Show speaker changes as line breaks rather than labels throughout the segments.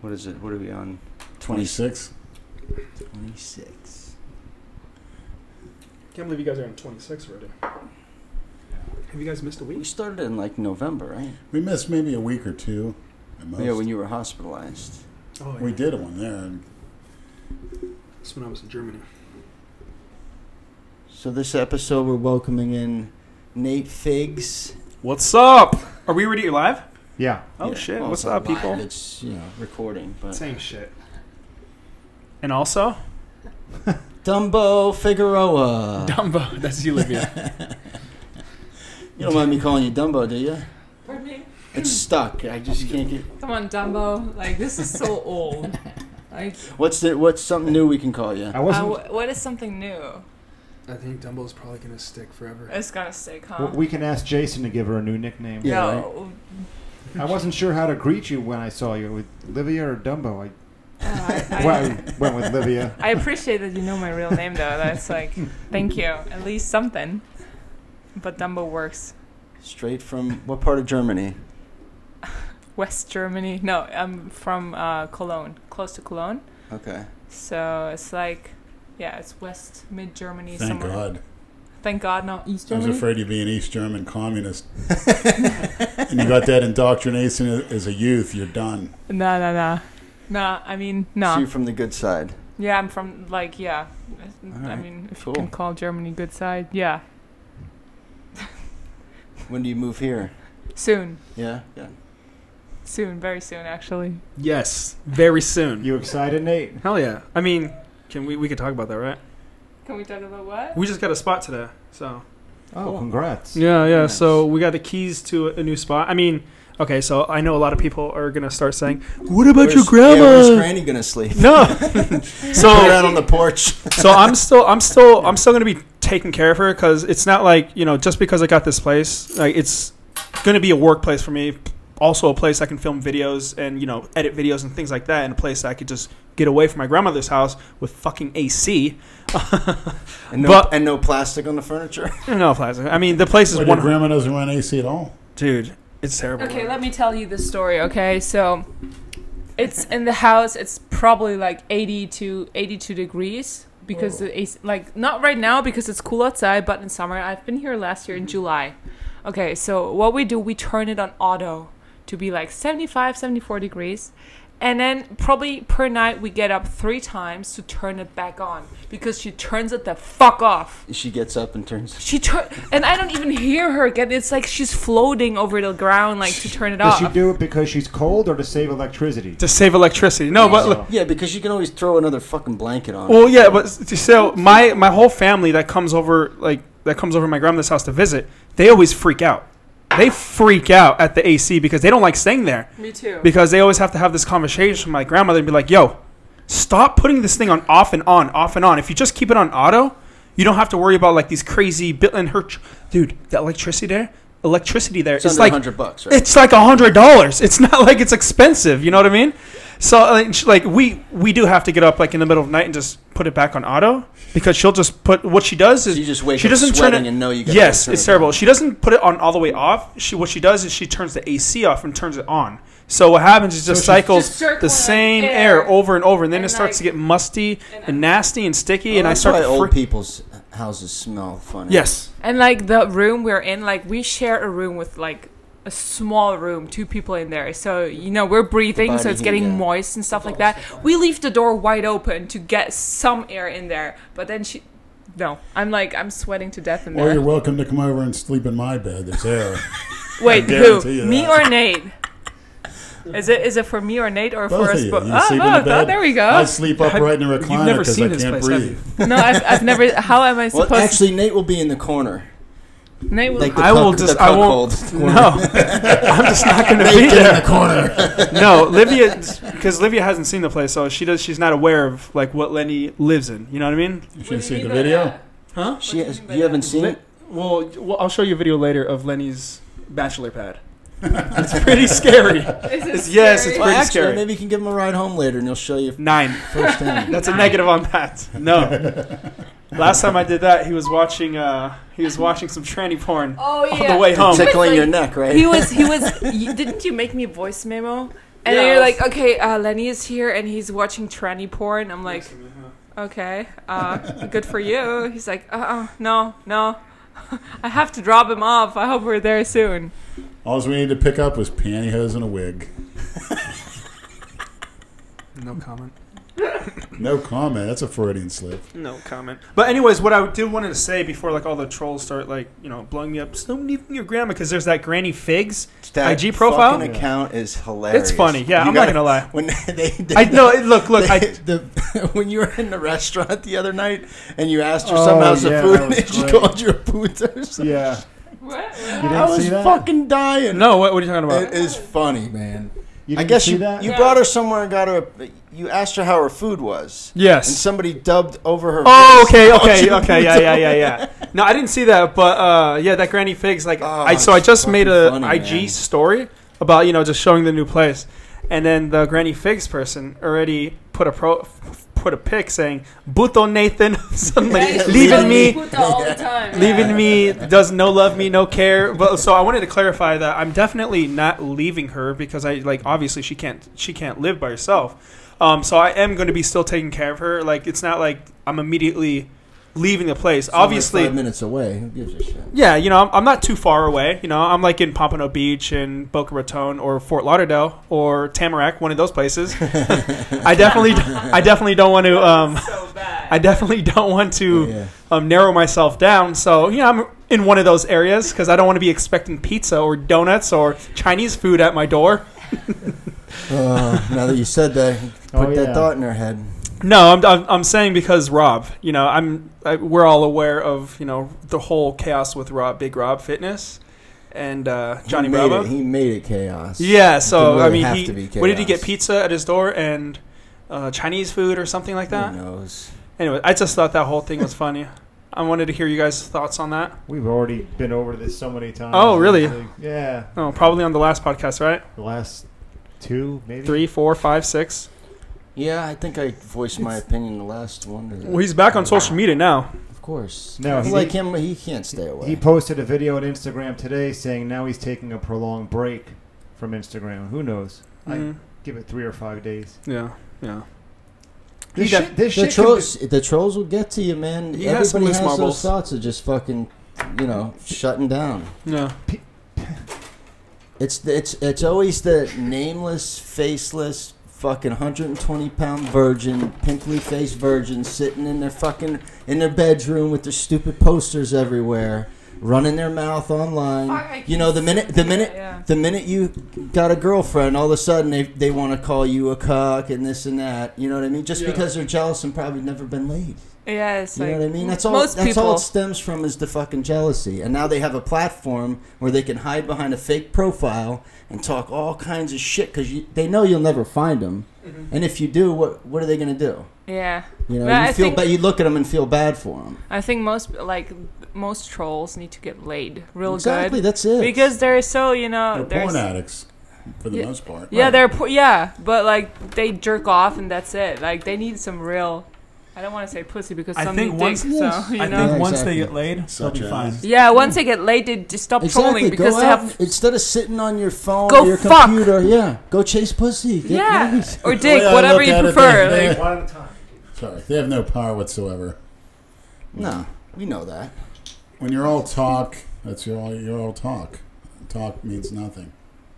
What is it? What are we on?
26.
26.
Can't believe you guys are on 26 already. Have you guys missed a
We
week?
started in like November, right?
We missed maybe a week or two. At most.
Yeah, when you were hospitalized.
Oh,
we did one there. And
That's when I was in Germany.
So this episode, we're welcoming in Nate Figs.
What's up? Are we already live?
Yeah.
Oh
Yeah,
shit!
well,
What's
it's not
up,
live,
people?
It's you know recording, but
Same shit. And also
Dumbo
Uh.
Figueroa.
Dumbo. That's you, Olivia.
you don't mind me calling you Dumbo, do you?
Pardon me?
It's stuck. I just can't get.
Come on, Dumbo. Like, this is so old. Like,
What's the, What's something new we can call you?
I
uh,
wasn't.
wh- what is something new?
I think Dumbo's probably gonna stick forever.
It's gotta stick, huh?
w- we can ask Jason to give her a new nickname.
Yeah.
no.
I wasn't sure how to greet you when I saw you with Livia or Dumbo.
Uh,
I, well, I went with Livia.
I, I appreciate that you know my real name, though. That's like, thank you. At least something. But Dumbo works.
Straight from what part of Germany?
West Germany. No, I'm from uh, Cologne, close to Cologne.
Okay.
So it's like, yeah, it's West Mid Germany
thank
somewhere.
God.
Thank God, not East
I was
Germany.
afraid you'd be an East German communist. and you got that indoctrination as a youth. You're done.
No, no, no. No, I mean, no.
So you're from the good side.
Yeah, I'm from like yeah. I
Alright,
mean, if
cool.
you can call Germany good side, yeah.
When do you move here?
Soon,
Yeah. Yeah.
soon, very soon, actually.
Yes, very soon.
You excited, Nate?
Hell yeah! I mean, can we we can talk about that, right?
Can we talk about what?
We just got a spot today, so
Oh,
Cool.
congrats.
Yeah, yeah.
Nice.
So we got the keys to a new spot. I mean, okay. So I know a lot of people are gonna start saying, "What about your
Where's- Yeah, where's
grandma?"
Granny gonna sleep?
no.
Put her
so
out on the porch.
so I'm still I'm still I'm still gonna be taking care of her because it's not like you know just because I got this place like it's gonna be a workplace for me. Also, a place I can film videos and you know edit videos and things like that, and a place that I could just get away from my grandmother's house with fucking AC.
And no,
But-
and no plastic on the furniture.
no, plastic. I mean, the place is
But
one
your grandma doesn't run AC at all.
dude. It's terrible.
Okay, let me tell you the story. Okay, so it's in the house. It's probably like 80 to 82 degrees because the AC, like not right now because it's cool outside, but in summer. I've been here last year in July. Okay, so what we do, we turn it on auto to be like 75, 74 degrees. And then probably per night we get up three times to turn it back on because she turns it the fuck off.
She gets up and turns.
She turn and I don't even hear her get. It's like she's floating over the ground, like to turn it
Does
off.
she do it because she's cold or to save electricity?
to save electricity. No, but
So-
Yeah, because you can always throw another fucking blanket on.
Well, yeah, but s- so my my whole family that comes over like that comes over to my grandmother's house to visit, they always freak out. They freak out at the AC because they don't like staying there
Me too.
because they always have to have this conversation with my grandmother and be like, "Yo, stop putting this thing on off and on, off and on. If you just keep it on auto, you don't have to worry about like these crazy bit and her ch- dude, the electricity there, electricity there,
it's,
it's,
under
like
hundred bucks, right?
it's like a hundred dollars. It's not like it's expensive. You know what I mean? So like, sh- like we we do have to get up like in the middle of the night and just put it back on auto because she'll just put what she does
So you
is
just wake
she
up
doesn't turn
sweating
it-
and know you. Gotta
yes,
turn
it's
it
terrible.
on.
She doesn't put it on all the way off. She what she does is she turns the AC off and turns it on. So what happens is just
she's-
cycles
Just circling
the same air.
air.
over and over, and then
And,
it starts
like-
to get musty
and-
and nasty and sticky,
Well,
and I
that's
start
why
to
old
freak.
people's houses smell funny.
Yes,
And like the room we're in, like we share a room with like a small room, two people in there. So you know we're breathing, so
Body
it's
heat,
getting
yeah.
moist and stuff like that. We leave the door wide open to get some air in there, but then she. No, I'm like I'm sweating to death in
Or you're
there.
welcome to come over and sleep in my bed. There's air.
Wait,
I guarantee
who?
you
Me
that.
or Nate? Is it is it for me or Nate or
Both
for
of
us?
you. You
both?
sleep
oh,
in the
both. Oh,
bed.
there we go.
I sleep upright in a
Have- you've never
recliner because I
seen this
can't
place, have
breathe.
No, I've, I've never. How am I supposed?
Well, actually, Nate will be in the corner.
to, Nate will,
Like the
I will
cuck- the
just- I won't-
cuckold.
no, I'm just not going to be
Get in
there.
the corner.
no, Livia, because Livia hasn't seen the place, so she does. She's not aware of like what Lenny lives in. You know what I mean?
You should see the video.
Huh?
She
What do you
has,
mean by
you haven't
that?
seen it.
Well, well, I'll show you a video later of Lenny's bachelor pad. it's pretty scary. It's- yes, it's
Well,
pretty
actually,
scary.
maybe you can give him a ride home later, and he'll show you
Nine.
first hand.
That's a negative on that. No. Last time I did that, he was watching. Uh, he was watching some tranny porn
Oh yeah.
on the way home.
Tickling
Like,
your neck, right?
He was. He was. y- didn't you make me a voice memo? And then
Yeah,
you're
I
like, okay, uh, Lenny is here and he's watching tranny porn. I'm like, okay, uh, good for you. He's like, uh, uh no, no, I have to drop him off. I hope we're there soon.
All we needed to pick up was pantyhose and a wig.
no comment.
No comment. That's a Freudian slip.
No comment. But anyways, what I did wanted to say before like all the trolls start like you know blowing me up, still needing your grandma because there's that Granny Figs.
That
IG profile?
fucking account is hilarious.
It's funny. Yeah,
You
I'm
gotta-
not gonna lie.
When they, did
I
the-
no. it- Look, look.
they-
I
the, when you were in the restaurant the other night and you asked her
Oh,
somehow some
yeah,
food
that
and
was
she
great.
called you a puta or something.
Yeah. You didn't
I was
see that?
fucking dying.
no. What, what are you talking about?
It is funny, man.
You
I
didn't
guess
see
you
that?
you
Yeah.
brought her somewhere and got her. A, you asked her how her food was, and
yes.
somebody dubbed over her.
Oh,
voice
okay,
and called
okay,
you a
okay, yeah,
puta.
yeah, yeah, yeah. No, I didn't see that, but uh, yeah, that Granny Figs. Like,
Oh,
I so I
it's
just made a
fucking funny,
IG
man.
story about you know just showing the new place, and then the Granny Figs person already put a pro put a pic saying "Buto Nathan" somebody
Yeah,
leaving me.
all the time.
Leaving me does no love me no care. But so I wanted to clarify that I'm definitely not leaving her because I like obviously she can't she can't live by herself. Um, so I am going to be still taking care of her. Like it's not like I'm immediately leaving the place.
It's only
obviously,
five minutes away. Who gives a shit?
yeah, you know, I'm, I'm not too far away. You know, I'm like in Pompano Beach and Boca Raton or Fort Lauderdale or Tamarack, one of those places. I definitely, I definitely don't want to. Um,
so bad.
I definitely don't want to
Yeah.
um, narrow myself down. So yeah, I'm in one of those areas because I don't want to be expecting pizza or donuts or Chinese food at my door.
Uh, now that you said that, you
Oh,
put that
yeah.
thought in her head.
No, I'm, I'm, I'm saying because Rob, you know, I'm I, we're all aware of you know the whole chaos with Rob, Big Rob Fitness, and uh,
He
Johnny
made
Bravo.
It, he made it chaos.
Yeah, so
Didn't
I
really
mean,
have
he,
to be
what did he get?
chaos.
Pizza at his door and uh, Chinese food or something like
Who
that.
knows?
Anyway, I just thought that whole thing was funny. I wanted to hear you guys' thoughts on that.
We've already been over this so many times.
Oh, really?
Yeah.
Oh, probably on the last podcast, right?
The last two, maybe?
Three, four, five, six.
Yeah, I think I voiced my opinion in the last one. or the-
Well, he's back on social media now.
Of course.
No,
People
he-
like him, he can't stay away.
He posted a video on Instagram today saying now he's taking a prolonged break from Instagram. Who knows?
Mm-hmm.
Mhm.
I give it three or five days.
Yeah, yeah.
This
def-
shit, this
the
shit can
trolls, the trolls will get to you, man. Everybody
He has some loose
has those
marbles.
thoughts of just fucking, you know, shutting down.
Yeah.
It's it's it's always the nameless, faceless, fucking 120 pound virgin, pimply faced virgin sitting in their fucking in their bedroom with their stupid posters everywhere, running their mouth
Fuck, I
online. You know, the
can't
minute the
see
minute
that, yeah.
the minute you got a girlfriend, all of a sudden they they want to call you a cuck and this and that. You know what I mean? Just
Yeah.
because they're jealous and probably never been laid.
Yeah, it's
You
like
know what I mean? That's all.
most
that's
people.
all it stems from is the fucking jealousy. And now they have a platform where they can hide behind a fake profile and talk all kinds of shit because they know you'll never find them. And if you do, what what are they gonna do?
yeah,
You know,
Well,
you
Mm-hmm. I
feel
think-
bad. You look at them and feel bad for them.
I think most like most trolls need to get laid real
exactly.
good
That's it.
because they're so you know
They're
they're
porn
s-
addicts for the
Oh, Yeah.
most part.
Yeah, they're po- yeah, but like they jerk off and that's it. Like they need some real. I don't want to say pussy because
I
some
think
need
once-
dick,
yes,
so you
I
know.
think- once they get
laid,
Such they'll be fine. as-
yeah, once they get laid, they just stop
Exactly.
trolling because
Go
they
out
have
instead of sitting on your phone
Go
or your
fuck.
computer. Yeah, go chase pussy. Get
yeah
laid.
or dick,
way I
whatever
look
you
at it,
prefer.
they-
like,
One at a time.
Sorry, they have no power whatsoever.
No, we know that.
When you're all talk, that's your all. You're all talk. Talk means nothing.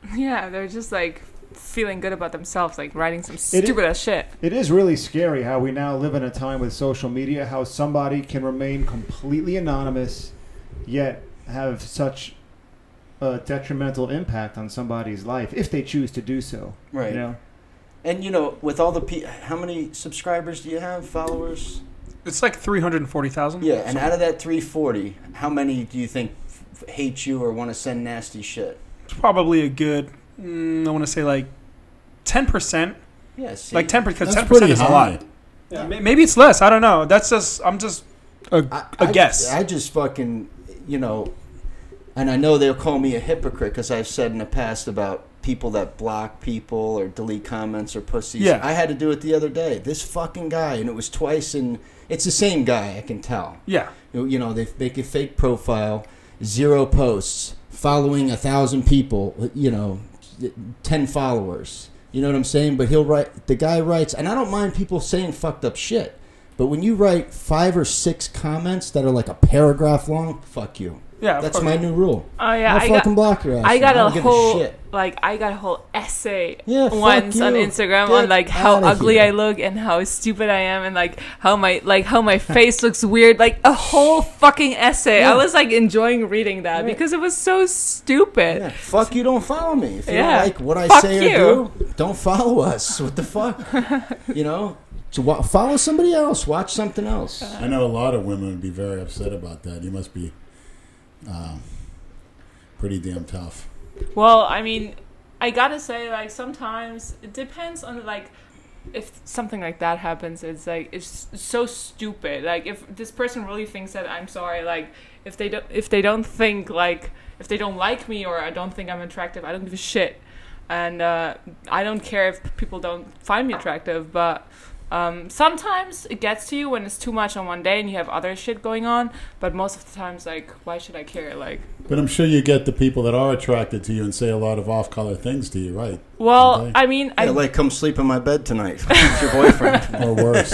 yeah, they're just like feeling good about themselves, like writing some stupid ass shit.
It is really scary how we now live in a time with social media, how somebody can remain completely anonymous, yet have such a detrimental impact on somebody's life if they choose to do so.
Right.
You know?
And you know, with all the pe- how many subscribers do you have? Followers?
It's like 340,000.
Yeah, and out of that 340, how many do you think f- hate you or want to send nasty shit?
It's probably a good, mm, I want to say like 10%.
Yeah, see?
Like 10%, because
That's
10%
pretty
is a
high.
lot. Yeah, may- maybe it's less. I don't know. That's just, I'm just a,
I-
a
I-
guess.
I just fucking, you know, and I know they'll call me a hypocrite because I've said in the past about people that block people or delete comments or pussies.
Yeah.
I had to do it the other day. This fucking guy, and it was twice, and it's the same guy, I can tell.
yeah.
you know they make a fake profile zero posts following a thousand people you know 10 followers You know what I'm saying? But he'll write. The guy writes, and I don't mind people saying fucked up shit. But when you write five or six comments that are like a paragraph long, fuck you.
Yeah, of
That's
course.
my new rule.
Oh yeah,
I'll
I
fucking
got
block your ass.
I got
I
a
don't give
whole
shit.
like I got a whole essay
Yeah, fuck
once on
you.
Instagram
Get
on like how
outta
ugly
here.
I look and how stupid I am and like how my like how my face looks weird. Like a whole fucking essay.
Yeah.
I was like enjoying reading that
Right.
because it was so stupid.
Yeah, fuck you, don't follow me. If you
Yeah,
don't like what I
fuck
say or
you.
do, don't follow us. What the fuck? you know? So wa- follow somebody else. Watch something else.
I know a lot of women would be very upset about that. You must be um, pretty damn tough.
Well, I mean, I gotta say, like sometimes it depends on like if something like that happens. It's like it's so stupid. Like if this person really thinks that I'm sorry, like if they don't if they don't think like if they don't like me or I don't think I'm attractive, I don't give a shit, and uh, I don't care if people don't find me attractive, but. Um, sometimes it gets to you when it's too much on one day and you have other shit going on, but most of the times, like, why should I care? Like,
But I'm sure you get the people that are attracted to you and say a lot of off color things to you, right?
well,
Okay.
I mean, I
Yeah, like come sleep in my bed tonight. It's your boyfriend.
Or worse.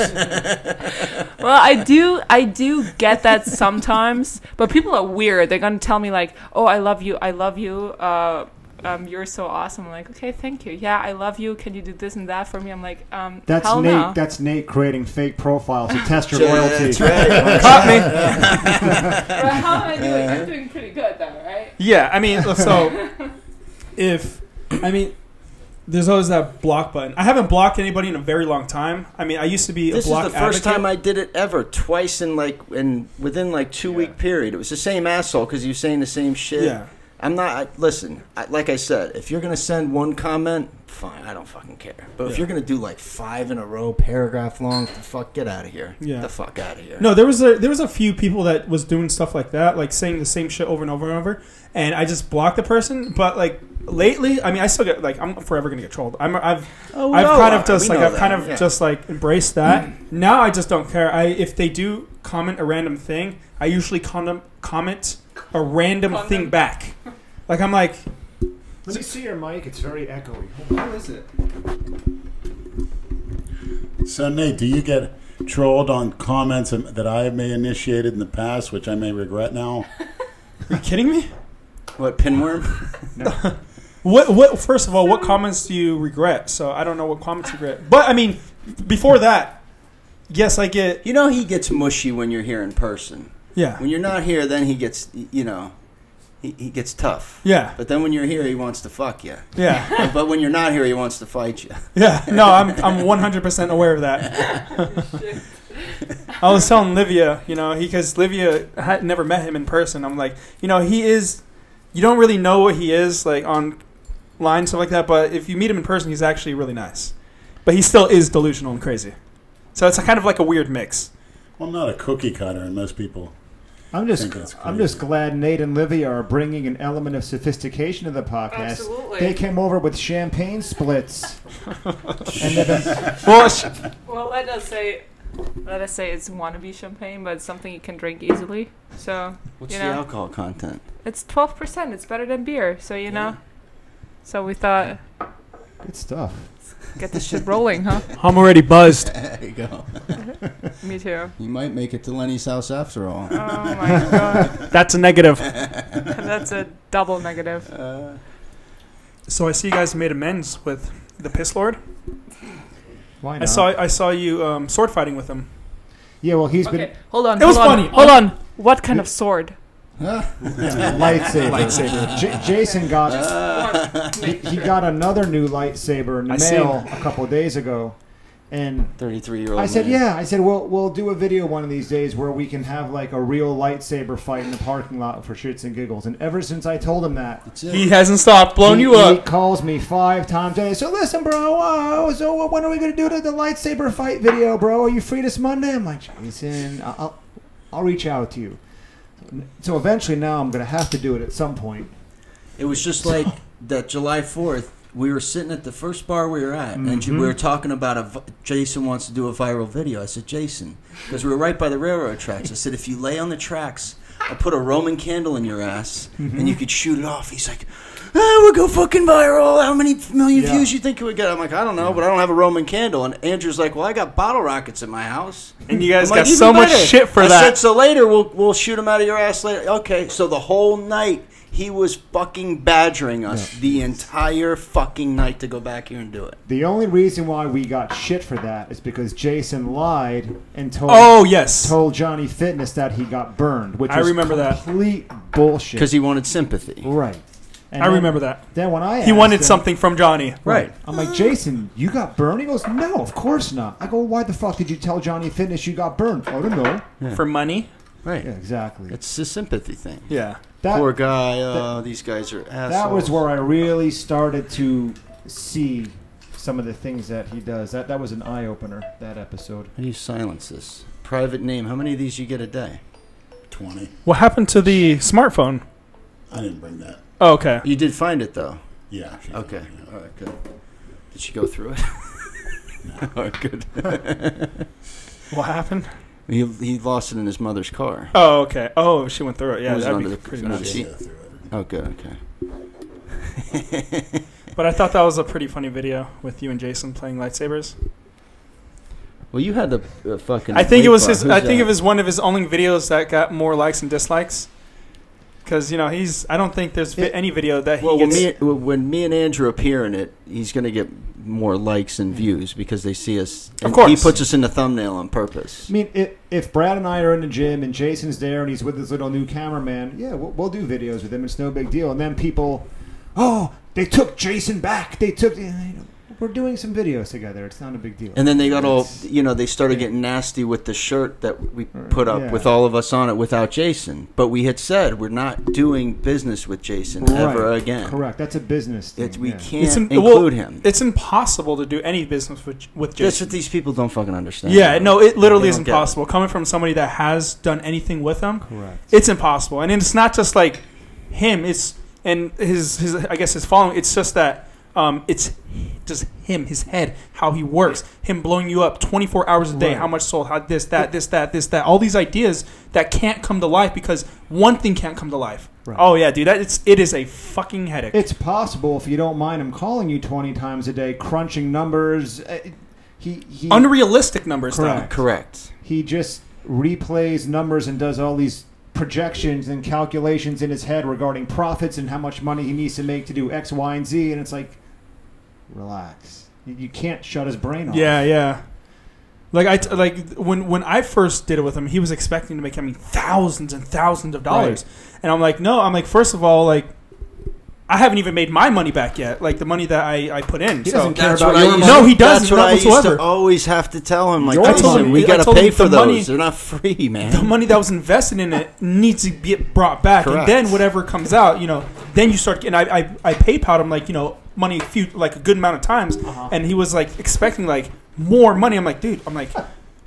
Well, I do, I do get that sometimes, but people are weird. They're gonna tell me like, "Oh, I love you, I love you, uh, um, you're so awesome." I'm like, "Okay, thank you. Yeah, I love you. Can you do this and that for me?" I'm like, um,
That's
"Hell
Nate.
no."
That's Nate creating fake profiles to test your
Yeah,
loyalty.
that's right.
Caught me.
But how am I doing? I'm doing pretty good though, right?
Yeah, I mean, so if I mean, there's always that block button. I haven't blocked anybody in a very long time. I mean, I used to be
This
a
is
block
the first
advocate.
time I did it ever. Twice in like in within like two week period. It was the same asshole because he was saying the same shit.
yeah,
I'm not. I, listen, I, like I said, if you're gonna send one comment, fine, I don't fucking care. But if
Yeah.
you're gonna do like five in a row, paragraph long, the fuck, get out of here.
Yeah.
the fuck out of here.
no, there was a there was a few people that was doing stuff like that, like saying the same shit over and over and over, and I just blocked the person. But like lately, I mean, I still get like I'm forever gonna get trolled. I'm I've
oh,
I've
no,
kind of
I-
just
we
like
know
I've kind
that,
of
yeah.
just like embraced that. Now I just don't care. I if they do comment a random thing, I usually con- comment a random
Condom.
thing back. Like I'm like,
Let me see your mic. It's very echoey. What is it?
So, Nate, do you get trolled on comments that I may initiated in the past, which I may regret now?
are you kidding me?
what pinworm.
What what first of all, what comments do you regret? So I don't know what comments you regret. But I mean, before that, yes, I get
You know he gets mushy when you're here in person.
yeah.
When you're not here, then he gets you know, he, he gets tough.
Yeah.
But then when you're here, he wants to fuck you.
Yeah.
but when you're not here, he wants to fight you.
Yeah. No, I'm I'm 100% aware of that. I was telling Livia, you know, because Livia had never met him in person. I'm like, you know, he is you don't really know what he is like online stuff like that, but if you meet him in person, he's actually really nice. But he still is delusional and crazy. So it's kind of like a weird mix.
Well, I'm not a cookie cutter, and most people.
I'm just,
think that's crazy.
I'm just glad Nate and Livy are bringing an element of sophistication to the podcast.
Absolutely.
They came over with champagne splits. and they've been-
Well, sh-
Well, let us say, let us say it's wannabe champagne, but it's something you can drink easily. So
What's
You
the
know?
alcohol content?
it's twelve percent. It's better than beer. So you know. So we thought,
good stuff.
get this shit rolling, huh?
I'm already buzzed.
There you go.
Me too.
You might make it to Lenny's house after all.
Oh my god,
That's a negative.
that's a double negative.
Uh,
So I see you guys made amends with the Piss Lord.
Why
I,
not?
saw I saw you um, sword fighting with him.
Yeah, well, he's
Okay, hold on.
It was
hold on,
funny.
Hold on. What kind of sword?
been lightsaber.
Lightsaber.
J- Jason got he,
Make
he got another new lightsaber in the
I see.
mail a couple of days ago, and
33 year old.
I said,
man.
"Yeah." I said, "We'll we'll do a video one of these days where we can have like a real lightsaber fight in the parking lot for shits and giggles." And ever since I told him that,
That's it.
He hasn't stopped blowing
he,
you
He
up.
calls me five times a day. So listen, bro. Uh, so what- when are we gonna do the, the lightsaber fight video, bro? Are you free this Monday? I'm like, Jason, I- I'll I'll reach out to you. So eventually, now I'm gonna have to do it at some point.
It was just like that July 4th. We were sitting at the first bar we were at, and we were talking about a. vi- Jason wants to do a viral video. I said, Jason, because we were right by the railroad tracks. I said, if you lay on the tracks, I'll put a Roman candle in your ass, and you could shoot it off. He's like, ah, we'll go fucking viral. How many million
Yeah.
views you think it would get? I'm like, I don't know, but I don't have a Roman candle. And Andrew's like, well, I got bottle rockets in my house.
And you guys
I'm like,
got
"Even
so much
better."
shit for
I
that.
said, so later we'll we'll shoot him out of your ass later. Okay, so the whole night he was fucking badgering us the entire fucking night to go back here and do it.
The only reason why we got shit for that is because Jason lied and told
oh yes.
told Johnny Fitness that he got burned, which
I
was
remember that.
complete bullshit.
Because he wanted sympathy.
right, and
I
then-
remember that.
Then when I
He wanted
asked him-
something from Johnny.
Right.
I'm like Jason, you got burned. He goes, No, of course not. I go, Why the fuck did you tell Johnny Fitness you got burned? Oh, I don't know.
For money.
Right.
Yeah, exactly.
It's the sympathy thing.
Yeah.
that
Poor guy. Uh, these guys are assholes.
that was where I really started to see some of the things that he does. That that was an eye opener. That episode.
How do you silence this? Private name. How many of these you get a day?
20.
What happened to the smartphone?
I didn't bring that.
Oh, okay.
You did find it though.
Yeah. she-
Okay. All right. Good. Did she go through it? All right. Good.
What happened?
He, he lost it in his mother's car.
Oh, okay. Oh, she went through it. Yeah,
It was
that'd
under
be
the-
pretty
under
Yeah,
the
nuts.
seat.
she go through it.
Oh, good. Okay.
But I thought that was a pretty funny video with you and Jason playing lightsabers.
Well, you had the uh, fucking.
I think it
wait
was
bar.
his.
Who's
I think
that?
it was one of his only videos that got more likes and dislikes. Because you know he's. I don't think there's vi-
It-
any video that he
Well, when
gets.
me, when me and Andrew appear in it, he's going to get more likes and views because they see us.
Of
and He
course.
puts us in the thumbnail on purpose.
I mean, if, if Brad and I are in the gym and Jason's there and he's with his little new cameraman, yeah, we'll, we'll do videos with him. It's no big deal. And then people, oh, they took Jason back. They took. You know, we're doing some videos together. It's not a big deal.
And then they got all,
It's-
you know, they started getting nasty with the shirt that we
Uh,
put up
Yeah.
with all of us on it without Jason. But we had said we're not doing business with Jason ever
Right.
again.
Correct. That's a business. Thing,
It's, we
yeah.
can't
It's im-
include
well,
him.
It's impossible to do any business with with
That's
Jason.
what these people don't fucking understand.
yeah, no, it literally
They
is
don't get
impossible. Coming from somebody that has done anything with him,
Correct.
it's impossible. And it's not just like him. It's and his his I guess his following. It's just that um, it's just him, his head, how he works, him blowing you up twenty four hours a day.
Right.
How much sold? How this that this that this that. All these ideas that can't come to life because one thing can't come to life.
Right.
Oh yeah, dude, that it's it is a fucking headache.
It's possible if you don't mind him calling you twenty times a day, crunching numbers. Uh, He he
Unrealistic numbers,
it.
Correct.
Correct.
he just replays numbers and does all these projections and calculations in his head regarding profits and how much money he needs to make to do X, Y, and Z. And it's like, relax. You, you can't shut his brain
though.
off.
Yeah, yeah. Like I t- like when when I first did it with him, he was expecting to make I mean thousands and thousands of dollars, and I'm like, no, I'm like, first of all, like. I haven't even made my money back yet, like the money that I, I put in.
He
so-
doesn't care
That's
about
what I
your
used-
money.
No, he
That's
doesn't,
what
not
I used
whatsoever.
to always have to tell him. Like,
Your
listen,
money.
we
I
got to
told
pay
him
for
the
those.
money-
They're not free, man.
the money that was invested in it needs to get brought back,
Correct.
and then whatever comes out, you know, then you start. And I, I, I PayPal him like you know money a few like a good amount of times,
Uh-huh.
and he was like expecting like more money. I'm like, dude, I'm like,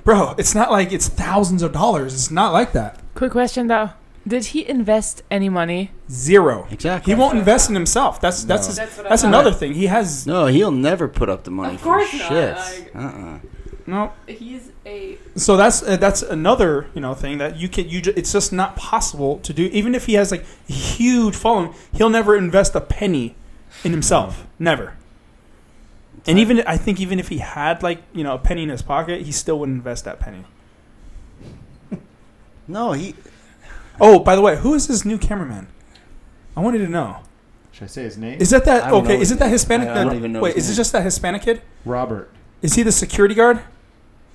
bro, it's not like it's thousands of dollars. It's not like that.
Quick question though. Did he invest any money?
Zero.
Exactly.
He won't invest in himself. That's that's his,
That's what I
that's
thought.
another thing. He has
No,
no.
he'll never put up the money.
Of course
for
not,
Shit.
like-
uh-uh.
He's a
So that's uh, that's another you know thing that you can you ju- it's just not possible to do. Even if he has like a huge following, he'll never invest a penny in himself. Never. And even I think even if he had like you know a penny in his pocket, he still wouldn't invest that penny.
No, he.
Oh, by the way, who is this new cameraman? I wanted to know.
Should I say his name?
Is that
I
that
don't
okay?
know
Is it that Hispanic?
I don't
that-
even know
wait,
his
is it
name.
just that Hispanic kid?
Robert.
Is he the security guard?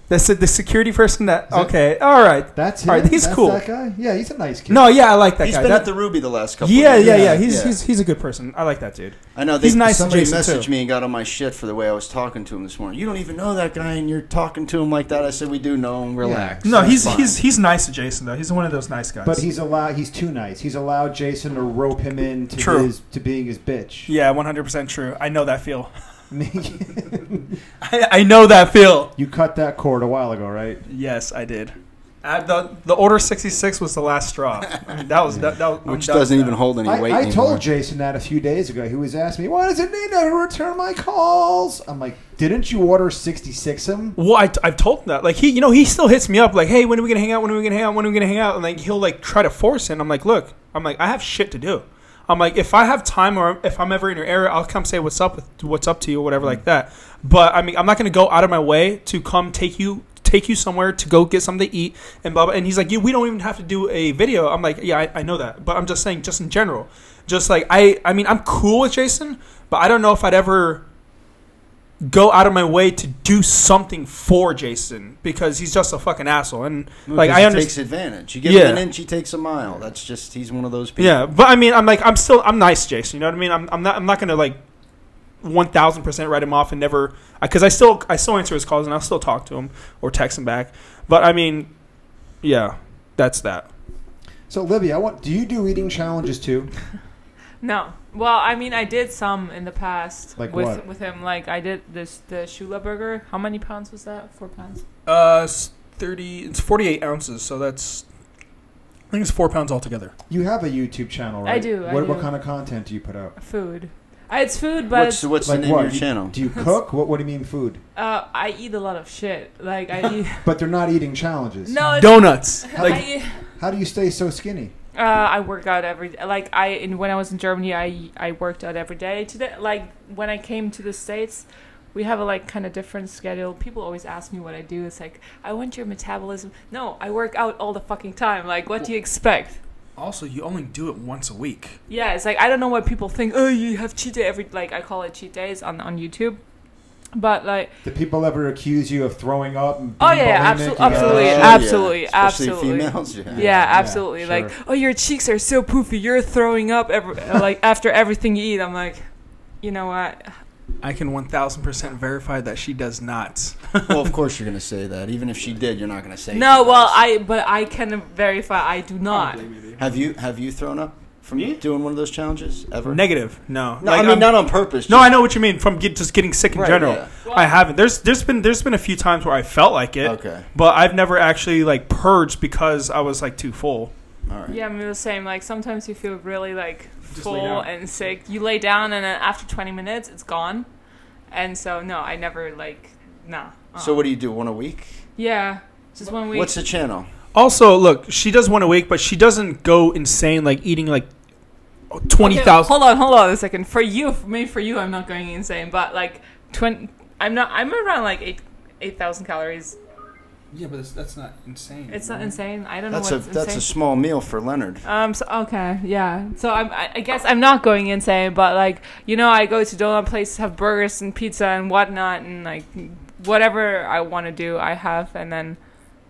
That's the, the security person that.
Is it-
Okay, all right.
That's him.
All right, he's
That's
cool.
That guy. Yeah, he's a nice kid.
No, yeah, I like that
He's
guy.
been
That-
at the Ruby the last couple.
yeah,
of
yeah,
years.
yeah. He's,
Yeah.
he's he's a good person. I like that dude.
I know. They,
he's nice to
Somebody
Jason,
messaged
too.
me and got on my shit for the way I was talking to him this morning. You don't even know that guy, and you're talking to him like that. I said, "We do know him. Relax."
No,
That's
he's
fine.
he's he's nice to Jason though. He's one of those nice guys.
But he's allowed. He's too nice. He's allowed Jason to rope him in to
True.
his to being his bitch.
yeah, one hundred percent true. I know that feel.
Yeah.
I, I know that feel.
you cut that cord a while ago, right?
Yes, I did. I, the the order sixty six was the last straw. I mean, that was that, that was, I'm
which
done
doesn't
with
even
that.
hold any weight.
I, I
anymore.
told Jason that a few days ago. He was asking me, "Why does it need to return my calls?" I'm like, "Didn't you order 66 him?"
Well, I, I've told him that. Like he, you know, he still hits me up. Like, hey, when are we gonna hang out? When are we gonna hang out? When are we gonna hang out? And like he'll like try to force it. And I'm like, look, I'm like, I have shit to do. I'm like, if I have time or if I'm ever in your area, I'll come say what's up with what's up to you or whatever like that. But I mean, I'm not gonna go out of my way to come take you take you somewhere to go get something to eat and blah blah. And he's like, yeah, we don't even have to do a video. I'm like, yeah, I, I know that, but I'm just saying, just in general, just like I I mean, I'm cool with Jason, but I don't know if I'd ever go out of my way to do something for Jason because he's just a fucking asshole. And like I
understand. takes
understand,
advantage. You give
Yeah.
him an inch, he takes a mile. That's just he's one of those people.
yeah. But I mean, I'm like, I'm still, I'm nice, Jason. You know what I mean? I'm, I'm not, I'm not gonna like one thousand percent write him off and never because I still, I still answer his calls and I'll still talk to him or text him back. But I mean, yeah, that's that.
So Libby, I want. Do you do eating challenges too?
No. Well, I mean, I did some in the past
Like
with
what?
with him. Like I did this the Shula burger. How many pounds was that? Four pounds.
Uh, it's thirty, it's forty-eight ounces, so that's. I think it's four pounds altogether.
You have a YouTube channel,
I
right?
do, I
What, what
do.
kind of content do you put out?
Food. I, it's food, but
What's what's
Like
the name
what?
of your channel?
Do you cook? What What do you mean food?
uh, I eat a lot of shit. Like I eat.
But they're not eating challenges.
no. It's,
Donuts.
I,
Like,
eat-
How do you stay so skinny?
uh, I work out every day. Like I in, when I was in Germany, I I worked out every day. Today, like when I came to the states. We have a like kind of different schedule. People always ask me what I do. It's like I want your metabolism. No, I work out all the fucking time. Like, what do you expect?
also, you only do it once a week.
Yeah, it's like I don't know what people think. Oh, you have cheat day every like I call it cheat days on on YouTube, but like
Do people ever accuse you of throwing up? And
Oh,
being
yeah, yeah,
bulimic?
absolu- absolutely,
Yeah.
yeah.
absolutely,
Especially
absolutely.
females. Yeah.
yeah, absolutely like
sure.
oh your cheeks are so poofy, you're throwing up every like after everything you eat. I'm like, you know what?
I can 1000% verify that she does not.
well, of course you're gonna say that. Even if she did, you're not gonna say.
No,
she
well
does.
I but I can verify I do not.
have you have you thrown up from
Me?
doing one of those challenges ever?
Negative. No.
No,
Like,
I mean
I'm-
not on purpose.
No,
just-
I know what you mean from get, just getting sick in
Right,
general.
yeah.
I haven't. There's there's been there's been a few times where I felt like it,
Okay,
but I've never actually like purged because I was like too full.
all right.
Yeah, I'm the same. Like sometimes you feel really like
Just lay
full
down.
and sick. You lay down and then after 20 minutes it's gone, and so no, I never like nah. uh-uh.
So what do you do? One a week?
Yeah, just one week.
What's the channel?
Also, look, she does one a week, but she doesn't go insane like eating like twenty
Okay,
thousand.
Hold on, hold on a second. For you, for me, for you, I'm not going insane, but like twenty, I'm not. I'm around like eight. 8,000 calories.
Yeah, but that's, that's not insane.
It's not insane. I don't
Mm. That's
know
a
what's
that's a
insane.
small meal for Leonard.
um. So, okay. Yeah. So I'm. I, I guess I'm not going insane, but like you know, I go to donut places, have burgers and pizza and whatnot, and like whatever I want to do, I have, and then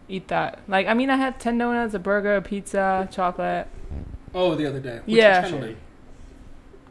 eat that. Like I mean, I had ten donuts, a burger, a pizza, chocolate.
Oh, the other day.
What's your Yeah. channel
name?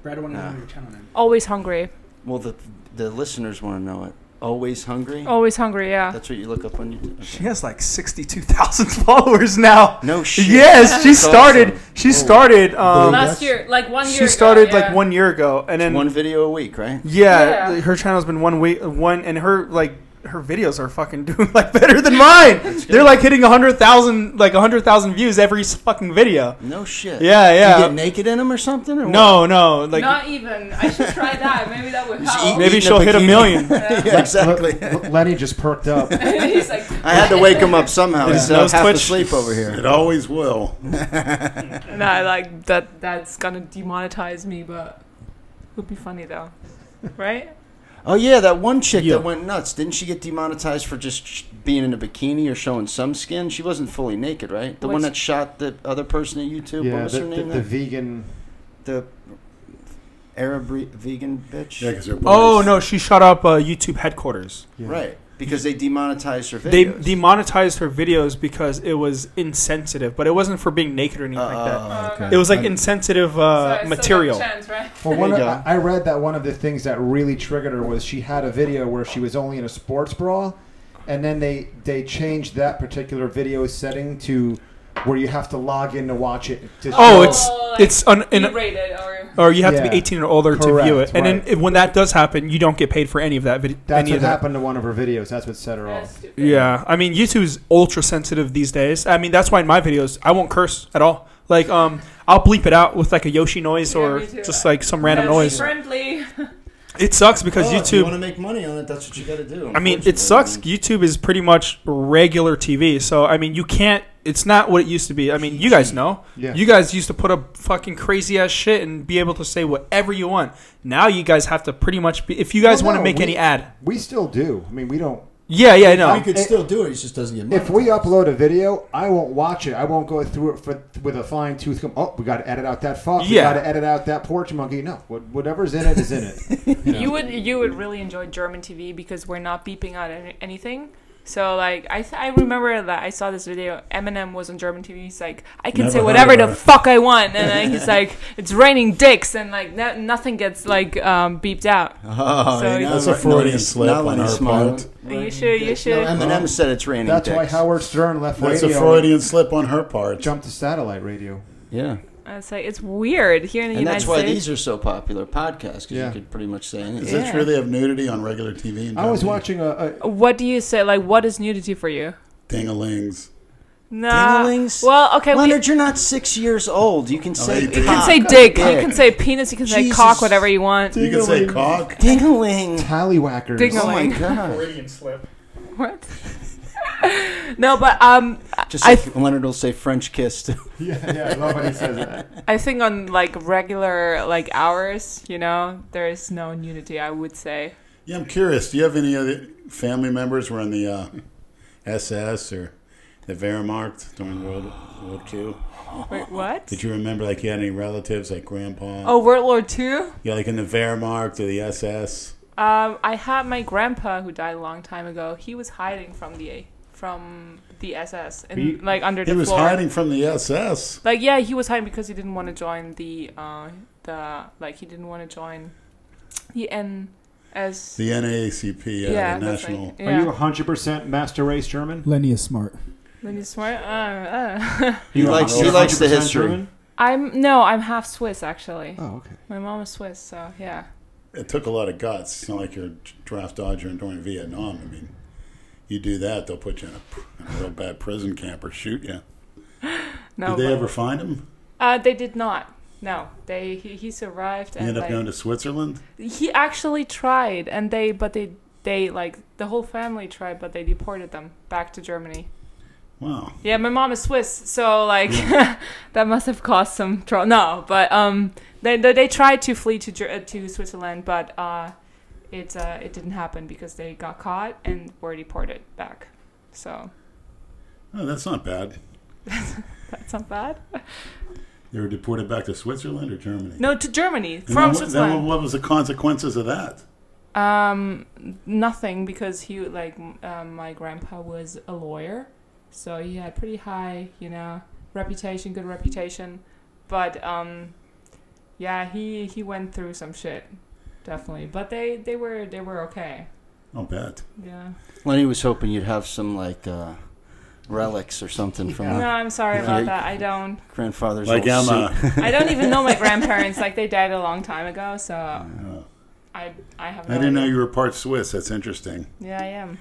Brad wanted
to know Nah.
your channel name.
Always hungry.
Well, the the listeners want to know it. Always hungry.
Always hungry. Oh, Yeah.
That's what you look up on YouTube.
She has like sixty-two thousand followers now.
No shit.
Yes, she
That's
started.
awesome.
She started. Um,
Well,
Oh, Last year, like one year.
she
ago,
started like
yeah.
one year ago, and then
One video a week, right?
yeah,
Yeah.
her channel's been one week, one, and her like her videos are fucking doing like better than mine. They're like hitting hundred thousand, like hundred thousand views every s- fucking video.
No shit.
Yeah, yeah.
You get naked in them or something? Or
No, no, like
Not even. I should try that. Maybe that would
Just
help.
eat-
maybe
in Oh, a
she'll hit a
bikini.
million.
what?
Yeah.
Yeah, exactly.
Le- Le- Lenny just perked up.
He's like,
I had to wake him up somehow.
His
He's uh,
nose
half
twitched.
asleep over here.
It always will.
no, like that. That's gonna demonetize me, but it would be funny though, right?
Oh yeah, that one chick
Yeah.
that went nuts. Didn't she get demonetized for just sh- being in a bikini or showing some skin? She wasn't fully naked, right? The one
What's-
that shot the other person at YouTube. what
yeah,
was
the,
her
the-
name?
the
The,
vegan.
the Arab re- vegan bitch.
Yeah, because they're
Oh
boys.
no, she shot up uh, YouTube headquarters.
yeah.
Right, because they demonetized her
They
videos.
demonetized her videos because it was insensitive, but it wasn't for being naked or anything like that.
Uh,
okay.
It was like insensitive uh, material.
Well,
There
one
you
of,
go.
I I read that one of the things that really triggered her was she had a video where she was only in a sports bra, and then they they changed that particular video setting to where you have to log in to watch it. To
Oh,
show-
it's it's un, in, Oh.
rated or
or you have to be
Yeah.
18 or older to view
Correct,
it. And
right.
then if, when that does happen, you don't get paid for any of that video.
that's
any
what
of that.
happened to one of her videos. That's what set her off.
Yeah, I mean YouTube's ultra sensitive these days. I mean that's why in my videos I won't curse at all. Like um, I'll bleep it out with like a Yoshi noise
Yeah,
or
me too.
just like some random noise.
Friendly.
It sucks because
Oh, If you
YouTube.
want to make money on it, that's what you got to do.
I mean, it sucks.
unfortunately.
YouTube is pretty much regular TV. So I mean, you can't. It's not what it used to be. I mean, you guys know.
Yeah.
You guys used to put up fucking crazy ass shit and be able to say whatever you want. Now you guys have to pretty much be. If you guys
Well,
want to
no,
make
we-
any ad,
We still do. I mean, we don't.
yeah, yeah,
You
no.
could
It-
still do it. It just doesn't get money.
If we upload a video, I won't watch it. I won't go through it for, with a fine tooth comb. Oh, we got to edit out that fuck. We
Yeah.
got to edit out that porch monkey. No, what- whatever's in it is in it.
You would you would really enjoy German TV because we're not beeping out any, anything. So like I th- I remember that I saw this video. Eminem was on German TV. He's like, I can
Never
say
heard
whatever the
about it.
fuck I want, and then he's like, it's raining dicks, and like no, nothing gets like um, beeped out.
Uh-huh.
Oh,
So
you
that's
a
now-
Freudian
now
slip
now
on
Lenny's
our
smiling.
part.
You should you
No,
should.
Eminem said it's raining.
That's why
dicks.
Howard Stern left
That's a
radio.
Freudian slip on her part.
Jumped to satellite radio.
Yeah,
It's like it's weird here in the
and
United
that's why
States.
these are so popular podcasts because
Yeah.
you could pretty much say anything.
Is
Yeah.
it true they have nudity on regular TV? And
I was
don't they?
watching a, a
Oh.
what do you say? Like, what is nudity for you?
Ding-a-lings.
Nah.
Dinglings?
Well, okay. We,
Leonard, you're not six years old. You Oh, can say
they
cock.
do.
you can say dick. You can say penis. You can say cock.
Jesus.
Whatever you want.
You can say cock.
dingling.
tallywhackers.
Ding-a-
Oh my
Ding-a-ling.
god!
slip.
What? no, but um,
Just
I
like Leonard will say French kiss. Too.
yeah, yeah, nobody says that.
I think on like regular like hours, you know, there is no nudity. I would say.
Yeah, I'm curious. Do you have any other family members who were in the uh, SS or the Wehrmacht during World War II?
Wait, what?
Did you remember, like, you had any relatives, like grandpa?
Oh, World War Two.
Yeah, like in the Wehrmacht or the SS?
Um, I had my grandpa who died a long time ago. He was hiding from the from the SS and
He-
like under
He
the
was
floor.
hiding from the SS.
Like yeah, he was hiding because he didn't want to join the uh the like he didn't want to join the NS.
The NAACP, yeah,
yeah,
the
that's like-
uh, National.
yeah.
Are you 100% master race German?
Lenny is smart.
When you swear, uh, uh.
He
You're
likes- he
100%
likes the history.
German?
I'm no, I'm half Swiss actually.
Oh, okay.
My mom is Swiss, so yeah.
It took a lot of guts. It's not like you're a draft dodger during Vietnam. I mean, you do that, they'll put you in a, in a real bad prison camp or shoot you. Did
No,
they
but-
ever find him?
Uh, they did not. No, they he, he survived
He
and
ended up
like,
going to Switzerland?
he actually tried, and they but they they like the whole family tried, but they deported them back to Germany.
Wow.
Yeah, my mom is Swiss, so like that must have caused some trouble. No, but um, they they, they tried to flee to Ger- uh, to Switzerland, but uh, it uh, it didn't happen because they got caught and were deported back. So
Oh, that's not bad.
that's not bad.
They were deported back to Switzerland or Germany?
No, to Germany
And
from
then, what- then
Switzerland.
what was the consequences of that?
Um, nothing because he like m- um, my grandpa was a lawyer, so he had pretty high, you know, reputation, good reputation, but um, yeah, he he went through some shit, definitely. But they they were they were okay.
I'll bet.
Yeah.
Lenny was hoping you'd have some like uh, relics or something from
Um,
No,
your
I'm sorry
Yeah.
about that. I don't.
grandfather's
Like
old
Emma.
suit.
I don't even know my grandparents. Like they died a long time ago, so
Uh,
I I have.
I
No
didn't know
idea.
you were part Swiss. That's interesting.
Yeah, I am.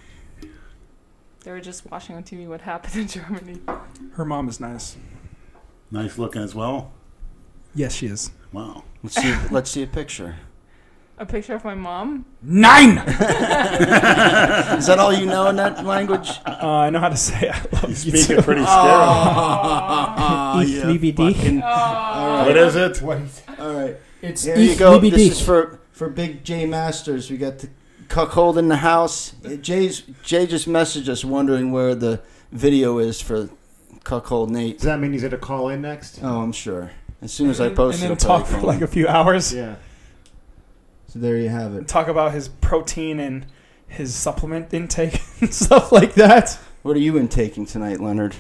They were just watching on TV what happened in Germany.
Her mom is nice.
Nice looking as well.
Yes, she is.
Wow.
Let's see. Let's see a picture.
A picture of my mom.
Nine.
Is that all you know in that language?
Uh, I know how to say. it.
You
you
speak
too.
it pretty sterile.
Oh,
Ich liebe dich.
All
What
right,
is it?
Uh, What?
all right.
Ich
It's Here
E
you go.
liebe
This
dich.
is for for Big J Masters. We got the cuckold in the house. Jay's Jay just messaged us wondering where the video is for cuckold Nate.
Does that mean he's going to call in next?
Oh, I'm sure. As soon as I
And-
post
and
it,
then
I'll probably
talk for
find
like
it.
a few hours.
Yeah.
so there you have it.
Talk about his protein and his supplement intake and stuff like that.
What are you intaking tonight, Leonard?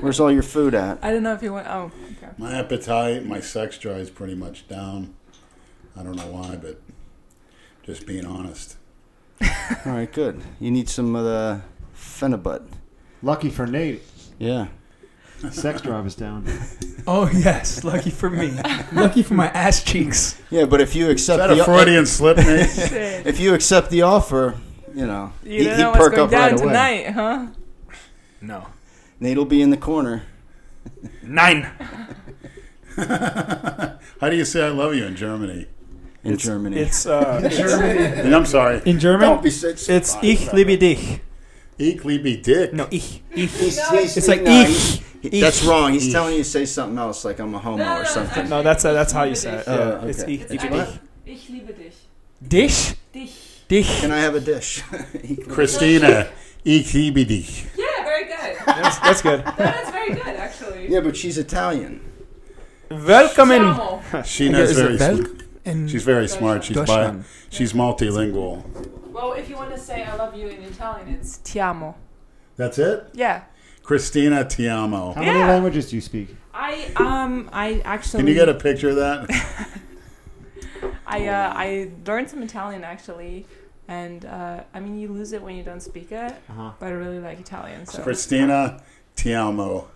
Where's all your food at?
I don't know if you went. Oh, okay.
My appetite, my sex drive is pretty much down. I don't know why, but just being honest.
All right, good. You need some of the Fenibut.
Lucky for Nate,
Yeah.
sex drive is down.
Oh yes, lucky for me. lucky for my ass cheeks.
Yeah, but if you
Is
accept
that a
the
Freudian slip, Nate?
Shit.
if you accept the offer, you know
You don't
he'd
know what's
perk
going
up right
down
away.
tonight, huh?
No.
Nate'll be in the corner.
Nine.
How do you say I love you in Germany?
in
it's,
Germany.
It's uh,
And I'm sorry.
In
Don't
German,
be such
it's
oh,
ich
whatever.
liebe dich.
Ich liebe E dick.
No, ich. ich.
He's- he's-
It's like
no,
ich.
he- That's
ich.
wrong. He's
Ich.
telling you to say something else, like I'm a homo or something.
no, that's uh, that's how you say it. Yeah,
Uh,
it's
okay.
ich.
It's
ich-
what?
dich.
Ich liebe dich.
Dich?
Dich.
Dich.
Can I have a dish?
Christina, E ich liebe dich.
Yeah, very good.
that's, that's good.
That's very good, actually.
yeah, but she's Italian.
Welcome in.
Ciao.
She knows
Is it
very.
Belk?
sm-
in
She's very smart. She's bi-
Deutschland.
She's multilingual.
Well, if you want to say I love you in Italian, it's ti amo.
That's it.
Yeah.
Christina Tiamo.
How many
Yeah.
languages do you speak?
I um I actually
Can you get a picture of that?
I uh, I learned some Italian actually, and uh, I mean you lose it when you don't speak it,
Uh-huh.
but I really like Italian. So
Christina Tiamo.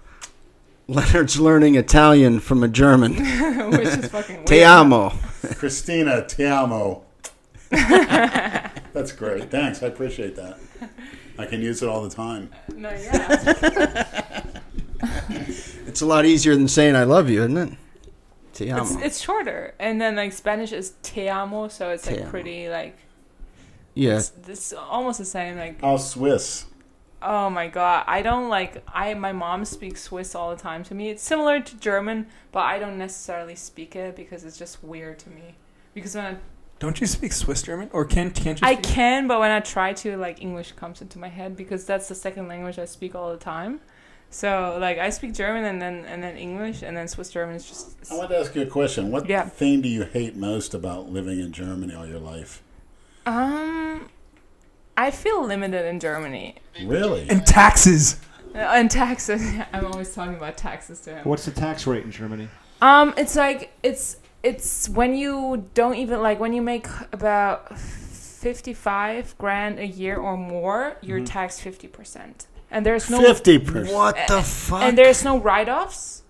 Leonard's learning Italian from a German.
which is fucking weird.
Te amo.
Christina Tiamo. That's great. Thanks. I appreciate that. I can use it all the time.
No, yeah.
It's a lot easier than saying I love you, isn't it? Te amo.
it's, it's shorter, and then like Spanish is te amo, so it's
Te
like
amo.
pretty like
yeah.
it's, it's almost the same. Like
How Swiss.
oh my god, I don't like I my mom speaks Swiss all the time to me. It's similar to German, but I don't necessarily speak it because it's just weird to me. Because when I,
Don't you speak Swiss German or can can't you?
I
speak-
can, but when I try to, like English comes into my head because that's the second language I speak all the time. So like I speak German and then and then English and then Swiss German is just
I want to ask you a question. What
Yeah.
thing do you hate most about living in Germany all your life?
um. I feel limited in Germany.
Really?
And taxes.
Uh, And taxes, I'm always talking about taxes to him.
What's the tax rate in Germany?
Um, it's like it's it's when you don't even like when you make about fifty-five grand a year or more, you're taxed fifty percent, and there's no
Mm-hmm. Fifty percent.
What the fuck?
and there's no write-offs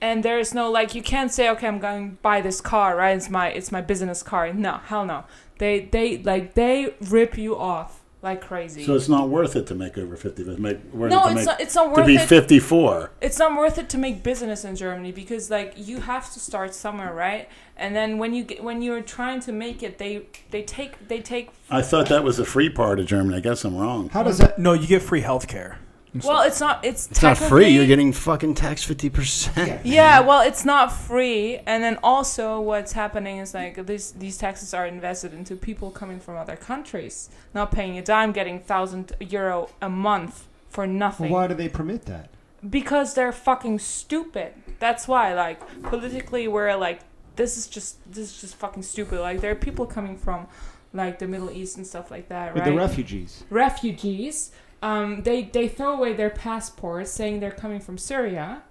and there's no like you can't say okay i'm going to buy this car right it's my it's my business car no hell no they they like they rip you off like crazy
So it's not worth it to make over fifty. But make worth it
no
to
it's
make,
not it's not
to
worth
be
it
fifty-four.
it's not worth it to make business in Germany because like you have to start somewhere, right? And then when you get, when you're trying to make it, they they take they take
I thought that was the free part of Germany. I guess I'm wrong.
How does that?
No, you get free health care.
well, it's not it's
it's not free. You're
technically-
getting fucking taxed 50%.
Yeah, well, it's not free, and then also what's happening is like these these taxes are invested into people coming from other countries, not paying a dime, getting thousand euro a month for
Well,
nothing
why do they permit that?
because they're fucking stupid. That's why, like politically, we're like this is just this is just fucking stupid. Like there are people coming from like the Middle East and stuff like that,
With
right?
the refugees.
refugees. Um, they they throw away their passports, saying they're coming from Syria,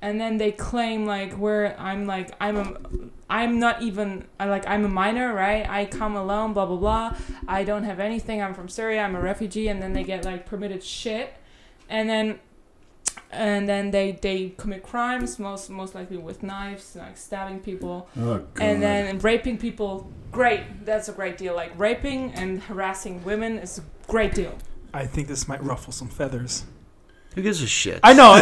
and then they claim like where I'm like I'm a I'm not even I like I'm a minor, right? I come alone, blah blah blah. I don't have anything. I'm from Syria. I'm a refugee, and then they get like permitted shit, and then and then they they commit crimes, most most likely with knives, like stabbing people
Oh, God.
and then raping people great that's a great deal like raping and harassing women is a great deal
I think this might ruffle some feathers.
Who gives a shit?
I know.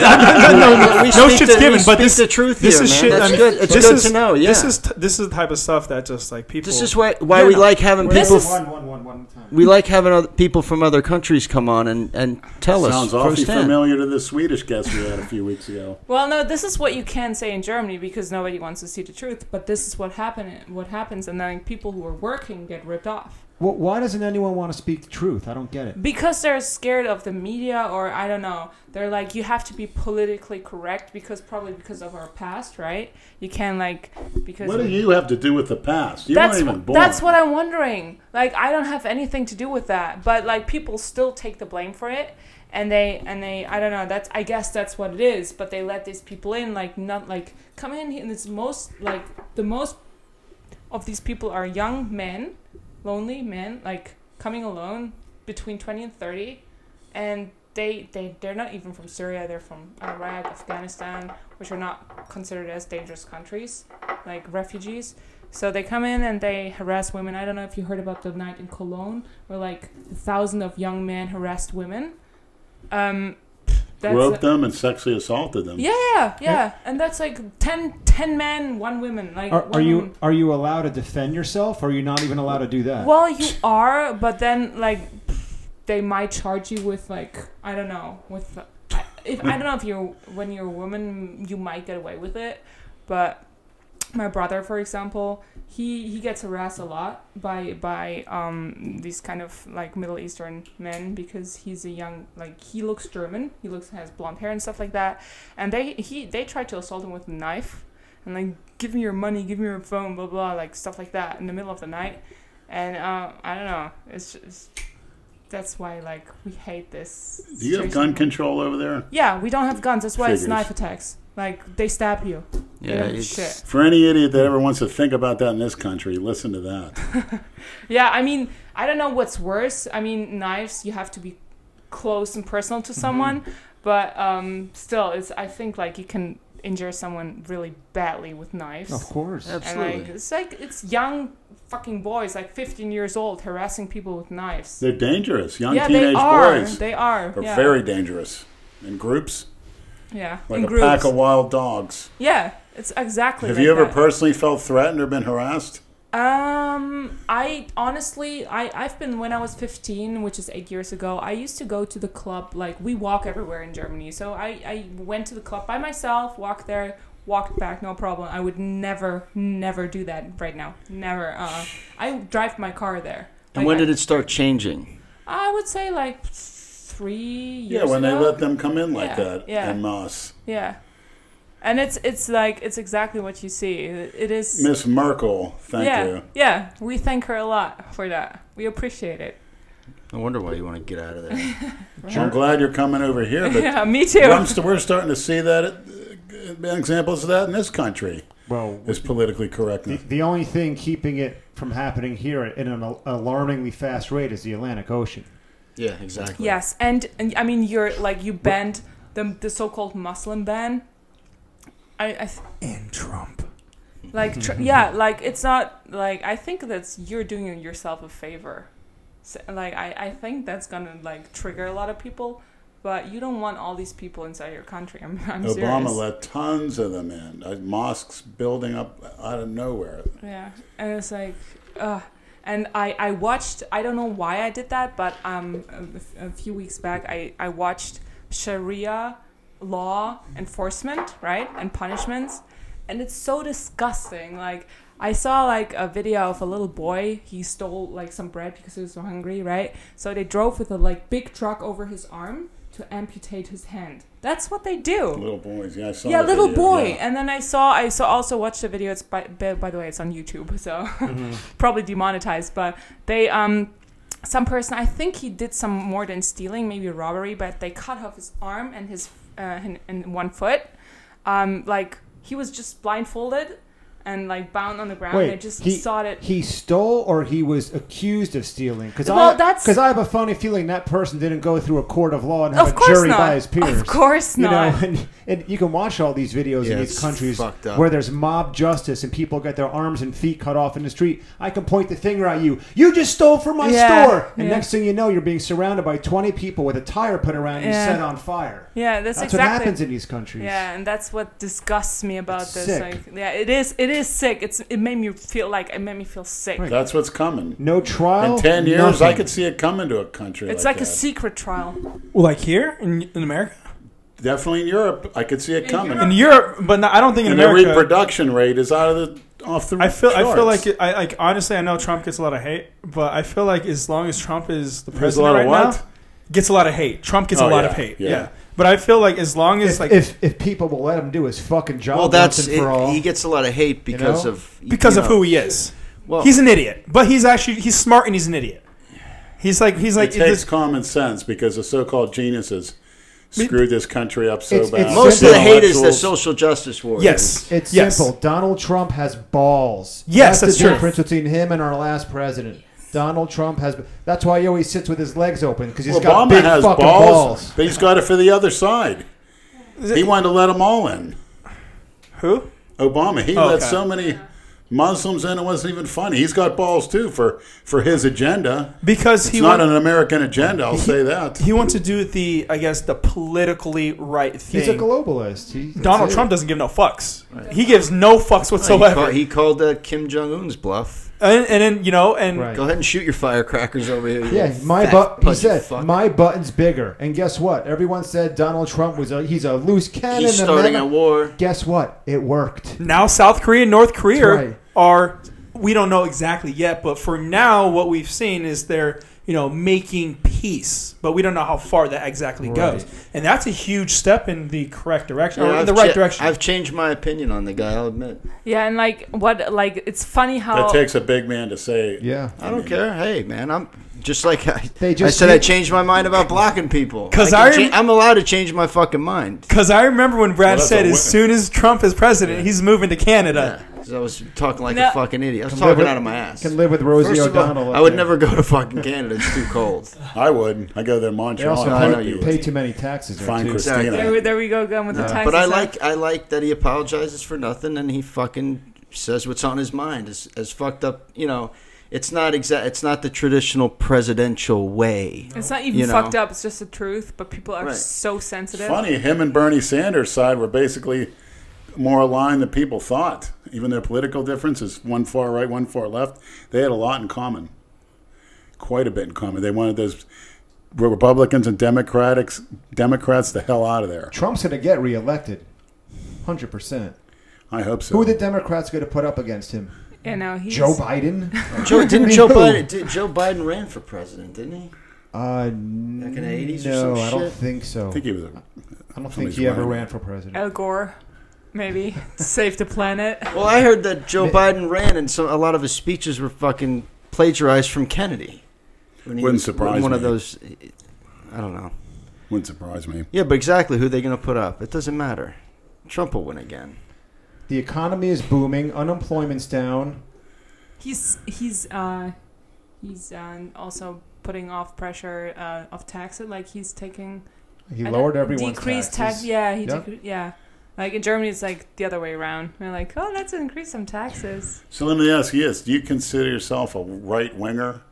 no,
We
no
speak
shit's
the- we
given, but
speak
this
the truth
This
here,
is
man.
shit.
That's
I mean,
good. It's
this
good
is-
to know, yeah.
This is t- this is the type of stuff that just like people.
This is why, why
Yeah,
we
no.
like having
This
people.
is-
one, one, one, one time.
we like having other people from other countries come on and, and tell us
sounds awfully
firsthand.
familiar to the Swedish guest we had a few weeks ago.
well no this is what you can say in germany because nobody wants to see the truth but this is what happen what happens and then people who are working get ripped off
Well, why doesn't anyone want to speak the truth? I don't get it.
because they're scared of the media or i don't know they're like you have to be politically correct because probably because of our past right you can like because
What do you have to do with the past? You
that's
weren't even
wh-
born.
that's what I'm wondering. Like I don't have anything to do with that, but like people still take the blame for it, and they and they I don't know. That's I guess that's what it is. But they let these people in, like not like come in, here, and it's most like the most of these people are young men, lonely men, like coming alone between twenty and thirty, and they they they're not even from Syria. They're from Iraq, Afghanistan, which are not considered as dangerous countries, like refugees. So they come in and they harass women. I don't know if you heard about the night in Cologne where like a thousand of young men harassed women. Um, That's
Groped them and sexually assaulted them.
Yeah, yeah, yeah. And that's like 10, 10 men, one woman. Like
Are,
one
are you
woman.
are you allowed to defend yourself? Or are you not even allowed to do that?
Well, you are, but then like they might charge you with like I don't know with I- if I don't know if you're when you're a woman you might get away with it, but my brother, for example, he he gets harassed a lot by by um these kind of like Middle Eastern men because he's a young like he looks German, he looks has blonde hair and stuff like that, and they he they tried to assault him with a knife and like give me your money, give me your phone, blah blah like stuff like that in the middle of the night. And uh, I don't know. It's just that's why like we hate this.
Do you have
situation.
gun control over there?
Yeah, we don't have guns. That's why it's
Figures.
knife attacks. Like they stab you.
Yeah,
Yeah,
it's,
shit.
For any idiot that ever wants to think about that in this country, listen to that.
Yeah, I mean, I don't know what's worse. I mean, knives you have to be close and personal
Mm-hmm.
to someone, but um, still, it's I think like you can injure someone really badly with knives.
of course.
And
absolutely.
like it's like it's young fucking boys, like 15 years old, harassing people with knives.
They're dangerous. Young
yeah,
teenage
they are.
boys
They are.
are
yeah.
very dangerous in groups,
yeah.
like
in
a
groups.
pack of wild dogs.
Yeah, it's exactly.
Have
like
you ever
that.
personally felt threatened or been harassed?
Um, I honestly, I I've been when I was 15, which is eight years ago. I used to go to the club. Like we walk everywhere in Germany, so I I went to the club by myself, walked there, walked back, no problem. I would never, never do that right now. Never. Uh, I drive my car there.
And
Like,
when
I-
did it start changing?
I would say like three
yeah,
years.
when
ago.
they let them come in like
Yeah,
that
yeah.
and Moss.
Yeah, and it's it's like it's exactly what you see. It, it is.
Miss Merkel, thank
yeah,
you.
yeah. We thank her a lot for that. We appreciate it.
I wonder why you want to get out of there.
Uh-huh.
I'm glad you're coming over here, but
yeah, me too.
I'm st- we're starting to see that uh, examples of that in this country
Well,
is politically
the,
correctness.
the only thing keeping it from happening here at an al- alarmingly fast rate is the Atlantic Ocean.
yeah, exactly.
Yes, and, and I mean you're like you banned the the so-called Muslim ban. I, I th-
And Trump.
like tr- yeah, like it's not like I think that's you're doing yourself a favor. So, like I I think that's gonna like trigger a lot of people, but you don't want all these people inside your country. I'm I'm
Obama
serious.
let tons of them in. Uh, mosques building up out of nowhere.
Yeah, and it's like, ugh. And I, I watched, I don't know why I did that, but um, a f- a, few weeks back, I, I watched Sharia law enforcement, right? And punishments. And it's so disgusting. Like, I saw like a video of a little boy. He stole like some bread because he was so hungry, right? So they drove with a like big truck over his arm to amputate his hand. That's what they do
Little boys, yeah, I saw
yeah
the
little
video,
boy
yeah.
and then i saw i saw also watched the video it's by, by, by the way it's on youtube so
Mm-hmm.
probably demonetized but they um some person i think he did some more than stealing maybe robbery but they cut off his arm and his uh, and, and one foot um like he was just blindfolded and like bound on the ground
Wait,
they just
he-
sawed it
He stole or he was accused of stealing? Because
Well,
I,
that's-
because I have a funny feeling that person didn't go through a court of law and have
of
a
course
jury
not
by his peers.
of course
You know,
not
and, and you can watch all these videos
Yeah,
in these
it's
countries
fucked up.
where there's mob justice and people get their arms and feet cut off in the street. I can point the finger at you. You just stole from my
Yeah,
store. And
yeah.
next thing you know, you're being surrounded by 20 people with a tire put around you
Yeah.
set on fire.
yeah that's,
That's
exactly
what happens in these countries.
Yeah, and that's what disgusts me about
It's
this.
sick.
Like, yeah, it is. It is sick. It's. It made me feel like it made me feel sick.
Right.
That's what's coming.
No trial.
In ten years,
nothing.
I could see it coming to a country.
It's
like,
like, a
that.
secret trial.
Well, like here in, in America,
definitely in Europe. I could see it coming.
in Europe, but not, I don't think in
and their
America.
reproduction rate is out of the off the.
I feel I feel like
charts.
it, I like honestly I know Trump gets a lot of hate, but I feel like as long as Trump is the
there's a
president
lot
right
of what.
now, gets a lot of hate. Trump gets a
Oh,
lot
yeah,
of hate.
yeah.
Yeah. But I feel like as long as
If,
like
if, if people will let him do his fucking job
Well, that's
once and
it,
for all.
he gets a lot of hate
You
because
know?
of
because
you
of
know,
who he is.
Well,
he's an idiot, but he's actually he's smart and he's an idiot. He's like he's like
it takes
this-
common sense because the so-called geniuses screwed this country up so
It's-
bad.
it's
most of the hate is the
Intellectuals-
social justice warriors.
yes.
It's
yes.
simple. Donald Trump has balls.
Yes, that's
the
true.
difference between him and our last president. Donald Trump has. That's why he always sits with his legs open because he's
Obama
got big
has balls,
fucking balls.
but he's got it for the other side. He wanted to let them all in.
Who?
Obama, he
Oh,
let
okay.
so many Muslims, and it wasn't even funny. He's got balls too for for his agenda.
because
It's
he
not
wa-
an American agenda. I'll say that.
he wants to do the I guess the politically right thing.
He's a globalist. He,
Donald Trump doesn't give no fucks. He gives no fucks
So he, call,
whatsoever.
he called uh, Kim Jong Un's bluff.
and, and then you know, and
Right.
Go ahead and shoot your firecrackers over here. you
Yeah,
little
my
fat
butt. He
pudgy
said
fuck.
my button's bigger, and guess what? Everyone said Donald Trump was a he's a loose cannon.
He's
and
starting
man-
a war.
Guess what? It worked.
now South Korea and North Korea
That's right.
are we don't know exactly yet, but for now, what we've seen is they're you know making peace, but we don't know how far that exactly
Right.
goes, and that's a huge step in the correct direction
Yeah,
or in
I've
the right
cha-
direction.
I've changed my opinion on the guy. I'll admit.
Yeah, and like what, like it's funny how
That takes a big man to say.
Yeah.
I don't care. Hey, man, I'm just like I,
They
I
just
said. I
need-
changed my mind about blocking people.
'Cause
I can
I rem-
cha- I'm allowed to change my fucking mind.
because I remember when
Well,
Brad
that's
said,
a
as
win.
soon as Trump is president, he's moving to Canada.
Yeah, 'cause I was talking like
No.
a fucking idiot. I was
live
talking
with-
out of my ass.
Can live with Rosie
First of all,
O'Donnell. up
I would
there.
never go to fucking Canada. It's too cold.
I would. I go there in
They
Montreal.
also
No,
I'd
no,
pay,
be
Oh, you
with
pay too many taxes there
Fine,
too.
Exactly.
Christina.
there, we, there we go going with the times.
But I
is up.
like I like that he apologizes for nothing and he fucking says what's on his mind. As as fucked up, you know. It's not exact. It's not the traditional presidential way.
It's not even
you know.
fucked up. It's just the truth. But people are
Right.
so
It's
sensitive.
funny, him and Bernie Sanders' side were basically more aligned than people thought. Even their political differences, one far right, one far left, they had a lot in common. Quite a bit in common. They wanted those Republicans and Democrats, Democrats the hell out of there.
Trump's going to get reelected. 100%.
I hope so.
Who are the Democrats going to put up against him?
You know, he's
Joe Biden?
Joe, didn't
Me
Joe
who?
Biden? Did, Joe Biden ran for president, didn't he?
Uh,
Back in the
no,
80s or some
I don't
shit?
think so.
I think he was a,
I don't think
somebody's
he ever
running.
ran for president.
Al Gore, maybe save the planet.
Well, I heard that Joe Biden ran, and so a lot of his speeches were fucking plagiarized from Kennedy. When
Wouldn't surprise
One of
me.
those. I don't know.
wouldn't surprise me.
Yeah, but exactly who they going to put up? It doesn't matter. Trump will win again.
The economy is booming. Unemployment's down.
He's he's uh, he's um, also putting off pressure uh, of taxes. Like he's taking
He
I don't-
lowered everyone's
decreased
taxes.
tax. Yeah, he
Yeah.
decre- yeah. Like in Germany, it's like the other way around. They're like, oh, let's increase some taxes.
So let me ask you this: Do you consider yourself a right winger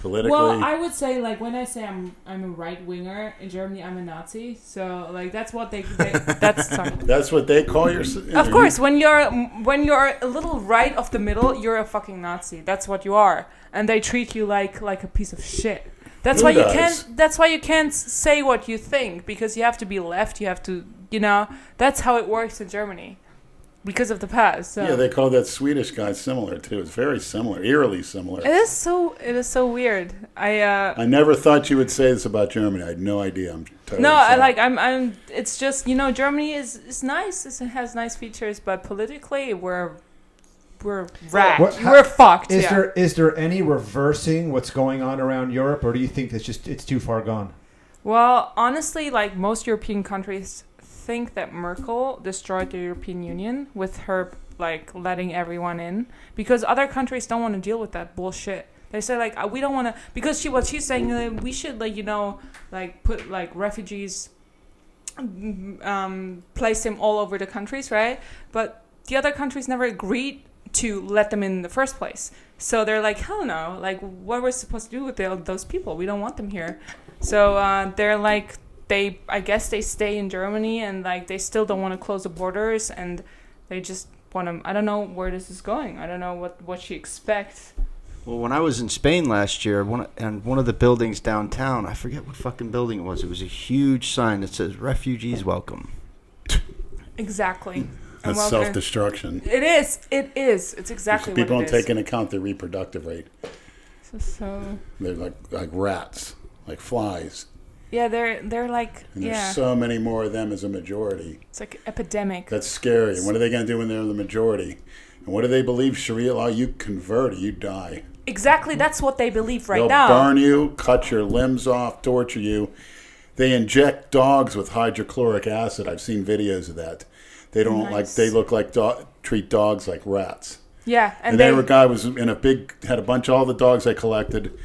politically?
Well, I would say like when I say I'm I'm a right winger in Germany, I'm a Nazi. So like that's what they, they that's sorry.
That's what they call yourself.
Of course, when you're when you're a little right of the middle, you're a fucking Nazi. That's what you are, and they treat you like like a piece of shit. That's
Who
why
does?
you can't. That's why you can't s- say what you think because you have to be left. You have to, you know. That's how it works in Germany, because of the past. So.
Yeah, they call that Swedish guy similar too. It's very similar, eerily similar.
it is so. It is so weird. I. uh
I never thought you would say this about Germany. I had no idea. I'm totally
No, I
sorry.
like. I'm. I'm. It's just you know, Germany is is nice. It has nice features, but politically, we're we're racked.
What- how-
we're fucked.
Is
yeah.
there is there any reversing what's going on around Europe, or do you think that's just it's too far gone?
Well, honestly, like most European countries think that Merkel destroyed the European Union with her like letting everyone in because other countries don't want to deal with that bullshit. They say like uh, we don't want to because she what she's saying uh, we should like you know like put like refugees um, place them all over the countries, right? But the other countries never agreed to let them in the first place. So they're like, hell no! Like, what we're supposed to do with the, those people? We don't want them here. So uh, they're like, they, I guess they stay in Germany and like they still don't want to close the borders and they just want to. I don't know where this is going. I don't know what what she expects.
Well, when I was in Spain last year, one and one of the buildings downtown, I forget what fucking building it was. It was a huge sign that says "Refugees Welcome."
Exactly. And
that's
well,
self destruction.
It is. It is. It's exactly what
People don't
it is.
take into account their reproductive rate.
So, so
They're like like rats, like flies,
yeah, they're they're like
and
yeah.
there's so many more of them as a majority.
It's like epidemic.
That's scary. What are they going to do when they're the majority? And what do they believe Sharia law? You convert or you die.
Exactly, that's what they believe right
They'll
now.
burn you, cut your limbs off, torture you. They inject dogs with hydrochloric acid. I've seen videos of that. They don't like.
Nice.
They look like do- treat dogs like rats.
Yeah, and,
And,
they,
then a guy was in a big had a bunch of all the dogs they collected.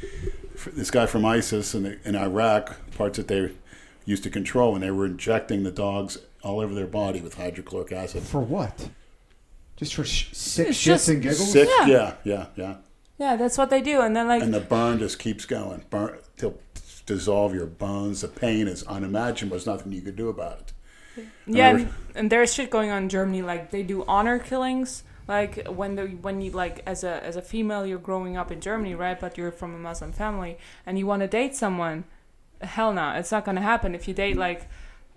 f- This guy from ISIS in, the, in Iraq, parts that they used to control, and they were injecting the dogs all over their body with hydrochloric acid.
For what? just for sh- sick
It's
shits
just-
and giggles.
Sick,
Yeah.
yeah, yeah, yeah.
Yeah, that's what they do. And then like
And the burn just keeps going. Burn till dissolve your bones. The pain is unimaginable. There's nothing you could do about it.
Yeah,
Another-
and, and there's shit going on in Germany. Like they do honor killings. Like when the when you like as a as a female, you're growing up in Germany, right? But you're from a Muslim family, and you want to date someone. Hell no, it's not gonna happen. If you date like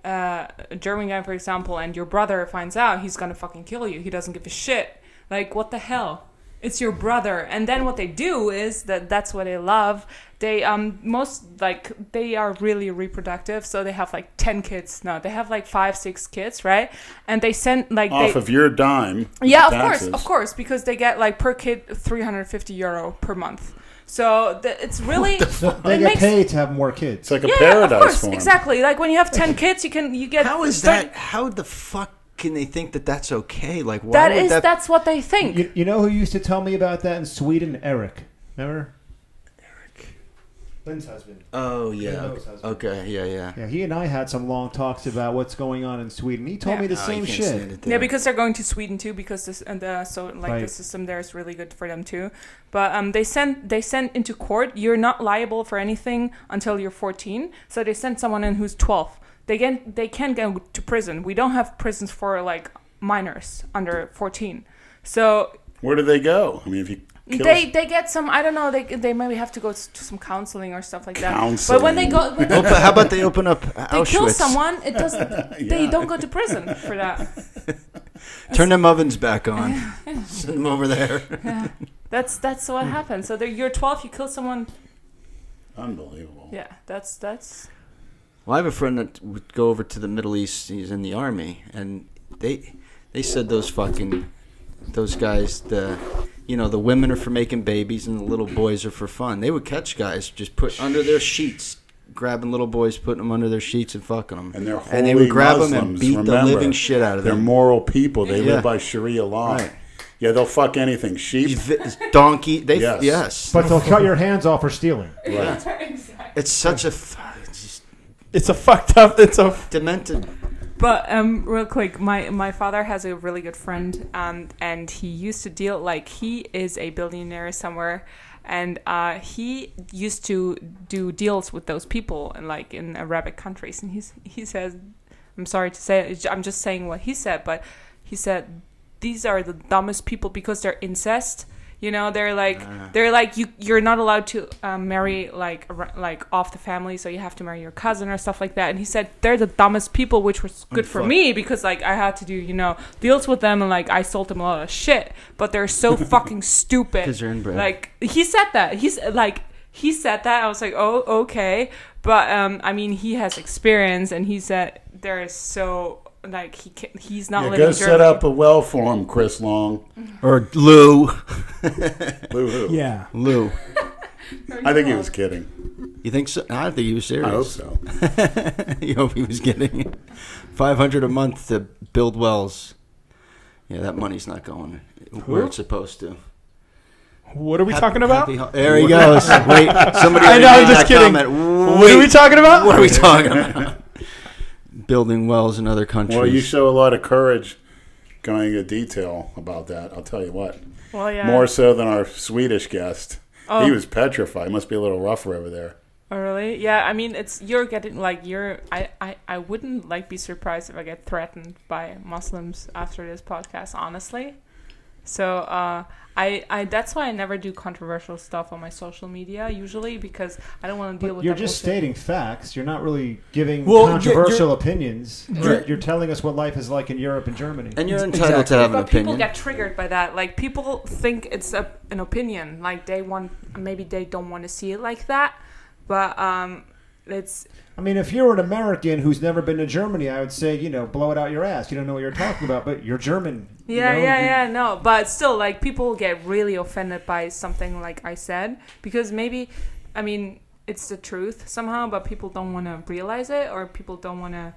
uh, a German guy, for example, and your brother finds out, he's gonna fucking kill you. He doesn't give a shit. Like what the hell? It's your brother. And then what they do is that that's what they love. They um most like they are really reproductive, so they have like ten kids. No, they have like five, six kids, right? And they send like
Off
they,
of your dime.
yeah, of
taxes.
course, of course, because they get like per kid 350 euro per month. So the, it's really
They
it
get
makes-
paid to have more kids.
It's like a
yeah, yeah,
paradise
of course,
for 'em.
exactly. Like when you have 10 kids, you can you get
How is
thirty-
that? How the fuck can they think that that's okay? Like, why
That
would
is
that?
that's what they think.
You, you know who used to tell me about that in Sweden? Eric. Remember? Eric. Lynn's husband.
oh yeah.
Yeah,
Okay.
those
Okay, Yeah. Yeah.
Yeah, he and I had some long talks about what's going on in Sweden. He told
Yeah.
me the
Oh, you
same
can't stand
shit.
it
Yeah,
there.
because they're going to Sweden too, because this and the so like the
Right.
system there is really good for them too. But um, they send they send into court. You're not liable for anything until you're 14. So they send someone in who's 12. They get they can go to prison. We don't have prisons for like minors under 14. So
Where do they go? I mean, if you kill
they they get some I don't know they they maybe have to go s- to some counseling or stuff like that. But when they go when they,
Open- how about they open up
they
Auschwitz?
kill someone, it doesn't. They
Yeah.
don't go to prison for that.
Turn them ovens back on. Send them over there.
That's that's what happens. So they're- you're 12, you kill someone.
unbelievable.
Yeah, that's that's.
Well, I have a friend that would go over to the Middle East. He's in the army, and they they said those fucking those guys the you know the women are for making babies and the little boys are for fun. They would catch guys just put under their sheets, grabbing little boys, putting them under their sheets and fucking them.
And they're holy
they would grab
Muslims,
'em and beat
remember,
the living shit out of
They're
them.
moral people. They
Yeah.
live by Sharia law.
Right.
Yeah, they'll fuck anything. Sheep.
Donkey. They yes.
Yes.
But they'll cut your hands off for stealing.
Right.
it's such a f- it's just
It's a fucked up. It's a
demented.
But um, real quick, my my father has a really good friend, um, and he used to deal like he is a billionaire somewhere, and uh, he used to do deals with those people and like in Arabic countries, and he's he says, I'm sorry to say, it, I'm just saying what he said, but he said these are the dumbest people because they're incest. You know, they're like
Uh-huh.
they're like you. You're not allowed to um, marry like ar- like off the family, so you have to marry your cousin or stuff like that. And he said they're the dumbest people, which was good for me because like I had to do you know deals with them and like I sold them a lot of shit. But they're so fucking stupid.
'Cause they're inbred.
Like he said that. He's like he said that. I was like, oh okay. But um, I mean, he has experience, and he said there is so like he can, he's not
Yeah,
living
go
in
set
Germany.
up a well for them, Chris Long.
Or Lou.
Boo hoo.
yeah.
Lou.
I think he was kidding.
You think so? I think he was serious.
I hope so.
you hope he was getting 500 a month to build wells. Yeah, that money's not going where it's supposed to.
What are we talking about?
Happy ho- there he goes. Wait, somebody.
I
already
know, I'm
made that
just kidding.
comment.
What are we
Wait,
talking about?
What are we talking about? Building wells in other countries.
Well, you show a lot of courage going into detail about that. I'll tell you what.
Well, yeah.
More so than our Swedish guest.
Oh.
He was petrified. Must be a little rougher over there.
Oh really? Yeah, I mean it's you're getting like you're I, I, I wouldn't like be surprised if I get threatened by Muslims after this podcast, honestly. So uh I, I that's why I never do controversial stuff on my social media usually because I don't want to deal
But
with
you're
that
just
bullshit.
stating facts. You're not really giving
Well, you're-
controversial opinions. You're,
Right.
you're telling us what life is like in Europe and Germany.
and you're entitled
Exactly.
to have an
but people
opinion.
get triggered by that. Like people think it's a, an opinion. Like they want maybe they don't want to see it like that. But um it's
I mean, if you're an American who's never been to Germany, I would say, you know, blow it out your ass. You don't know what you're talking about, but you're German. you
Yeah,
know,
yeah,
you-
yeah. No, but still, like people get really offended by something like I said because maybe, I mean, it's the truth somehow, but people don't want to realize it, or people don't want to,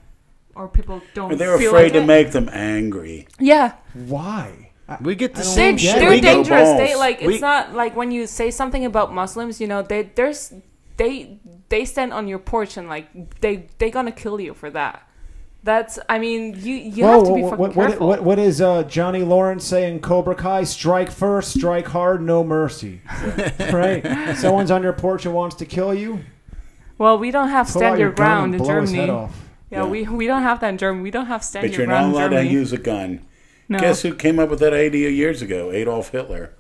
or people don't.
They're
feel
afraid
like
to
it.
make them angry.
Yeah,
Why? I-
we get the
I don't
they're,
same
get it.
shit.
they're
We get-
dangerous.
balls.
They like it's
We-
not like when you say something about Muslims, you know, they there's they they stand on your porch and like they they gonna kill you for that. That's. I mean, you you
Whoa,
have to
whoa,
be
whoa,
fucking
what, what,
careful.
what, what is uh, Johnny Lawrence saying? Cobra Kai, strike first, strike hard, no mercy. right? Someone's on your porch and wants to kill you.
well, we don't have
pull out
stand your
gun and
ground in
blow his
Germany.
head
Yeah,
off.
Yeah.
we we don't have that in Germany. We don't have stand
But
your
you're not
ground in
allowed to
Germany.
use a gun.
no.
Guess who came up with that idea years ago? Adolf Hitler.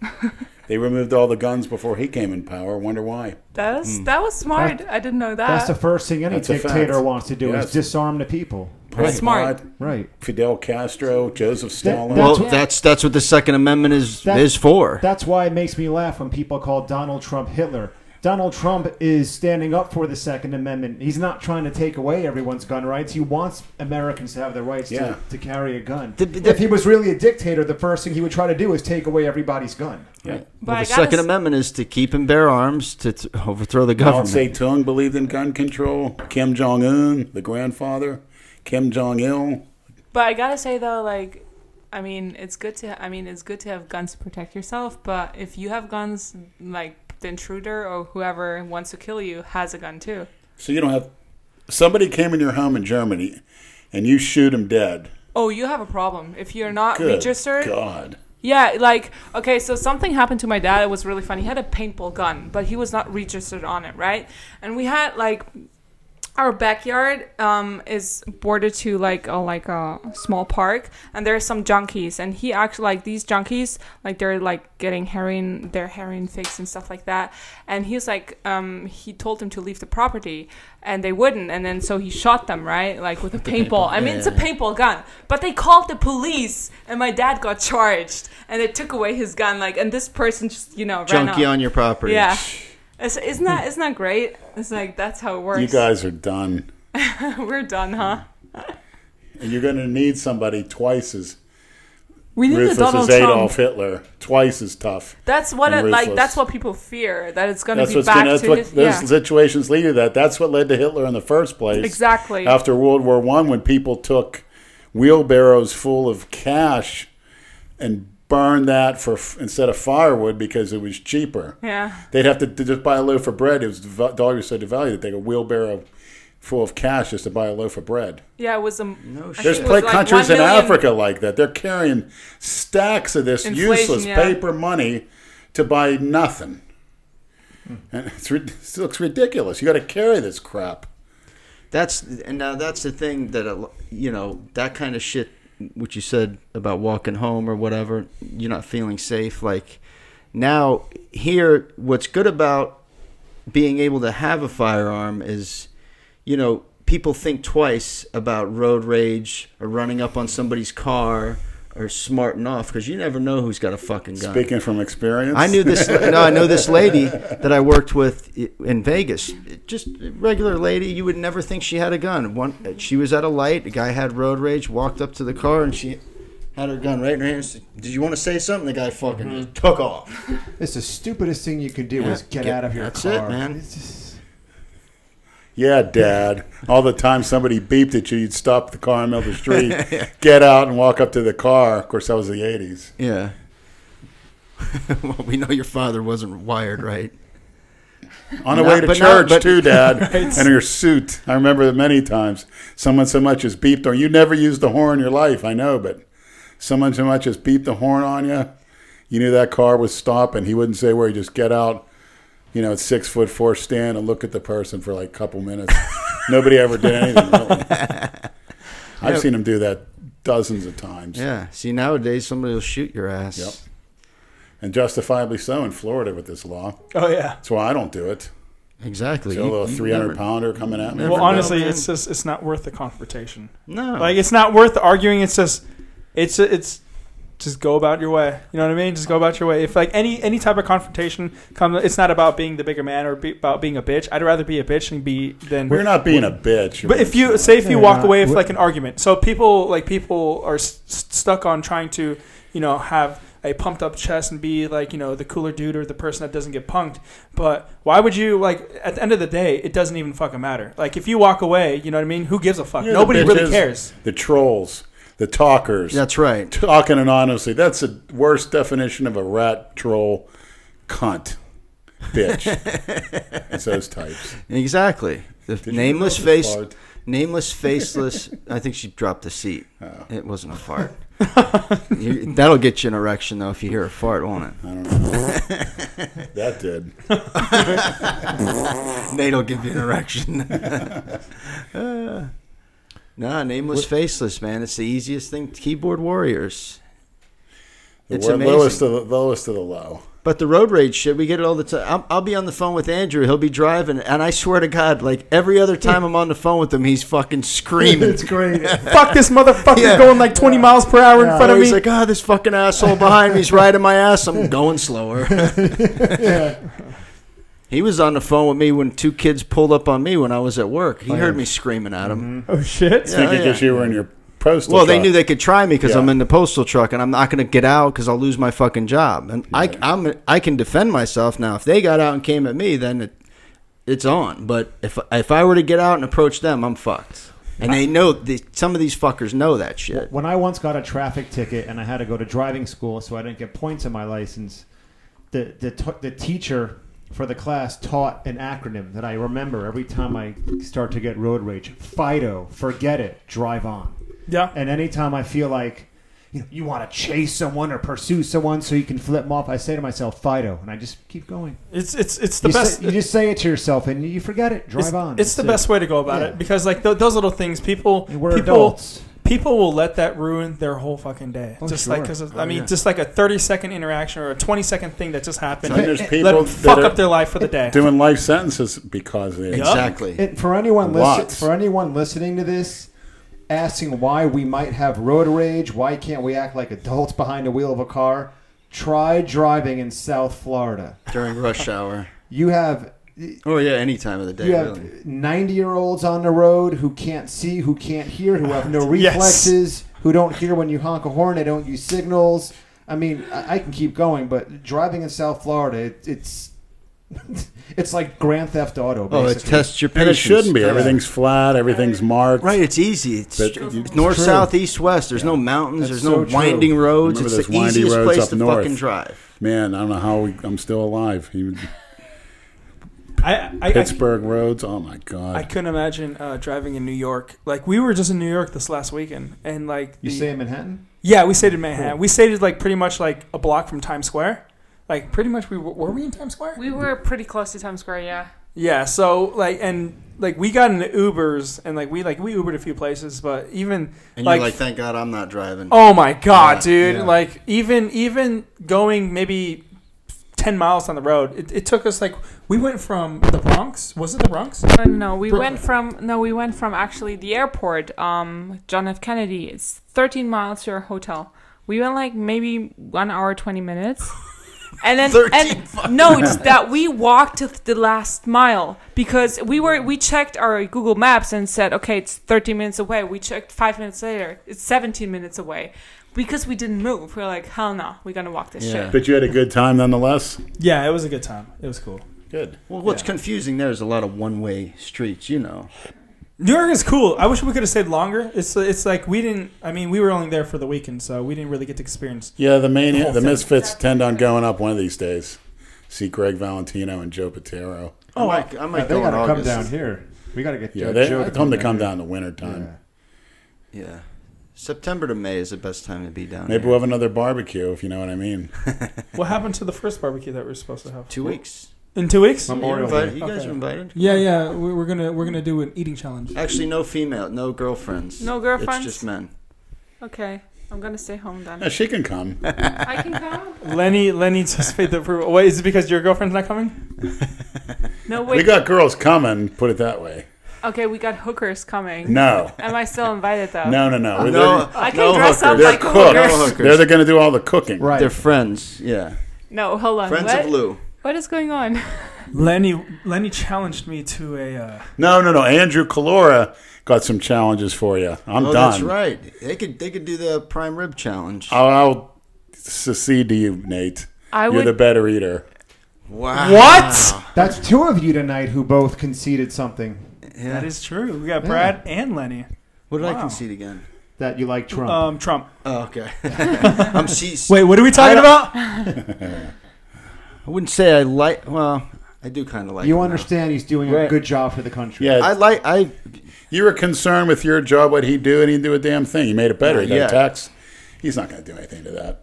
they removed all the guns before he came in power. Wonder why?
That
Hmm.
was that was smart. I didn't know that.
That's the first thing any
That's a fact.
dictator wants to do
Yes.
is disarm the people.
That's smart.
God,
Right.
Fidel Castro, Joseph Stalin.
that-
Well,
That's-
that's that's what the Second Amendment is
That-
is for.
That's why it makes me laugh when people call Donald Trump Hitler. Donald Trump is standing up for the Second Amendment. He's not trying to take away everyone's gun rights. He wants Americans to have their rights
Yeah.
to, to carry a gun.
The- the-
if he was really a dictator, the first thing he would try to do is take away everybody's gun.
yeah.
but
Well,
I
the
gotta
Second
s-
Amendment is to keep and bear arms to t- overthrow the
Mao
government.
Zedong believed in gun control. Kim Jong Un, the grandfather. Kim Jong Il.
But I gotta say though, like, I mean, it's good to. I mean, it's good to have guns to protect yourself. But if you have guns, like the intruder or whoever wants to kill you has a gun too.
So you don't have. Somebody came in your home in Germany, and you shoot him dead.
Oh, you have a problem if you're not
Good
registered.
God.
Yeah, like okay, so something happened to my dad. It was really funny. He had a paintball gun, but he was not registered on it, right? And we had like our backyard um, is bordered to like a like a small park, and there are some junkies, and he actually like these junkies like they're like getting heroin, their heroin fix and stuff like that. And he was like, um, he told them to leave the property, and they wouldn't, and then so he shot them right, like with a paintball. I mean, it's a paintball gun, but they called the police, and my dad got charged, and they took away his gun, like, and this person just you know ran
Junkie
off.
on your property.
yeah. It's, isn't that isn't that great? It's like that's how it works.
Hmm. You guys are done.
We're done, huh?
And you're going to need somebody twice as
We need a
ruthless
Donald
as
Trump.
Adolf Hitler. Twice as tough.
That's what
and
it, like.
ruthless.
That's what people fear that it's going to
That's
be
what's
back
going. That's
to
what
his,
those
yeah.
situations lead to. That that's what led to Hitler in the first place.
Exactly.
After World War One, when people took wheelbarrows full of cash and burned that for instead of firewood because it was cheaper.
Yeah.
They'd have to, to just buy a loaf of bread. It was the dollar was so devalued that they a wheelbarrow full of cash just to buy a loaf of bread.
Yeah, it was a. I think
There's
it was
play
like
countries
1
in
million
Africa like that. They're carrying stacks of this
Inflation,
useless
yeah.
paper money to buy nothing.
Hmm.
And it's, rid- it looks ridiculous. You got to carry this crap.
That's and now that's the thing that a lo- you know that kind of shit, which you said about walking home or whatever, you're not feeling safe. Like now here, what's good about being able to have a firearm is, you know, people think twice about road rage or running up on somebody's car or smarting off because you never know who's got a fucking gun.
Speaking from experience,
I knew this. No, I know this lady that I worked with i- in Vegas. Just a regular lady. You would never think she had a gun. One, she was at a light. A guy had road rage. Walked up to the car and she had her gun right in her hand. Said, Did you want to say something? The guy fucking just took off.
It's the stupidest thing you can do is get,
Get-
out of your
that's
car.
it, man.
It's just-
Yeah, Dad. All the time somebody beeped at you, you'd stop the car in the middle of the street, get out, and walk up to the car. Of course, that was the '80s.
Yeah. well, we know your father wasn't wired right.
On the
No,
way to
but no,
church
but-
too, Dad, and your suit. I remember that many times. Someone so much as beeped, or you never used the horn in your life. I know, but someone so much as beeped the horn on you, you knew that car was stopping. He wouldn't say where. He just get out. You know, at six foot four, stand and look at the person for like a couple minutes. Nobody ever did anything. Really. I've seen him do that dozens of times,
Yeah. See, nowadays somebody will shoot your ass.
Yep. and justifiably so in Florida with this law.
Oh yeah.
That's why I don't do it.
Exactly.
Got a
You-
little
you
three hundred
never-
pounder coming at me.
Never
Well,
know,
honestly,
man.
it's just it's not worth the confrontation.
No.
Like it's not worth the arguing. It's just it's it's just go about your way. You know what I mean? Just go about your way. If like any any type of confrontation comes, it's not about being the bigger man or be, about being a bitch. I'd rather be a bitch and be than
We're not being a bitch.
But if you say if you
They're
walk
not-
away with
wh-
like an argument, so people like people are s- s- stuck on trying to you know have a pumped up chest and be like you know the cooler dude or the person that doesn't get punked. But why would you like at the end of the day it doesn't even fucking matter. Like if you walk away, you know what I mean? Who gives a fuck?
You're the
Nobody really
bitches.
cares.
the trolls, the talkers,
That's right.
talking anonymously. That's the worst definition of a rat troll, cunt, bitch. it's those types.
Exactly. The
Did you
nameless
know this
face.
part?
Nameless, faceless. I think she dropped the seat.
Oh,
It wasn't a fart. you, that'll get you an erection though if you hear a fart, won't it?
I don't know. that did.
Nate'll give you an erection. Uh, nah, nameless, faceless, man. It's the easiest thing. Keyboard warriors.
The
It's
wor-
amazing.
lowest of the lowest of the low.
Oh,
But the road rage shit, we get it all the time. I'll, I'll be on the phone with Andrew. He'll be driving, and I swear to God, like every other time I'm on the phone with him, he's fucking screaming.
it's great.
Fuck this motherfucker
Yeah.
going like 20 miles per hour in
Yeah.
front of me.
he's like, ah, this fucking asshole behind me's riding my ass. I'm going slower. He was on the phone with me when two kids pulled up on me when I was at work. He heard me screaming at him.
oh shit.
Yeah,
Thinking
yeah.
because you were in your postal.
Well, they
truck.
knew they could try me because
Yeah.
I'm in the postal truck, and I'm not going to get out because I'll lose my fucking job. And
Yeah.
I, I'm, I can defend myself now. If they got out and came at me, then it, it's on. But if if I were to get out and approach them, I'm fucked. And they know the, some of these fuckers know that shit.
When I once got a traffic ticket and I had to go to driving school, so I didn't get points on my license, the the, t- the teacher for the class taught an acronym that I remember every time I start to get road rage. FIDO, forget it, drive on.
Yeah.
And anytime I feel like you know you want to chase someone or pursue someone so you can flip them off, I say to myself FIDO, and I just keep going.
It's it's it's the
you,
best.
say, you just say it to yourself and you forget it. Drive
it's,
on.
it's the
That's
best way to go about
Yeah.
it because like th- those little things, people,
it. We're
people,
adults.
people will let that ruin their whole fucking day.
Oh,
just
sure.
like because
Oh,
I mean,
yeah.
just like a thirty second interaction or a twenty second thing that just happened.
And there's
let
people
them fuck up
that
their life for the day.
are doing life sentences because of it.
Exactly.
And for anyone listen,
Lots.
for anyone listening to this, asking why we might have road rage, why can't we act like adults behind the wheel of a car? Try driving in South Florida.
During rush hour.
You have
Oh yeah, any time of the day.
you
really.
have ninety year olds on the road who can't see, who can't hear, who have no
Yes.
reflexes, who don't hear when you honk a horn, they don't use signals. I mean, I, I can keep going, but driving in South Florida, it, it's it's like Grand Theft Auto.
Oh,
Basically.
it tests your
And
patience.
it shouldn't be. Everything's flat. Everything's marked.
Right, it's easy. It's,
But
it's
you-
north,
True.
south, east, west. There's no mountains.
That's
there's
so
no
true.
winding roads.
Remember
it's
those
the
windy
easiest
roads
place
up
to
north.
fucking drive.
Man, I don't know how we, I'm still alive. You-
I, I, I,
Pittsburgh roads. Oh my
I
god.
couldn't imagine uh, driving in New York. Like we were just in New York this last weekend, and like
you
the-
say in Manhattan?
yeah, we stayed in Manhattan. We stayed at, like pretty much like a block from Times Square. Like pretty much we were, were we in Times Square?
We were pretty close to Times Square, yeah.
Yeah, so like and like we got into Ubers and like we like we Ubered a few places, but even
And
like,
you're like, thank God I'm not driving.
oh my god,
Yeah,
dude!
yeah.
Like even even going maybe ten miles down the road, it, it took us like we went from the Bronx. Was it the Bronx?
No, Um, no, no. We
Brooklyn.
went from no, we went from actually the airport, um, John F. Kennedy. It's 13 miles to our hotel. We went like maybe one hour 20 minutes, and then
13
and no, it's that we walked to the last mile because we were we checked our Google Maps and said okay, it's 13 minutes away. We checked five minutes later, it's 17 minutes away. Because we didn't move, we are like, hell no, we're gonna walk this
Yeah.
shit.
But you had a good time nonetheless.
Yeah, it was a good time. It was cool.
Good.
Well, what's confusing there is a lot of one-way streets, you know.
New York is cool. I wish we could have stayed longer. It's it's like we didn't. I mean, we were only there for the weekend, so we didn't really get to experience.
Yeah, the mania,
whole
the
thing.
misfits tend on going up one of these days. See Greg Valentino and Joe Patero.
Oh, I might, I might
they
go in
gotta come
August.
down here. We gotta get
Yeah,
uh,
they
Joe
I told him to come
here.
down in the winter time.
Yeah.
Yeah, September to May is the best time to be down.
Maybe
here.
we'll have another barbecue if you know what I mean.
What happened to the first barbecue that we were supposed to have
two weeks.
in two weeks?
You,
Memorial
invited-
Day.
you guys
Okay.
are invited.
Yeah, yeah. we- We're gonna we're gonna do an eating challenge.
Actually, no female, no girlfriends.
No girlfriends?
It's just men.
Okay, I'm gonna stay home
Yeah,
then.
she can come.
I can come.
Lenny, Lenny just made the approval. Wait, is it because your girlfriend's not coming?
No wait.
We got girls coming. Put it that way.
Okay, we got hookers coming.
No,
Am I still invited though?
no, no, no.
no,
I can
no
dress up
hookers.
They're, they're
like a
cooks.
hooker.
No hookers.
They're, going to do all the cooking.
Right.
They're friends. Yeah,
No, hold on.
friends
what?
of Lou.
What is going on?
Lenny, Lenny challenged me to a. Uh,
No, no, no. Andrew Calora got some challenges for you. I'm
oh,
done. Uh,
that's right. They could they could do the prime rib challenge.
I'll, I'll secede to you, Nate.
I
You're
would-
the better eater.
Wow.
That's two of you tonight who both conceded something
That
Yeah.
is true. We got Brad and Lenny.
What did I
Wow.
concede again?
that you like Trump.
Um, Trump.
Oh, okay. I'm she's,
Wait, what are we talking
I
about?
I wouldn't say I like. Well, I do kind of like.
you
him now.
understand he's doing a
Right.
good job for the country.
Yeah,
I like. I
you were concerned with your job, what he do, and he didn't do a damn thing. He made it better. He got
Yeah.
a tax. He's not going to do anything to that.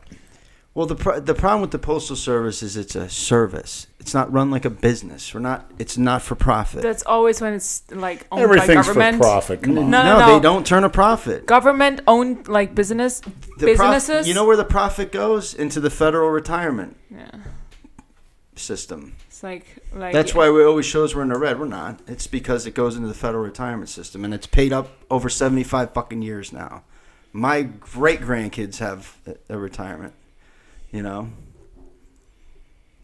well, the pro- the problem with the postal service is it's a service. It's not run like a business. We're not. It's not for profit.
That's always when it's like owned
Everything's
by
for
government.
profit. Come on.
No, no, no.
they don't turn a profit.
Government owned like business
The prof-
businesses.
you know where the profit goes into the federal retirement
yeah,
system.
it's like like
That's why we always shows we're in the red. We're not. It's because it goes into the federal retirement system, and it's paid up over seventy five fucking years now. My great grandkids have a- a retirement, you know,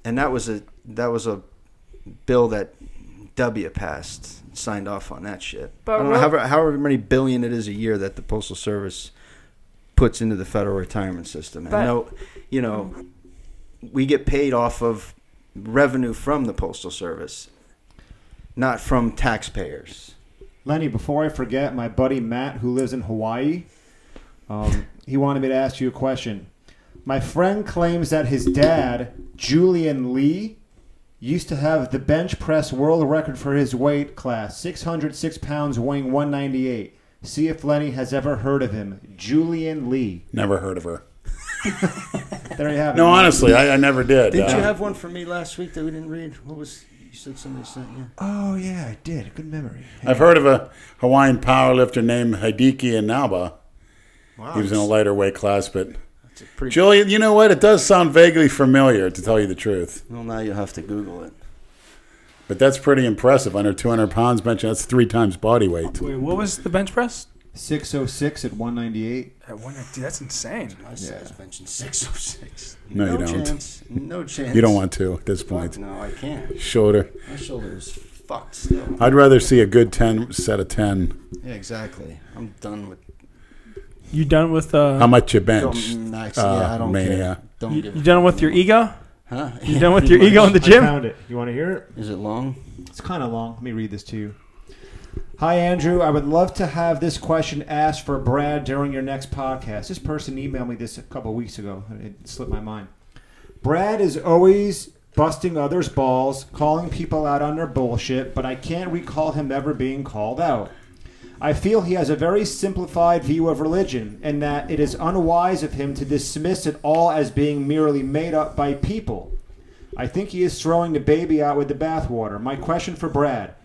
and that was a that was a bill that W passed, signed off on that shit.
But
I don't know
real-
however, however many billion it is a year that the postal service puts into the federal retirement system.
But-
and no, you know, we get paid off of revenue from the postal service, not from taxpayers.
Lenny, before I forget, my buddy Matt, who lives in Hawaii, um, he wanted me to ask you a question. My friend claims that his dad, Julian Lee, used to have the bench press world record for his weight class 606 pounds, weighing 198. See if Lenny has ever heard of him. Julian Lee.
Never heard of her.
There you have
No,
it.
honestly, I, I never did.
Did
Uh,
you have one for me last week that we didn't read? What was you said somebody sent you?
Oh, yeah, I did. Good memory.
I've heard of a Hawaiian powerlifter named Hideki Inaba.
Wow,
He was in a lighter weight class, but
it's a pretty.
Julian, you know what? It does sound vaguely familiar, to tell you the truth.
well, now you'll have to Google it.
But that's pretty impressive. Under 200 pounds bench, that's three times body weight.
Wait, what was the bench press?
606 at 198.
I wonder, dude, that's insane.
My size mentioned six oh six.
No, you don't.
Chance. No chance.
You don't want to at this point.
No, I can't.
Shoulder.
My shoulder is fucked still.
I'd rather see a good 10 set of 10.
Yeah, exactly. I'm done with.
You done with uh?
How much you bench?
Don't, nice.
Uh,
yeah, I don't
mania.
care. Don't
you,
give.
you done with your ego?
Huh?
You done with your ego in the
I
gym?
found it. You want to hear it?
Is it long?
It's kind of long. Let me read this to you. Hi, Andrew. I would love to have this question asked for Brad during your next podcast. This person emailed me this a couple weeks ago. It slipped my mind. Brad is always busting others' balls, calling people out on their bullshit, but I can't recall him ever being called out. I feel he has a very simplified view of religion, and that it is unwise of him to dismiss it all as being merely made up by people. I think he is throwing the baby out with the bathwater. My question for Brad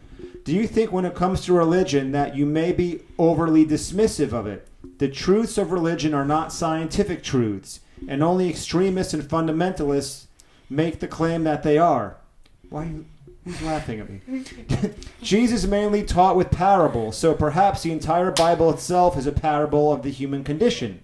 Do you think, when it comes to religion, that you may be overly dismissive of it? The truths of religion are not scientific truths, and only extremists and fundamentalists make the claim that they are. Why are you. Who's laughing at me? Jesus mainly taught with parables, so perhaps the entire Bible itself is a parable of the human condition.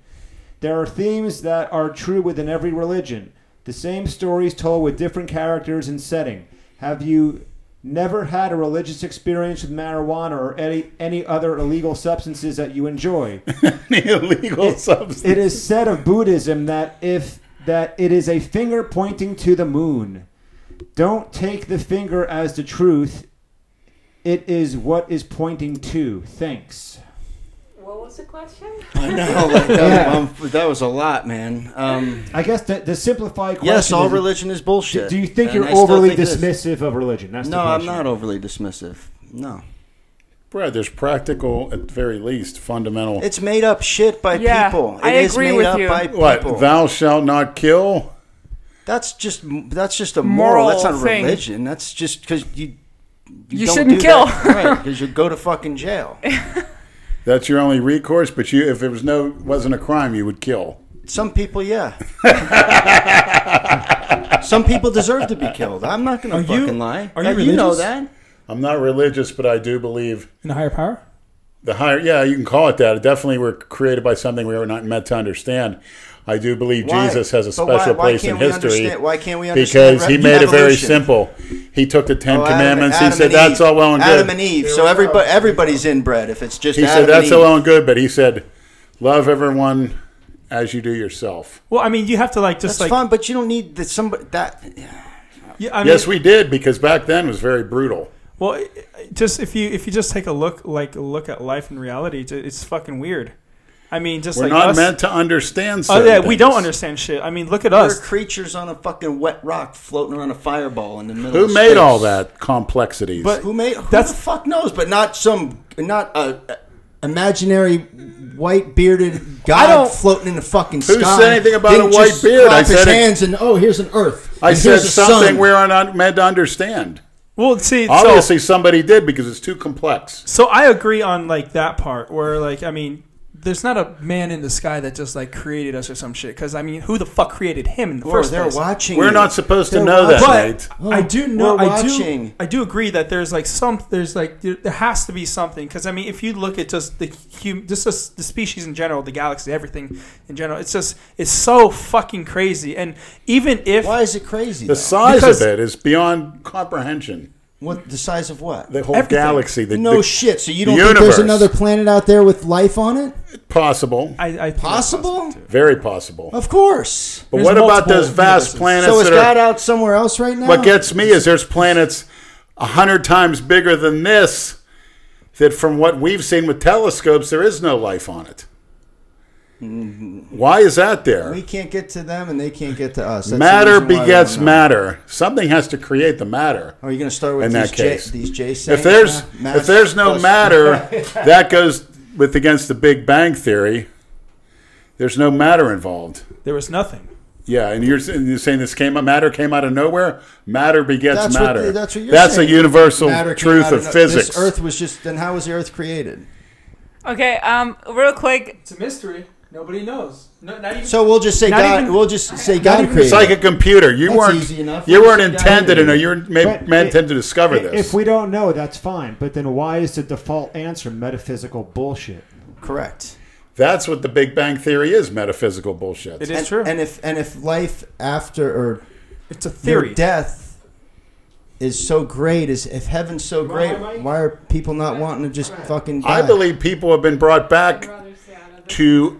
There are themes that are true within every religion. The same stories told with different characters and setting. Have you never had a religious experience with marijuana or any, any other illegal substances that you enjoy?
illegal substance.
it is said of Buddhism that if that it is a finger pointing to the moon. Don't take the finger as the truth. It is what is pointing to. Thanks.
What was the question?
I know. Oh, Like, that,
Yeah.
um, that was a lot, man. Um,
I guess the, the simplified question.
yes, all
is-
religion is bullshit.
Do you think
And
you're
I still
overly
think it is.
dismissive of religion? That's the
No, I'm
question.
not overly dismissive. No,
Brad, there's practical, at the very least, fundamental.
it's made up shit by
Yeah,
people. It
I
is
agree
made
with
up
you.
by people.
what? Thou shalt not kill?
that's just that's just a moral.
Moral
that's not
thing.
religion. That's just because you.
You
don't
shouldn't
do
kill.
that. right? Because you go to fucking jail.
That's your only recourse, but you if it was no wasn't a crime, you would kill.
Some people, yeah. Some people deserve to be killed. I'm not going
Are
to fucking
you-
lie.
are you
you know
religious?
that?
I'm not religious, but I do believe
In a higher power?
the higher yeah, you can call it that. It definitely we're created by something we were not meant to understand. I do believe
Why?
Jesus has a
But why-
special
why
place in
can't we
history.
understand- why can't we understand
Because he
re-
made it very
evolution?
simple. He took the Ten
Oh, Adam-
Commandments.
Adam
he said
and
that's
Eve.
all well and good.
Adam and Eve. So everybody, everybody's inbred. If it's just
He
Adam
said that's
and
all
Eve.
well and good, but he said love everyone as you do yourself.
Well, I mean, you have to like just
That's
like
fine, but you don't need that. Somebody that
Yeah, I mean,
yes, we did because back then it was very brutal.
Well, it- it- just if you if you just take a look like a look at life and reality, it's- it's fucking weird. I mean, just
We're
like
not
us.
meant to understand.
oh
certain
yeah, we
things.
don't understand shit. I mean, look at
We're
us.
creatures on a fucking wet rock floating around a fireball in the middle.
Who
of
made
space.
all that complexities?
But-
Who made? Who
That's-
the fuck knows? But not some, not a, a imaginary white bearded god
don't-
floating in the fucking
Who
sky.
said anything about a
Didn't
white
just
beard? I
Clap his
said it-
hands and oh, here's an Earth.
I
and
said
here's a
something
sun.
we are not meant to understand.
Well, see, so,
Obviously, somebody did because it's too complex.
so I agree on like that part where like I mean, there's not a man in the sky that just like created us or some shit. Because I mean, who the fuck created him in the
Whoa,
first
they're
place?
watching.
We're
you.
not supposed to
They're
know that,
watching.
But
Nate.
Oh,
I do know.
we're
I do.
watching.
I do agree that there's like some. There's like there, there has to be something because I mean, if you look at just the hum, just the, the species in general, the galaxy, everything in general, it's just it's so fucking crazy. And even if
Why is it crazy?
The
though?
size
Because-
of it is beyond comprehension.
What the size of what?
The whole
Everything.
galaxy, the,
no
the-
shit. So you
the
don't think there's
universe.
another planet out there with life on it?
possible,
I, I think it's
Possible?
too.
very possible.
Of course.
But
Oh, There's
what about
multiple
those vast
universes.
planets
So is
that are?
God out somewhere else right now?
What gets me is there's planets a hundred times bigger than this. That from what we've seen with telescopes, there is no life on it. Why is that there?
we can't get to them, and they can't get to us. That's the
matter
reason why I don't
begets
know.
matter. Something has to create the matter.
Are you going to start with
In
these,
that
J,
case.
these J sayings
If there's
now?
if
Mass
there's no
plus-
matter, that goes with against the Big Bang theory. There's no matter involved.
There was nothing.
Yeah, and you're, and you're saying this came matter came out of nowhere. Matter begets
That's what
matter.
the- that's what you're
That's
saying.
a universal
matter came
truth
out
of
no-
physics.
This Earth was just. Then how was the Earth created?
Okay, um, real quick.
It's a mystery. Nobody knows. No, not even.
So we'll just say
Not
God.
even-
we'll just say God
even-
created.
It's like a computer. You
That's
weren't
easy enough.
you
Let's
weren't
just get
intended
into
to know. You were ma-
But
meant
it-
to discover this.
If we don't know, that's fine. But then why is the default answer metaphysical bullshit?
correct.
That's what the Big Bang theory is: metaphysical bullshit.
it is
And,
true.
and if and if life after or
it's a
their
theory.
death is so great, is if heaven's so great, why are people not wanting to just fucking? Die?
I believe people have been brought back to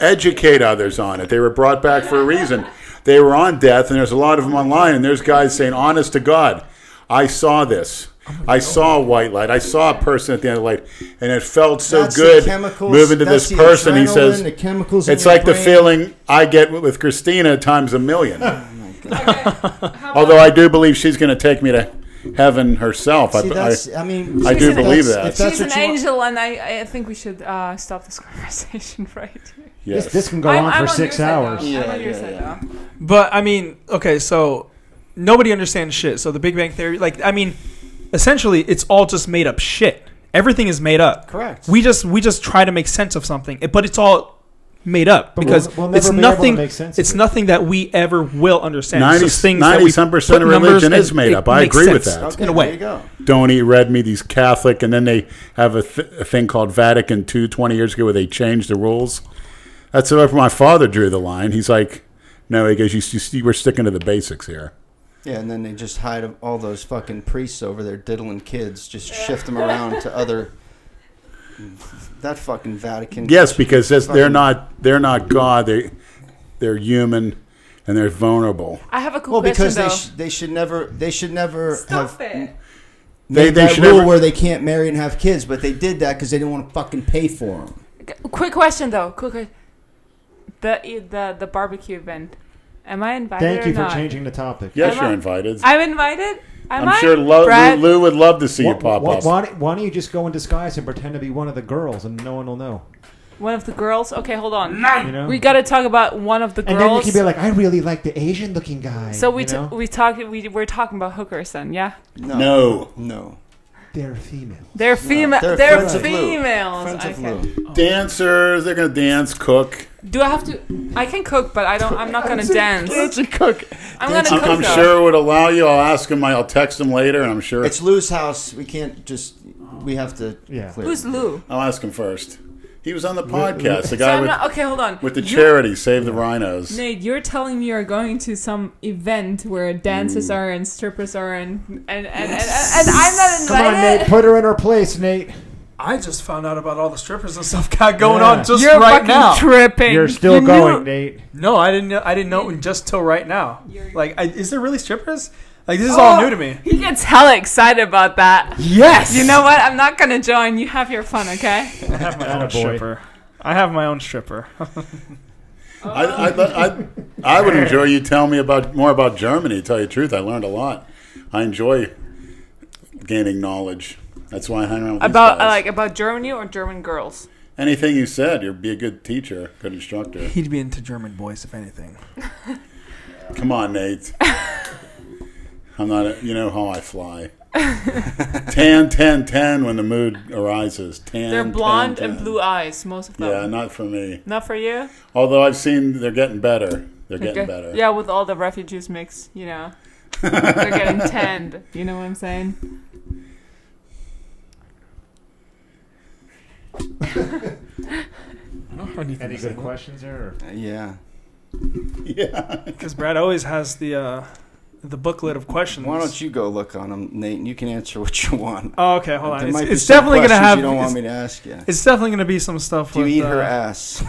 educate others on it. They were brought back for a reason. They were on death, and there's a lot of them online, and there's guys saying, honest to God, I saw this. I saw a white light. I saw a person at the end of the light, and it felt so
That's the
good
chemicals-
moving to
that's
this
the
person. He
adrenaline,
says,
the chemicals in
It's
your
like the
brain."
feeling I get with Christina times a million.
How about-
Although I do believe she's going to take me to heaven herself. I-
See,
I-
that's, I, mean,
I
if
do
that's-
believe that.
If that's
She's an
what you want-
angel, and I, I think we should uh, stop this conversation right here.
yes.
This, this can go
I'm,
on
I'm
for
your
six
side
hours.
now. I'm
Yeah,
on your
yeah,
side
yeah.
now.
But I mean, okay, so nobody understands shit. So the Big Bang Theory, like, I mean, essentially, it's all just made up shit. Everything is made up.
Correct.
We just we just try to make sense of something, eh, but it's all made up
But we'll-
because
we'll never
it's
be able to
nothing.
make sense of
it's
it.
nothing that we ever will understand. It's
90,
just things that
90
we
some percent
put
of
numbers
religion
and
is made
it
up. I
makes
agree with
sense,
that.
Okay,
in a
There
way.
you go.
don't eat red meat. He's Catholic, and then they have a, th- a thing called Vatican II 20 years ago where they changed the rules. That's where my father drew the line. He's like, no, he goes, you, you, we're sticking to the basics here.
Yeah, and then they just hide all those fucking priests over there diddling kids, just shift them around to other. That fucking Vatican.
Yes, because that's, they're
Fucking-
not they're not God. They they're human, and they're vulnerable.
I have a
Well,
cool question
because they
though.
sh- they should never they should never
Stop
have
it.
made
They- they
that
should
rule
never-
where they can't marry and have kids, but they did that because they didn't want to fucking pay for them.
Qu- Quick question though. Quick. que- The e, the the barbecue event. Am I invited
Thank
or
you for
not?
changing the topic.
Yes,
Am I-
you're invited.
I'm invited. Am
I'm
I?
sure Lo, Lou,
Brad?
Lou would love to see
Why,
you pop
why-
up.
why don't- why don't you just go in disguise and pretend to be one of the girls and no one will know?
One of the girls. Okay, hold on.
You know?
We gotta talk about one of the
and
girls.
then you can be like, I really like the Asian looking guy.
so we
you
t-
know?
we talked we we're talking about hookers then, yeah.
No,
no,
no.
They're female.
They're female.
they're
they're
friends of Lou.
females.
Friends of
Okay.
Lou.
dancers. They're gonna dance, cook.
Do I have to? I can cook, but I don't. I'm not gonna dance.
cook.
I'm gonna cook.
I'm, I'm
though.
sure would allow you. I'll ask him. I'll text him later, and I'm sure
It's Lou's house. We can't just. We have to.
Yeah.
Clear.
Who's Lou?
I'll ask him first. He was on the podcast. The guy
so I'm
with,
not, okay, hold on.
with the
You-
charity Save the Rhinos.
Nate, you're telling me you're going to some event where dancers are and strippers are and and and, and, and, and I'm not
Come on,
invited.
Nate. Put her in her place, Nate.
I just found out about all the strippers and stuff got going
Yeah.
on just
you're
right
fucking
now.
tripping.
You're still
You knew-
going, Nate.
no, I didn't. know I didn't know just till right now.
You're-
Like, I, is there really strippers? Like, this is all
Oh,
new to me.
He gets hella excited about that.
Yes.
You know what? I'm not gonna join. You have your fun, okay?
have my
Attaboy.
own stripper. I have my own stripper.
I, I, I, I would enjoy you telling me about more about Germany. To tell you the truth, I learned a lot. I enjoy gaining knowledge. That's why I hang around with these
about uh,
guys.
like about Germany or German girls.
anything you said. You'd be a good teacher, good instructor.
He'd be into German boys, if anything.
Come on, Nate. I'm not. A, you know how I fly. tan, tan, tan. When the mood arises, tan.
They're
tan,
blonde and
tan.
blue eyes, most of them.
Yeah, not for me.
Not for you.
Although I've seen they're getting better. They're getting
Okay.
better.
Yeah, with all the refugees mix, you know, they're getting tanned. You know what I'm saying?
Any good questions there? Or?
Yeah.
Yeah.
Because Brad always has the uh, the booklet of questions.
Why don't you go look on them, Nate, and you can answer what you want.
Oh, okay, hold on.
There
It's,
might be
it's
some
definitely gonna
questions
have.
You don't
it's,
want me to ask you.
it's definitely gonna be some stuff.
Do you
with,
eat her
uh,
ass?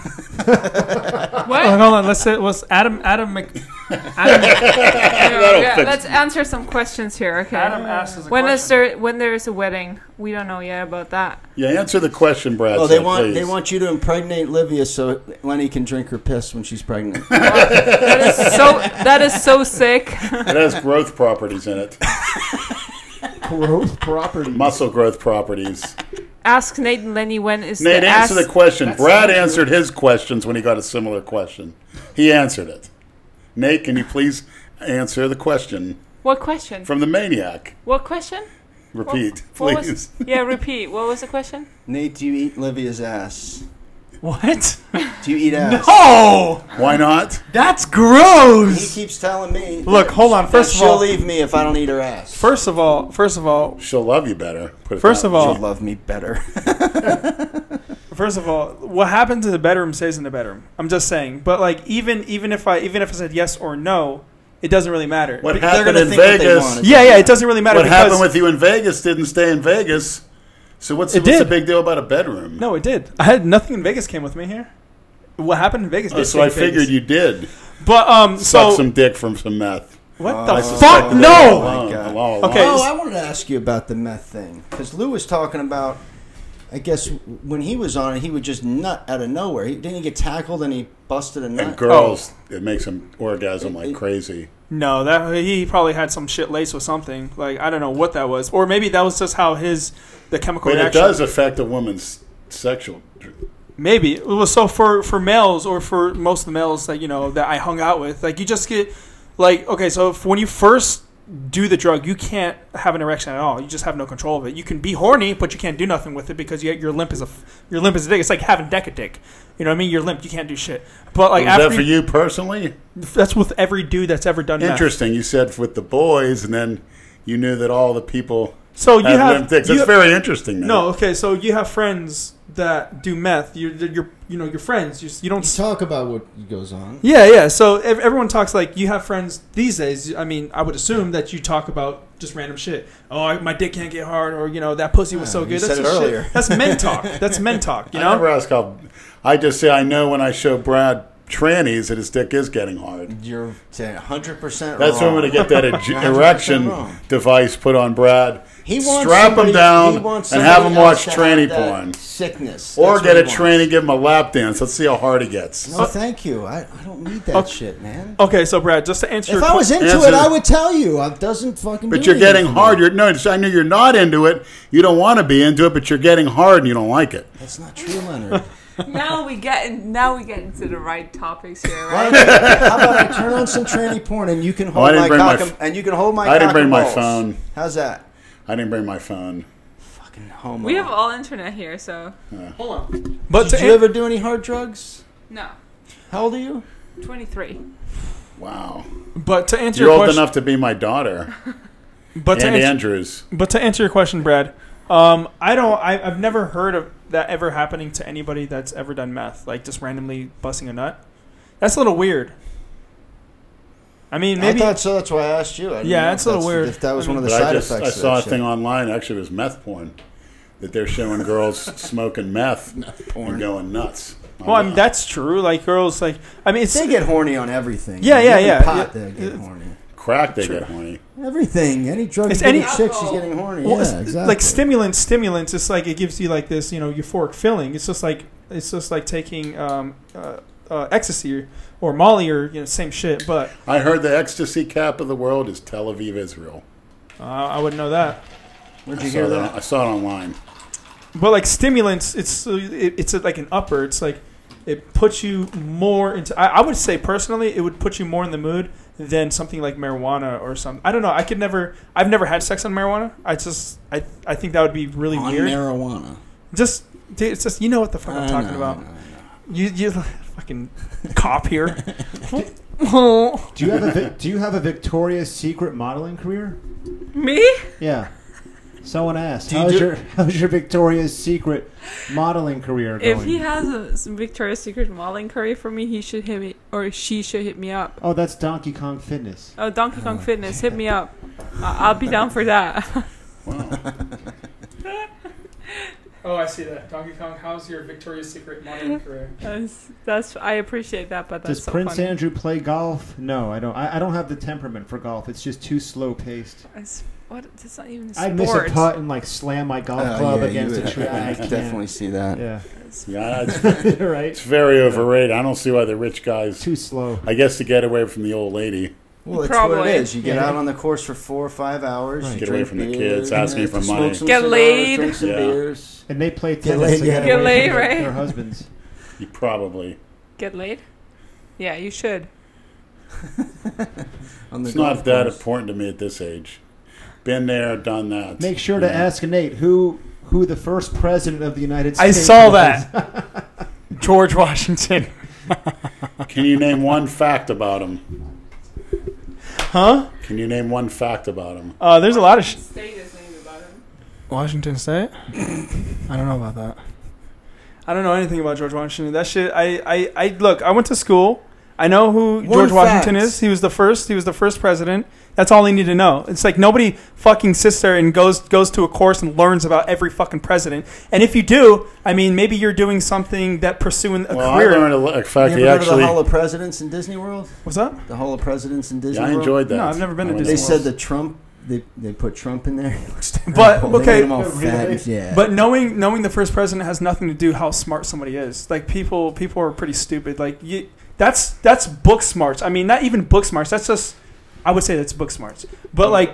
Oh,
What?
hold on. Let's say was Adam Adam Mc, Adam,
Yeah, yeah,
fix
let's answer some questions here. Okay.
Adam asks us a
when is
question.
there when there is a wedding? We don't know yet about that.
Yeah. Answer the question, Brad.
Oh, they
said,
want
please.
they want you to impregnate Livia so Lenny can drink her piss when she's pregnant.
That is so that is so sick.
It has growth properties in it.
Growth property.
Muscle growth properties.
Ask Nate and Lenny when is
Nate,
the
answer
ass-
the question.
That's
Brad
not true.
answered his questions when he got a similar question. He answered it. Nate, can you please answer the question
what question?
from the maniac?
What question?
Repeat,
What was-
please.
yeah, repeat. What was the question?
Nate, do you eat Livia's ass?
what?
Do you eat ass?
Oh,
Why not?
that's
He
gross.
keeps telling me.
Look, hold on.
that
First of
she'll
all,
leave me if I don't eat her ass.
first of all, first of all,
She'll love you better. Put it
First
that
of
way.
all-
she'll love me better.
first of all, what happens in the bedroom stays in the bedroom. I'm just saying. But like, even even if I even if I said yes or no, it doesn't really matter.
what
They're
happened
gonna
in
think what they
Vegas?
want.
What
yeah, yeah, it doesn't really matter. because,
happened with you in Vegas didn't stay in Vegas. So what's,
It
what's the
did.
big deal about a bedroom?
No, it did. I had nothing in Vegas came with me here. What happened in Vegas?
Oh,
did
so
stay
I
in Vegas.
figured you did
But um,
suck
so
some Uh, dick from some meth.
what
Oh,
the
I
fuck?
suspected that.
No.
Oh, my
Alone,
God.
alone, alone.
Okay.
Oh, I wanted to ask you about the meth thing because Lou was talking about. I guess when he was on it, he would just nut out of nowhere. He didn't he get tackled and he busted a
Oh.
nut.
And girls, it makes them orgasm like
It- it-
crazy.
No, that he probably had some shit laced with something. Like I don't know what that was, or maybe that was just how his the chemical
But it
reaction.
does affect a woman's sexual.
Maybe it was so for for males or for most of the males that you know that I hung out with. Like you just get like okay, so if, when you first do the drug, you can't have an erection at all. You just have no control of it. You can be horny, but you can't do nothing with it because you, your limp is a f- your limp is a dick. It's like having deck a dick. You know what I mean? You're limp. You can't do shit. But like
Is
after
that for you personally?
that's with every dude that's ever done. Meth.
Interesting. You said with the boys, and then you knew that all the people
So you
had
have
limp dicks.
you
That's very interesting. Man.
No, okay. So you have friends that do meth. You're, you're you know, your friends. You, you don't.
Let's talk about what goes on.
yeah, yeah. So ev- everyone talks like you have friends these days. I mean, I would assume that you talk about just random shit. Oh, I, my dick can't get hard, or you know, that pussy was so
Ah,
good.
you
That's
said it
just shit.
earlier.
That's men talk. That's men talk. You
I
know.
never ask how. I just say I know when I show Brad trannies that his dick is getting hard.
You're 100 percent.
That's when I'm going to get that ej-
100%
erection
wrong.
device put on Brad.
He wants
strap
somebody-
him down
he wants
and have
somebody
him watch
else to have
tranny
that
porn,
Sickness.
or
That's
get
what
a
he
tranny,
wants.
give him a lap dance. Let's see how hard he gets.
No, thank you. I, I don't need that
Okay.
shit, man.
Okay, so Brad, just to answer, your
If I
que-
was into
Answer
it, I
the-
would tell you. I doesn't fucking.
But
do
you're getting
anything.
hard. You're, no, it's- I know you're not into it. You don't want to be into it, but you're getting hard and you don't like it.
That's not true, Leonard.
Now we get in, now we get into the right topics here,
Why
right?
don't you- How about I turn on some tranny porn and you can hold
I didn't
my
bring my
cock and,
f-
and you can hold my.
I didn't
cock
bring
and
my
balls.
phone.
How's that?
I didn't bring my phone.
Fucking homo.
We have all internet here, so
hold on. But
Did
to
you
an-
ever do any hard drugs?
no.
How old are you?
23.
Wow.
but to answer
You're
your
old
question,
enough to be my daughter,
but to
Andy
answer,
Andrews.
But to answer your question, Brad, um, I don't. I, I've never heard of that ever happening to anybody that's ever done meth, like just randomly busting a nut. That's a little weird. I mean,
I
maybe
thought so. That's why I asked you. I didn't
Yeah,
know
it's
if
a little
that's-
weird.
If that was
I
one of the
But I
side
just
effects.
I
of that
saw a
shit.
thing online. Actually, it was meth porn that they're showing girls smoking meth,
porn.
and going nuts.
well, I mean, that's true. Like girls, like I mean, it's
They get horny on everything.
Yeah, yeah,
Even
yeah.
Pot,
Yeah.
they get horny.
crack. They get horny.
Everything. Any drug
It's
you any
any-
chick, she's
Alcohol.
getting horny.
well,
yeah,
it's
exactly.
like stimulants. Stimulants, it's like it gives you like this, you know, euphoric feeling. It's just like It's just like taking um, uh, uh, ecstasy or Molly or you know same shit. But
I heard the ecstasy cap of the world is Tel Aviv, Israel.
uh, I wouldn't know that.
Where'd
I
you
saw,
hear
that.
that?
I saw it online.
But like stimulants, it's uh, it, it's like an upper. It's like it puts you more into. I, I would say personally, it would put you more in the mood than something like marijuana or something. I don't know. I could never. I've never had sex on marijuana. I just I I think that would be really
On
weird.
marijuana.
just dude, it's just you know what the fuck
I
I'm talking
know, I
about.
know, I know.
You you fucking cop here. oh,
Do you have a vi- Do you have a Victoria's Secret modeling career?
Me?
Yeah. Someone asked,
Do you
"How's
do-
your How's your Victoria's Secret modeling career going?"
If he has a, some Victoria's Secret modeling curry for me, he should hit me or she should hit me up.
oh, that's Donkey Kong Fitness.
Oh, Donkey Kong Fitness, hit me up. I- I'll be down for that.
Oh, I see that. Donkey Kong, how's your Victoria's Secret modeling career?
That's, that's I appreciate that, but that's
Does
so
Prince
funny.
Andrew play golf? No, I don't. I, I don't have the temperament for golf. It's just too slow paced.
It's, what? That's not even a
I'd
sport.
miss a putt and like slam my golf
Oh,
club
yeah,
against
you
a
would-
tree. I
I
can't.
definitely see that.
Yeah.
Yeah, it's,
right.
it's very overrated. I don't see why the rich guys.
Too slow.
I guess to get away from the old lady,
Well, that's what
Probably.
it is. You get
Yeah.
out on the course for four or five hours.
Right.
you
Get away
drink
from the
beer,
kids, asking
yeah,
for
smoke
money.
some
Get
cigars,
laid.
Drink some
Yeah.
beers.
And they play
Get
tennis
laid,
together
get
with
laid,
their-
right?
Their husbands.
you probably.
Get laid? Yeah, you should.
On the
It's not
golf
that
course.
important to me at this age. Been there, done that.
Make sure to
Yeah.
ask Nate who who the first president of the United
I
States.
saw
was.
that. George Washington.
Can you name one fact about him?
Huh?
Can you name one fact about him?
Uh, there's a lot of sh-
State is named about him.
Washington State. I don't know about that. I don't know anything about George Washington. That shit. I, I, I look. I went to school. I know who George Washington
fact.
is. He was the first. He was the first president. That's all I need to know. It's like nobody fucking sits there and goes goes to a course and learns about every fucking president. And if you do, I mean, maybe you're doing something that pursuing a
well,
career.
I learned a, lo- a fact.
You
He
ever heard of
actually.
the Hall of Presidents in Disney World?
What's that?
The Hall of Presidents in Disney
Yeah, I
World?
enjoyed that.
No, I've never been to
I went
They
Disney
said that Trump, they, they put Trump in there. He looks terrible.
But,
They
okay,
made him all
Really?
fat and- yeah.
But knowing knowing the first president has nothing to do how smart somebody is. Like people people are pretty stupid. Like you, that's that's book smarts. I mean, not even book smarts. That's just I would say that's book smarts. But like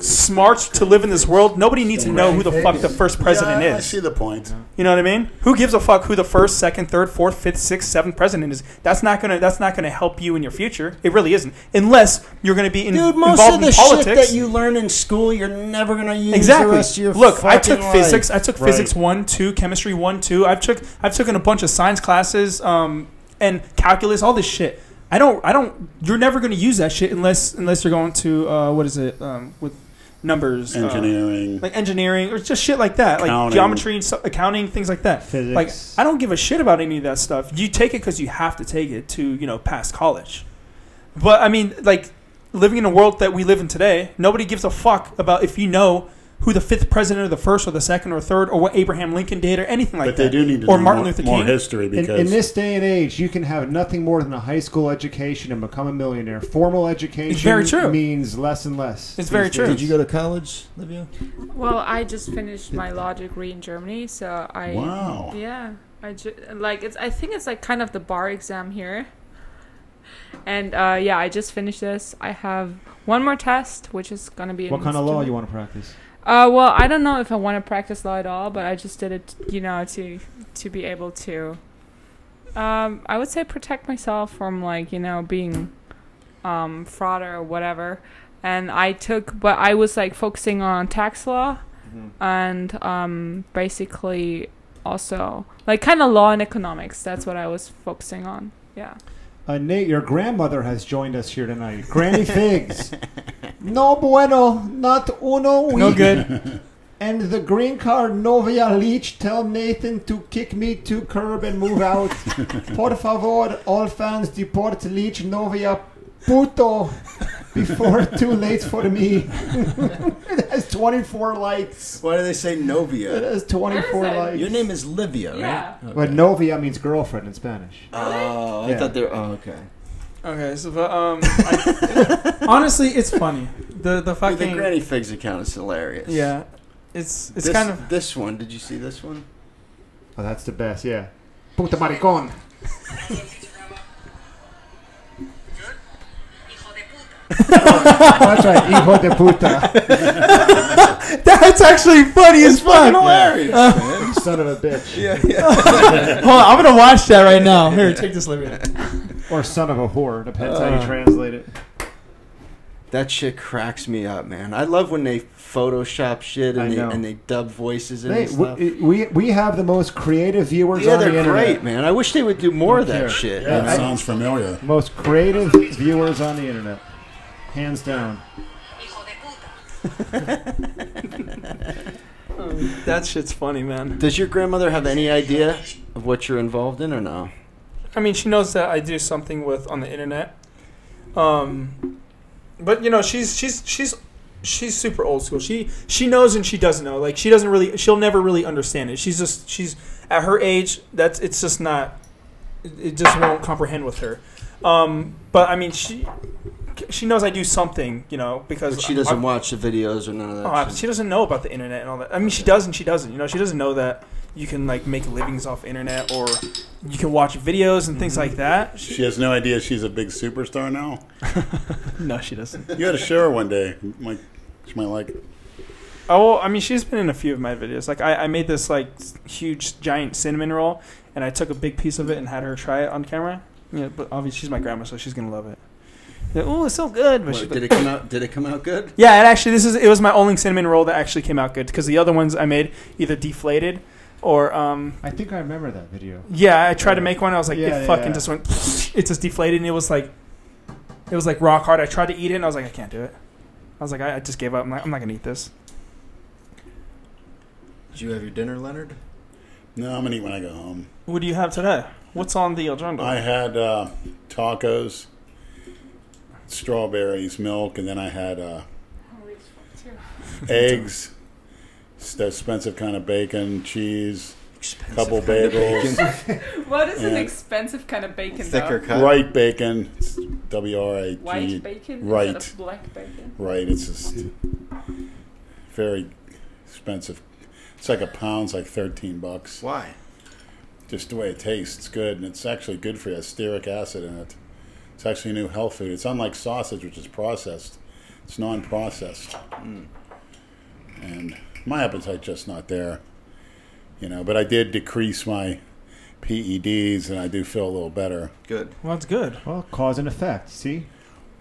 smarts to live in this world, nobody needs to know who the fuck the first president
Yeah, I
is.
see the point.
You know what I mean? Who gives a fuck who the first, second, third, fourth, fifth, sixth, seventh president is? That's not gonna that's not gonna help you in your future. It really isn't, unless you're gonna be in,
Dude, most
involved
of the
in politics.
shit that you learn in school, you're never going to use
Exactly.
the rest of your
Look, I took
fucking life.
physics. I took
Right.
physics one, two, chemistry one, two. I've took I've taken a bunch of science classes, um, and calculus, all this shit. I don't I don't. You're never going to use that shit unless unless you're going to uh, what is it um, with numbers, uh,
Engineering.
like engineering or just shit like that, like
Accounting.
geometry and so- accounting, things like that.
Physics.
Like I don't give a shit about any of that stuff. You take it because you have to take it to you know pass college. But I mean, like living in a world that we live in today, nobody gives a fuck about if you know who the fifth president or the first or the second or third or what Abraham Lincoln did or anything like
but
that.
they do need to
or
know
Martin
more,
Luther
more
King.
history
In,
because
in this day and age, you can have nothing more than a high school education and become a millionaire. Formal education
very true.
means less and less.
It's very true.
Did you go to college, Livia?
Well, I just finished my law degree in Germany, so I
wow,
yeah, I ju- like it's. I think it's like kind of the bar exam here. And uh, yeah, I just finished this. I have one more test, which is gonna be.
What kind of law you want to practice?
Uh, well, I don't know if I want to practice law at all, but I just did it, you know, to to be able to. Um, I would say protect myself from like you know being, um, fraud or whatever. And I took, but I was like focusing on tax law, and um, basically also like kind of law and economics. That's what I was focusing on. Yeah.
Uh, Nate, your grandmother has joined us here tonight. Granny Figs. no bueno, not uno.
No
we-
good.
And the green card Novia Leach tell Nathan to kick me to curb and move out. Por favor, all fans deport Leach Novia puto before too late for me. it has 24 likes.
Why do they say
It
Novia?
has 24
Where is it?
likes.
Your name is Livia, right?
Yeah.
Okay.
But Novia means girlfriend in Spanish.
Oh, I
Yeah.
thought they were. Oh, okay.
okay, so but, um, I- honestly, it's funny. The the
Dude,
fucking
the Granny Figs account is hilarious.
yeah. It's it's
this,
kind of
this one. Did you see this one?
Oh, that's the best, yeah. Puta maricón. That's right, hijo de puta.
That's actually funny as fuck.
hilarious.
You son of a bitch.
Hold on, I'm gonna watch that right now. Here, take this liberty.
Or son of a whore, depends how you translate it.
That shit cracks me up, man. I love when they Photoshop shit
I
and they
know.
and they dub voices in
Hey,
and stuff.
we, we, we have the most creative viewers
yeah,
on the
they're
internet.
great, man. I wish they would do more of that
Don't care.
shit.
Yeah.
That sounds familiar.
Most creative viewers on the internet. Hands down.
That shit's funny, man.
Does your grandmother have any idea of what you're involved in or no?
I mean, she knows that I do something with on the internet. Um, but you know, she's she's she's she's super old school. She she knows and she doesn't know. Like she doesn't really. She'll never really understand it. She's just she's at her age. That's it's just not. it- It just won't comprehend with her. Um, but I mean, she she knows I do something. You know, because
But she
I-
doesn't watch the videos or none of that.
Oh,
shit.
she doesn't know about the internet and all that. I mean, she does and she doesn't. You know, she doesn't know that you can like make livings off internet or you can watch videos and things like that. She,
She has no idea she's a big superstar now.
no, she doesn't.
You had to show her one day. Like, she might like it.
Oh, well, I mean, she's been in a few of my videos. Like, I, I made this like huge giant cinnamon roll, and I took a big piece of it and had her try it on camera. Yeah, but obviously she's my grandma, so she's gonna love it. Oh, it's so good, but
What,
she,
did it come out? Did it come out good?
Yeah, and actually, this is it was my only cinnamon roll that actually came out good because the other ones I made either deflated or um,
I think I remember that video.
Yeah, I tried to make one. I was like,
Yeah,
it
yeah,
fucking
yeah.
just went. It just deflated, and it was like, it was like rock hard. I tried to eat it, and I was like, I can't do it. I was like, I, I just gave up. I'm, like, I'm not gonna eat this.
Did you have your dinner, Leonard?
No, I'm going to eat when I go home.
What do you have today? What's on the agenda?
I had uh, tacos, strawberries, milk, and then I had uh, eggs, s- the expensive kind of bacon, cheese,
Expensive.
couple bagels,
What is an
Yeah.
expensive kind of bacon?
Thicker
though?
cut.
right bacon, it's W R I E.
White
T.
bacon
right.
instead of black bacon.
Right, it's just very expensive. It's like a pound's like 13 bucks.
Why?
just the way it tastes. It's good, and it's actually good for you. It has stearic acid in it. It's actually a new health food. It's unlike sausage, which is processed. It's non-processed,
Hmm.
and my appetite's just not there. You know, but I did decrease my PEDs, and I do feel a little better.
Good.
well, that's good.
Well, cause and effect, see?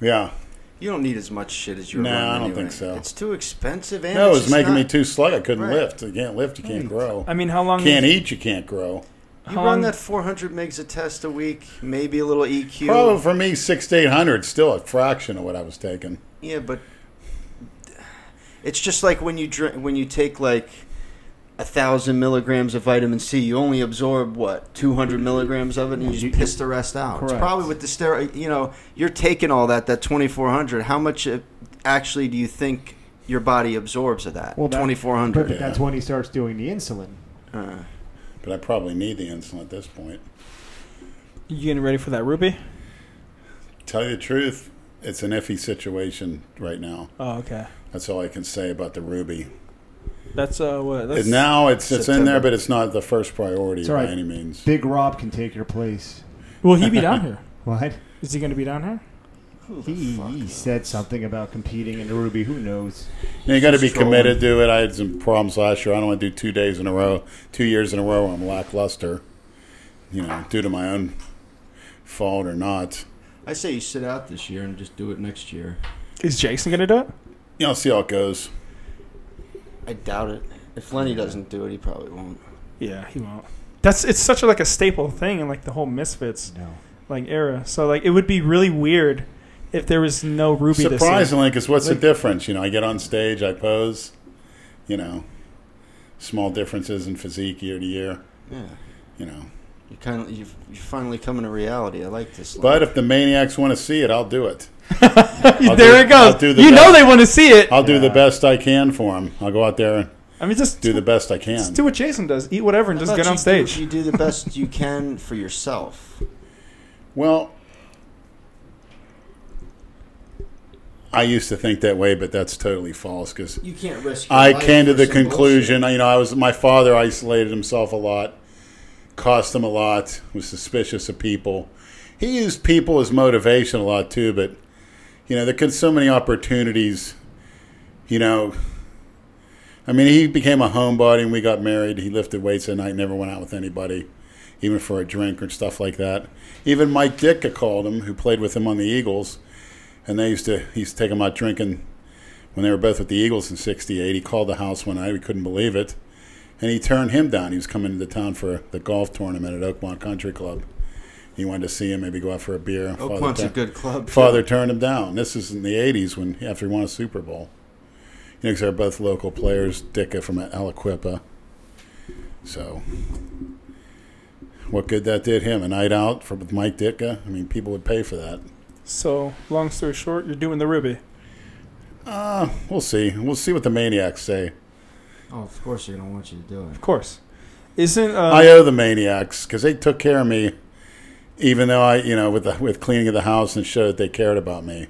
Yeah,
You don't need as much shit as you.
Nah,
were running
I don't
anyway.
think so.
It's too expensive. And
no, it
it's
was
just
making me
not-
too slug. I couldn't
Right.
lift. You can't lift. You can't grow.
I mean, how long?
Can't eat. You can't grow.
You
How
run
long-
that 400 megs a test a week, maybe a little E EQ.
Probably for me, six to eight hundred, still a fraction of what I was taking.
Yeah, but it's just like when you drink, when you take like a thousand milligrams of vitamin C, you only absorb what two hundred milligrams of it, and you just piss the rest out. It's
Correct.
probably with the steroid. You know, you're taking all that that twenty four hundred. How much uh, actually do you think your body absorbs of that?
Well, that-
twenty four
But
hundred.
that's when he starts doing the insulin.
Uh,
But I probably need the insulin at this point.
You getting ready for that ruby?
Tell you the truth, it's an iffy situation right now.
Oh, okay.
That's all I can say about the Ruby.
That's uh, what? That's,
And now it's it's in
September.
there, but it's not the first priority
It's all right.
by any means.
Big Rob can take your place.
will he be down here?
What?
Is he gonna be down here?
He, he said something about competing in the Ruby. Who knows?
You got to be
Just trolling.
committed to it. I had some problems last year. I don't want to do two days in a row, two years in a row. where I'm lackluster, you know, due to my own fault or not.
I say you sit out this year and just do it next year.
Is Jason gonna do it?
You know, see how it goes.
I doubt it. If Lenny doesn't do it, he probably won't.
Yeah, he won't. That's it's such a, like a staple thing in like the whole Misfits
No.
like era. So like it would be really weird if there was no ruby. this year.
Surprisingly, because what's the difference? You know, I get on stage, I pose. You know, small differences in physique year to year.
Yeah.
You know,
You kind of you've, you're finally coming to reality. I like this.
but if the maniacs want to see it, I'll do it. I'll
there
do-
it goes.
I'll do the
you know
best.
they want to see it.
I'll do the
Yeah.
best I can for them. I'll go out there and
I mean, just
do the best I
just
can.
do what Jason does. Eat whatever and
How
just
about
get on
you
stage.
Do, you do the best you can for yourself.
Well, I used to think that way, but that's totally false because
You can't risk.
I came to the conclusion. You know, I was my father isolated himself a lot. cost him a lot, was suspicious of people. He used people as motivation a lot too, but you know, there could so many opportunities, you know. I mean, he became a homebody and we got married. He lifted weights at night, never went out with anybody, even for a drink or stuff like that. Even Mike Ditka called him, who played with him on the Eagles, and they used to he used to take him out drinking when they were both with the Eagles in '68. He called the house one night. We couldn't believe it, and he turned him down. He was coming into town for the golf tournament at Oakmont Country Club. He wanted to see him, maybe go out for a beer. and Father
Oakmont's a
Ted-
good club.
Father turned him down. This is in the '80s when after he won a Super Bowl. You know, 'cause they're both local players. Dicka from Aliquippa. So, what good that did him? A night out for, with Mike Ditka. I mean, people would pay for that.
So, long story short, you're doing the Ruby.
Uh, we'll see. We'll see what the maniacs say.
Oh, of course they don't want you to do it.
Of course. Isn't uh,
I owe the maniacs because they took care of me, even though I, you know, with the with cleaning of the house and showed that they cared about me,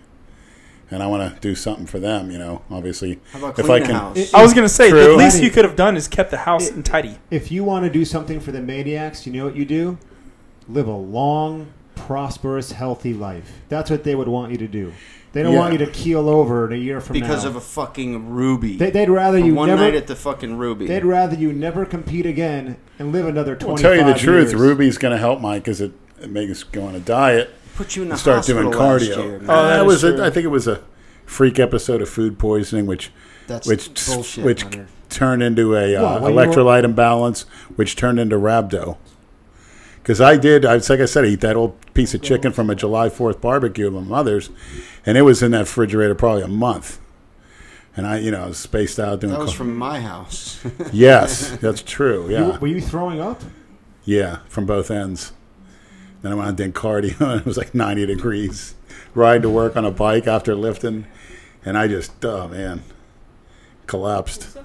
and I want to do something for them. You know, obviously,
How about
If
clean
I
the
can-
house?
I was gonna say the
True.
least you could have done is kept the house and tidy.
If you want to do something for the maniacs, you know what you do? Live a long, prosperous, healthy life. That's what they would want you to do. They don't
Yeah.
want you to keel over in a year from
because
now.
of a fucking ruby.
they, they'd rather
For
you
one
never.
night at the fucking ruby.
they'd rather you never compete again and live another
I'll
twenty.
tell you the truth.
years.
Ruby's going to help Mike because it, it makes us go on a diet
put you in the
and start doing
hospital
cardio.
last year, man.
Oh, that
Uh,
is
was
true.
a, I think it was a freak episode of food poisoning, which
That's
which
bullshit.
which
Hunter.
turned into a uh,
Well, when you were-
electrolyte imbalance, which turned into rhabdo. Because I did, I, it's like I said, I eat that old piece of chicken from a July Fourth barbecue of my mother's, and it was in that refrigerator probably a month. And I, you know, I was spaced out doing.
That was
co-
from my house.
yes, that's true.
You-
Yeah,
were you throwing up?
yeah, from both ends. Then I went out and did cardio, and it was like ninety degrees. Ride to work on a bike after lifting, and I just, oh man, collapsed.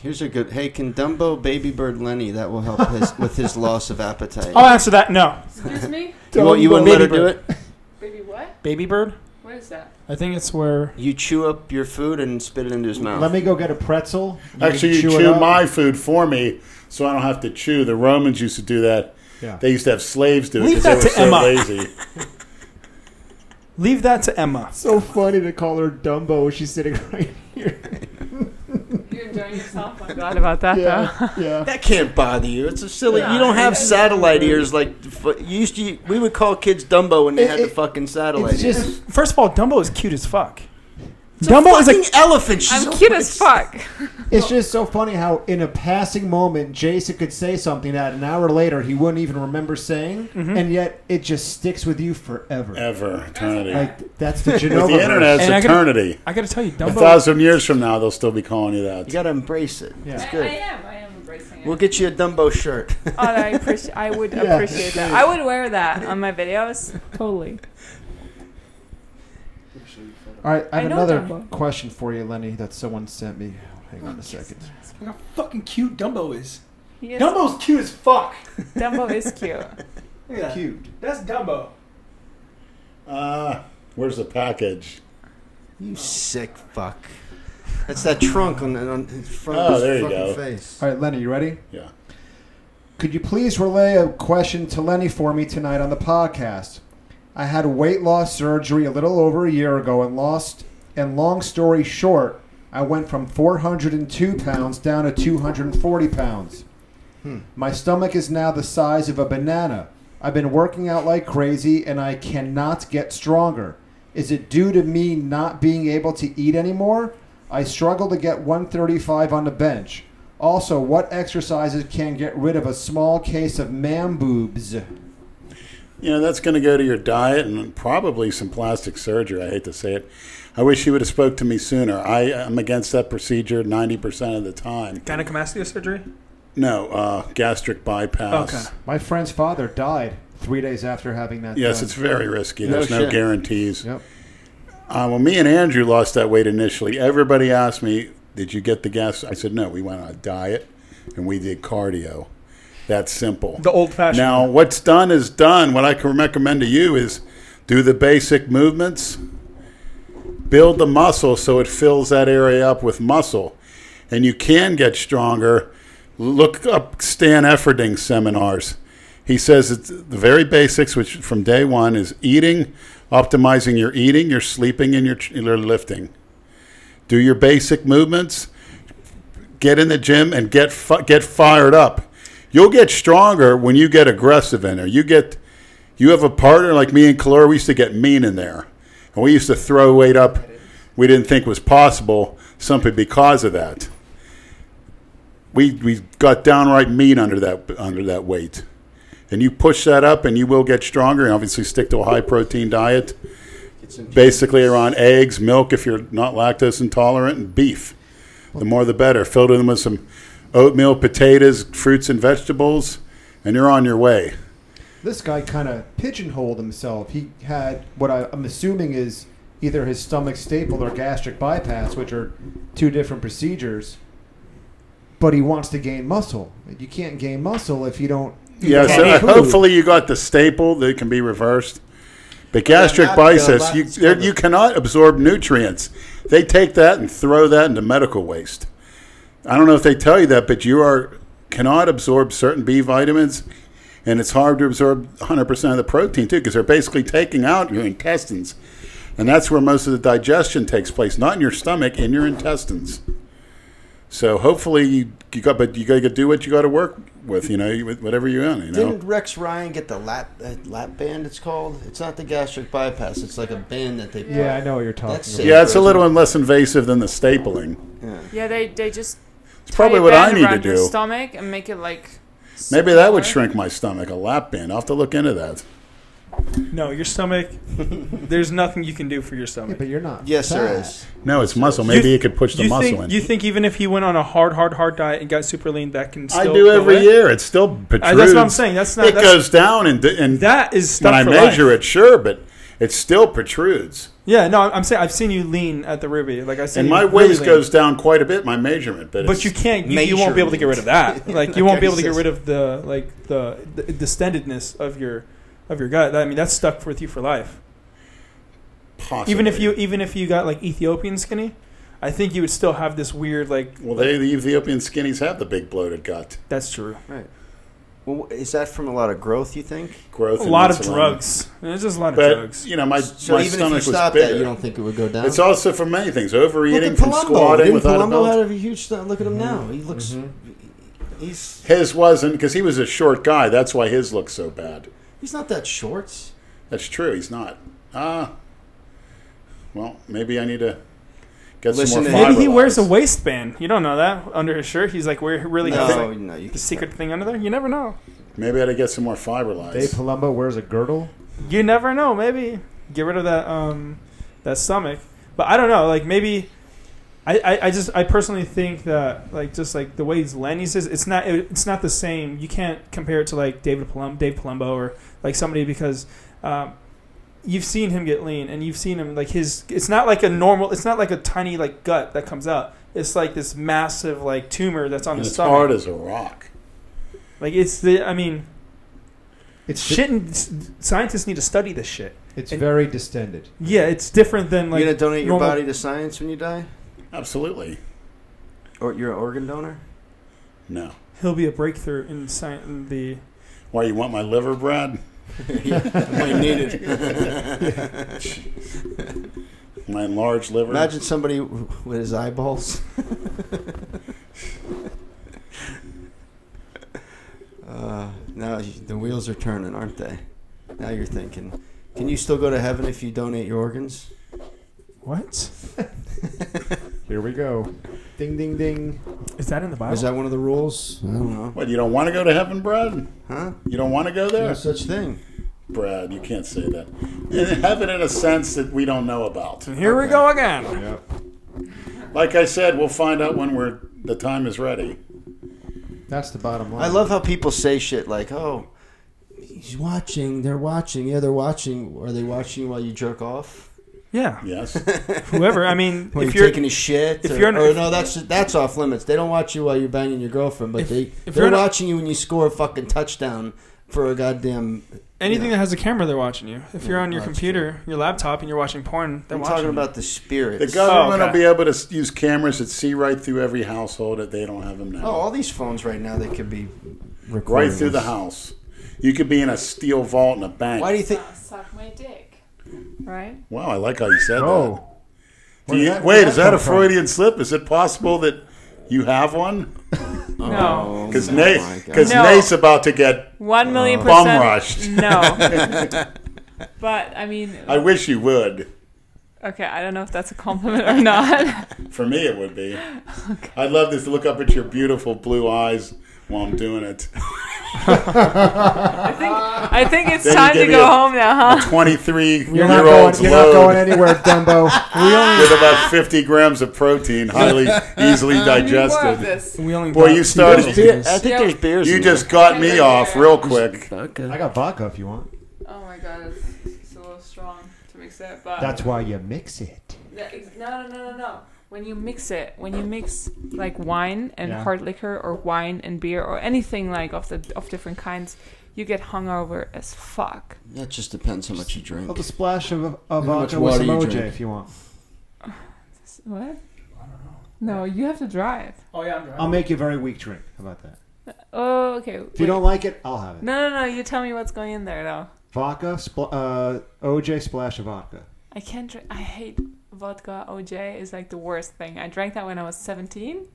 Here's a good. Hey, can Dumbo Baby Bird Lenny? That will help his, with his loss of appetite.
I'll answer that. No,
Excuse me?
you won't, you wouldn't let her
Baby
do it.
Baby, what?
baby bird.
What is that?
I think it's where
You chew up your food and spit it into his mouth.
Let me go get a pretzel. You
Actually, you
it
chew,
up.
my food for me, so I don't have to chew. The Romans used to do that.
Yeah.
They used to have slaves do it
Leave
because they
that
were
to
so
Emma.
lazy.
leave that to Emma.
so funny to call her Dumbo. when She's sitting right here.
You're enjoying yourself? I forgot about that, though.
yeah.
That can't bother you. It's a silly.
Yeah.
You don't have satellite ears like f- you used to. We would call kids Dumbo when they
It-
had the
it-
fucking satellite.
It's
ears.
just
First of all, Dumbo is cute as fuck.
It's
Dumbo
a
is a-
fucking elephant. She's
I'm cute as fuck.
It's just so funny how, in a passing moment, Jason could say something that an hour later he wouldn't even remember saying, and yet it just sticks with you forever.
Ever eternity.
Like that's the
With
Genova.
the internet, it's
And I gotta-
eternity.
I gotta tell you,
A
Dumbo.
thousand years from now, they'll still be calling you that.
You gotta embrace it.
Yeah.
It's
I, I
good.
am. I am embracing it.
We'll get you a Dumbo shirt.
oh, I, appreciate. I would
Yeah.
appreciate that. I would wear that on my videos. Totally.
All right, I
I
have
know
another
Dumbo.
question for you, Lenny, that someone sent me. Hang on a second.
Look how fucking cute Dumbo is.
He is,
Dumbo's cute as fuck.
Dumbo is cute.
Look at that.
Cute.
That's Dumbo.
Uh, where's the package?
you sick fuck. That's that trunk on, on in front
Oh,
of his
there you
fucking
go.
face.
All right, Lenny, you ready?
Yeah.
Could you please relay a question to Lenny for me tonight on the podcast? I had weight loss surgery a little over a year ago and lost, and long story short, I went from 402 pounds down to 240 pounds. My stomach is now the size of a banana. I've been working out like crazy and I cannot get stronger. Is it due to me not being able to eat anymore? I struggle to get 135 on the bench. Also, what exercises can get rid of a small case of man boobs?
You know, that's going to go to your diet and probably some plastic surgery. I hate to say it. I wish you would have spoke to me sooner. I am against that procedure 90% of the time.
Gynecomastia surgery.
No, uh, gastric bypass.
Okay.
My friend's father died three days after having that.
Yes,
done.
it's very risky. There's no,
shit.
guarantees.
Yep.
Uh, when me and Andrew lost that weight initially, everybody asked me, "Did you get the gas?" I said, "No, we went on a diet, and we did cardio. That's simple."
The old-fashioned.
Now, what's done is done. What I can recommend to you is do the basic movements, build the muscle so it fills that area up with muscle, and you can get stronger. Look up Stan Efferding's seminars. He says it's the very basics, which from day one is eating, optimizing your eating, your sleeping, and your, your lifting. Do your basic movements. Get in the gym and get fi- get fired up. You'll get stronger when you get aggressive in there. You get you have a partner like me and Kalora. We used to get mean in there, and we used to throw weight up we didn't think was possible simply because of that. We we got downright mean under that under that weight, and you push that up, and you will get stronger. And obviously, stick to a high protein diet, basically around eggs, milk if you're not lactose intolerant, and beef. The more the better. Filled in with some oatmeal, potatoes, fruits, and vegetables, and you're on your way.
This guy kind of pigeonholed himself. He had what I, I'm assuming is either his stomach staple or gastric bypass, which are two different procedures. But he wants to gain muscle. You can't gain muscle if you don't. eat
Yeah, so
healthy food.
hopefully you got the staple that can be reversed. But gastric
not
biceps,
gonna-
you, there- you cannot absorb nutrients. They take that and throw that into medical waste. I don't know if they tell you that, but you are cannot absorb certain B vitamins, and it's hard to absorb 100% of the protein too, because they're basically taking out your intestines, and that's where most of the digestion takes place, not in your stomach, in your intestines. So hopefully you, you got, but you got to do what you got to work with, you know, you- with whatever you're in, you know.
Didn't Rex Ryan get the lap uh, lap band? It's called. It's not the gastric bypass. It's like a band that they. Play.
Yeah, I know what you're talking
That's
about.
it.
Yeah, it's a little less invasive than the stapling.
Yeah, they they just
It's probably what I need to
Your
do.
stomach and make it like.
Maybe that would
smaller.
shrink my stomach. A lap band. I'll have to look into that.
No, your stomach. there's nothing you can do for your
Yeah,
stomach.
but you're not.
Yes, there
fat.
is.
No, it's muscle. Maybe
You-
it could push the
you
muscle
think,
in.
You think even if he went on a hard, hard, hard diet and got super lean, that can still
I do
go
every
away?
year. It still protrudes.
I, that's what I'm saying. That's not.
it
That's,
goes down and and
that is stuff
when I
for
measure
life.
it, sure, but it still protrudes.
Yeah, no, I'm saying I've seen you lean at the Ruby. Like I seen
And
you
my
really
waist
lean.
goes down quite a bit. My measurement, but,
But
it's-
you can't. You, you won't be able to get rid of that. Like you won't be able to get
Measurement.
rid of the like the, the distendedness of your of your gut. I mean, that's stuck with you for life.
possibly.
Even if you even if you got like Ethiopian skinny, I think you would still have this weird like.
well, they the Ethiopian skinnies have the big bloated gut
That's true.
Well, is that from a lot of growth? You think?
growth.
A
and
lot of
insulin.
drugs. There's just a lot of
But
drugs.
you know, my
So
my
even
stomach
if you
was
stop
bigger.
that, you don't think it would go down?
It's also from many things: overeating,
Look at
from
Palumbo.
squatting
Didn't
without a
Palumbo
belt.
had a huge stomach? Look at him
Mm-hmm.
now. He looks. He's
His wasn't because he was a short guy. That's why his looks so bad.
he's not that short.
That's true. He's not. Ah. well, maybe I need to get
Listen
some more.
to-
Maybe he
fiber
wears a
lines.
waistband. You don't know that under his shirt. He's like wear really has,
No,
like,
no, you
the
can
secret thing under there. You never know.
Maybe I got to get some more fiber
Dave
lines.
Palumbo wears a girdle.
You never know. Maybe get rid of that um that stomach. But I don't know. Like maybe I, I, I just I personally think that like just like the way he's Lenny's is it's not it, it's not the same. You can't compare it to like David Palum Dave Palumbo or like somebody because. Um, You've seen him get lean, and you've seen him like his. It's not like a normal. It's not like a tiny like gut that comes out. It's like this massive like tumor that's on
And
his
it's
stomach.
hard as a rock.
Like it's the. I mean,
It's
shit. And, s- scientists need to study this shit.
It's
And-
very distended.
Yeah, it's different than like
You're gonna donate your
normal-
body to science when you die,
Absolutely.
or you're an organ donor?
No.
He'll be a breakthrough in, sci- in the.
Why you want my liver, Brad?
I need it.
My enlarged liver.
Imagine somebody w- with his eyeballs. uh, now y- the wheels are turning, aren't they? Now you're thinking, can you still go to heaven if you donate your organs?
What
Here we go. Ding, ding, ding.
is that in the Bible?
Is that one of the rules? I don't know.
What you don't want to go to heaven, Brad?
Huh?
You don't want to go
No
there,
such thing.
Brad? You can't say that. In heaven, in a sense that we don't know about.
Here we go again.
Yep.
Like I said, we'll find out when we're the time is ready.
That's the bottom line.
I love how people say shit like, "Oh, he's watching. They're watching. Yeah, they're watching. Are they watching while you jerk off?
Yeah,
Yes.
whoever. I mean,
When
if
you're,
you're
taking a shit,
if
or,
you're not-
or no, that's that's off limits. They don't watch you while you're banging your girlfriend, but
If-
they
if
they're
you're not-
watching you when you score a fucking touchdown
for a goddamn.
Anything
Yeah.
that has a camera, they're watching you. If you're
Yeah,
on your
that's
computer, your laptop, and you're watching porn, they're
I'm
watching.
talking
you.
about the
The
spirits.
government
Oh, okay.
will be able to s- use cameras that see right through every household that they don't have them now.
Oh, all these phones right now they could be recording.
right through the
us.
house. You could be in a steel vault in a bank.
Why do you think?
Suck my dick. Right?
wow, I like how you said
Oh,
that. Do you-
Where did that-
wait,
where
is
did
that a
come from?
Freudian slip? Is it possible that you have one?
No.
Because
Oh
Nate,
my God.
because
No.
Nate's about to get.
One million
Uh, Bum
percent.
rushed.
No. but I mean,
I wish you would.
okay, I don't know if that's a compliment or not.
For me, it would be. I'd love this to look up at your beautiful blue eyes while I'm doing it.
I think I think it's
Then you
time
give
to
me
go
a-
home now, huh?
23
you're
year
not going.
old's
You're not
load
going anywhere, Dumbo. We only
with about 50 grams of protein, highly easily digested.
this.
We only
Boy,
bought
you
two
started.
bottles.
Beer- I think
Yeah.
there's beers.
You
in there.
just got me off real quick.
Okay.
I got vodka if you want.
Oh my god, it's, it's a little strong to mix it, but
That's why you mix it.
That is- no, no, no, no, no. When you mix it, when you mix like wine and
Yeah.
hard liquor or wine and beer or anything like of the of different kinds, you get hungover as fuck.
That just depends how much you drink.
I'll a splash of, of
How much
vodka with
water
some
you
OJ
drink?
if you want.
What? No, you have to drive.
Oh yeah, I'm driving.
I'll make you a very weak drink. How about that?
Oh, okay.
If you don't like it, I'll have it.
No, no, no. You tell me what's going in there, though.
Vodka, spl- uh, OJ splash of vodka.
I can't drink. I hate vodka. OJ is like the worst thing. I drank that when I was 17,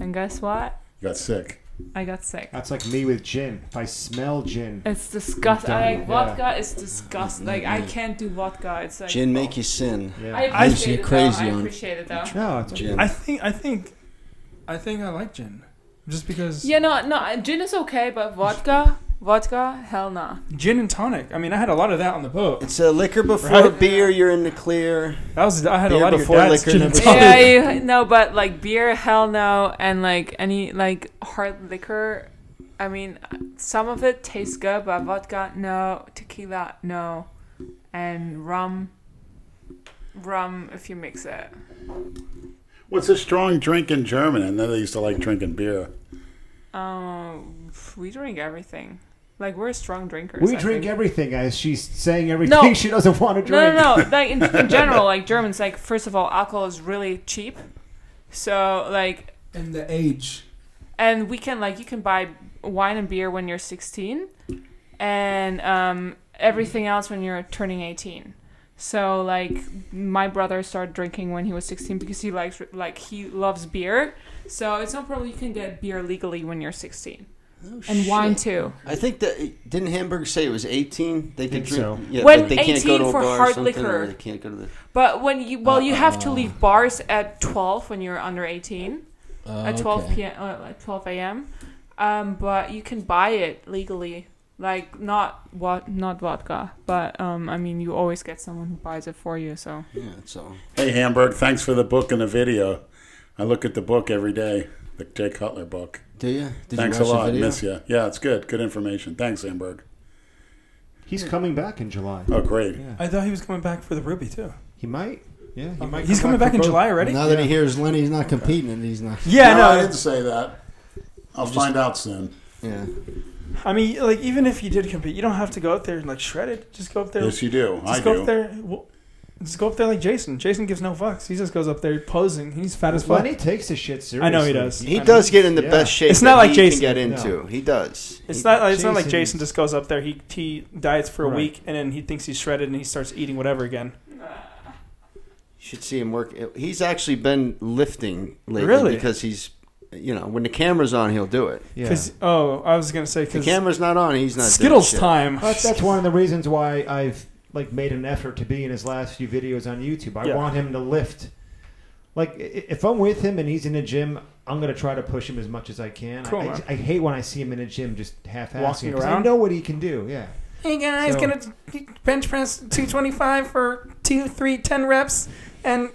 and guess what?
Got sick.
I got sick.
That's like me with gin. If I smell gin,
It's disgusting.
Done,
I
yeah. Mm-hmm.
like vodka. It's disgusting. Like I can't do vodka. It's like
Gin make you sin.
I
yeah.
appreciate
Makes you
it
crazy
though. I
on-
appreciate it though.
no, it's
Gin.
I think I think I think I like gin, just because
Yeah, no, no. Gin is okay, but vodka, vodka, hell nah.
gin and tonic. I mean, I had a lot of that on the boat.
It's a liquor before
Right.
beer. You're in the clear.
That was I had a
Beer
lot of
before
your dad's
liquor
gin
never
and tonic.
Yeah, you, no, but like beer, hell no, and like any like hard liquor. I mean, some of it tastes good, but vodka, no. Tequila, no, and rum, rum if you mix it.
What's a strong drink in Germany? And then they used to like drinking beer.
Um, we drink everything. Like we're strong drinkers.
we
I
drink
think.
everything as she's saying everything she doesn't want to
No,
drink.
no, no. Like in, in general, like Germans, like first of all, alcohol is really cheap. So like,
And the age.
and we can like you can buy wine and beer when you're 16, and um, everything else when you're turning 18. So like, my brother started drinking when he was 16 because he likes like he loves beer. So it's not problem. You can get beer legally when you're 16,
Oh,
and wine
shit.
too.
I think that didn't Hamburg say it was 18. They could
Think
drink.
so.
Yeah,
When
like they can't go
18
to a
for
bar or
hard
something, or
liquor.
They can't go to the.
But when you well, you have to
Uh-oh.
leave bars at 12 when you're under 18.
Oh,
at 12
okay.
p.m. Uh, at 12 a.m. Um, but you can buy it legally, like not what not vodka, but um, I mean you always get someone who buys it for you. So
Yeah, that's all.
Hey, Hamburg, thanks for the book and the video. I look at the book every day, the Jake Cutler book.
Do you? Did
thanks
you
a
watch
lot.
The video?
Miss you. Yeah, it's good. Good information. Thanks, Hamburg.
He's coming back in July.
Oh, great.
Yeah.
I thought he was coming back for the Ruby too.
He might. Yeah, he might.
He's
come
coming back
for
in
both.
July already.
Now that he hears Lenny's not competing, and he's not.
Yeah,
no, I
no.
didn't say that. I'll find out soon.
Yeah.
I mean, like even if you did compete, you don't have to go up there like shredded. Just go up there.
Yes, you do. I
Just go
do.
up there. well, Just go up there like Jason. Jason gives no fucks. He just goes up there posing. He's fat as fuck.
Lenny takes his shit seriously.
I know he does.
He does get in the
Yeah.
best shape.
It's not
that
like
he
Jason.
Can get into. He does.
It's
He-
not. Like, it's not like
Jason-
Jason just goes up there. He he diets for a
Right.
week and then he thinks he's shredded and he starts eating whatever again.
You should see him work. He's actually been lifting lately
Really?
because he's, you know, when the camera's on, he'll do it.
Yeah.
Because oh, I was gonna say
If the
because
camera's not on, he's not.
Skittles
doing shit.
time.
Oh, That's, that's one of the reasons why I've like made an effort to be in his last few videos on YouTube. I
Yeah.
want him to lift. Like i- if I'm with him and he's in the gym, I'm gonna try to push him as much as I can.
Cool,
I, I,
man.
I hate when I see him in a gym just half-assing.
Walking
it, 'cause I
around?
know what he can do. Yeah.
Hey guys,
So-
gonna bench press 225 for two, three, ten reps, and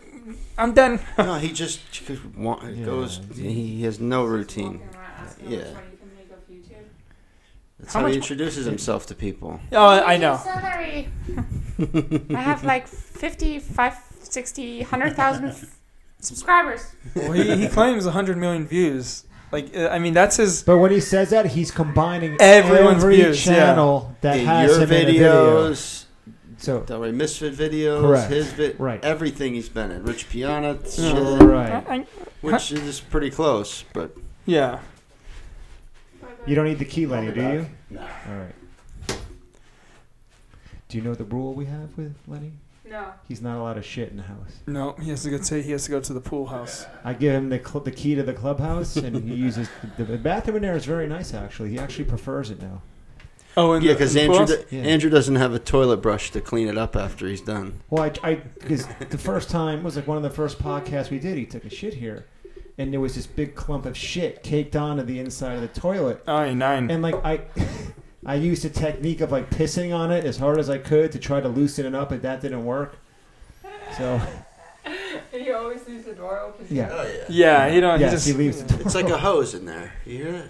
I'm done.
No, he just just wa- goes. He has no routine. Yeah. That's
How
how,
much-
he introduces himself to people.
Oh, I know.
Sorry, I have like 50, 60, 100,000 subscribers.
Well, he, he claims 100 million views. Like, uh, I mean, that's his.
But when he says that, he's combining
Everyone's
every
views, yeah.
channel that has
your
him in a video.
videos,
So
Delray Misfit videos,
Correct.
his vid,
Right.
everything he's been in. Rich Piana, shit,
right,
I- I-
which is pretty close, but
yeah.
you don't need the key Lenny, do you?
No.
All right. Do you know the rule we have with Lenny?
No.
He's not allowed to shit in the house.
No, he has to go to he has to go to the pool house.
I give him the cl- the key to the clubhouse, and he uses the, the bathroom in there is very nice. Actually, he actually prefers it now.
Oh, and
yeah,
the-
because
the pool
Andrew
house?
do-
Yeah.
Andrew doesn't have a toilet brush to clean it up after he's done.
Well, I because the first time was like one of the first podcasts we did. He took a shit here, and there was this big clump of shit caked onto the inside of the toilet.
Aye, Oh, nine.
and like I, I used a technique of like pissing on it as hard as I could to try to loosen it up, but that didn't work. So
He always leaves the door open.
yeah,
Oh, yeah, he don't.
yes,
he
he
just
leaves the door.
It's like a hose in there. You hear that?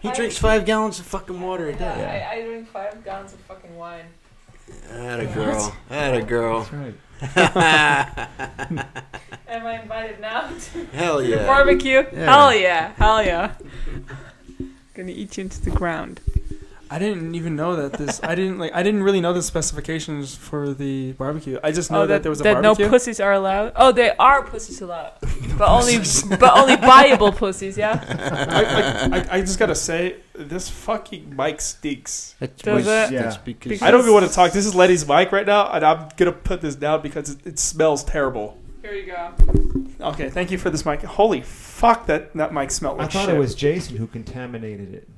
He drinks five gallons of fucking water a day.
Yeah.
I, I drink five gallons of fucking wine.
That a girl. That a girl.
That's right.
Am I invited now to
Hell yeah.
barbecue?
Yeah.
Hell yeah. Hell yeah. Gonna eat you into the ground.
I didn't even know that this. I didn't like. I didn't really know the specifications for the barbecue. I just know Oh, that, there was a barbecue.
Oh, no pussies are allowed. Oh, they are pussies allowed, but only but only viable pussies. Yeah.
I, like, I, I just gotta say, this fucking mic stinks.
That's,
Does
because-
it?
Yeah.
that's because
I don't even want to talk. This is Letty's mic right now, and I'm gonna put this down because it, it smells terrible.
Here you go.
Okay, thank you for this mic. Holy fuck, that that mic smelled
I
like
thought
Oh, shit.
it was Jason who contaminated it.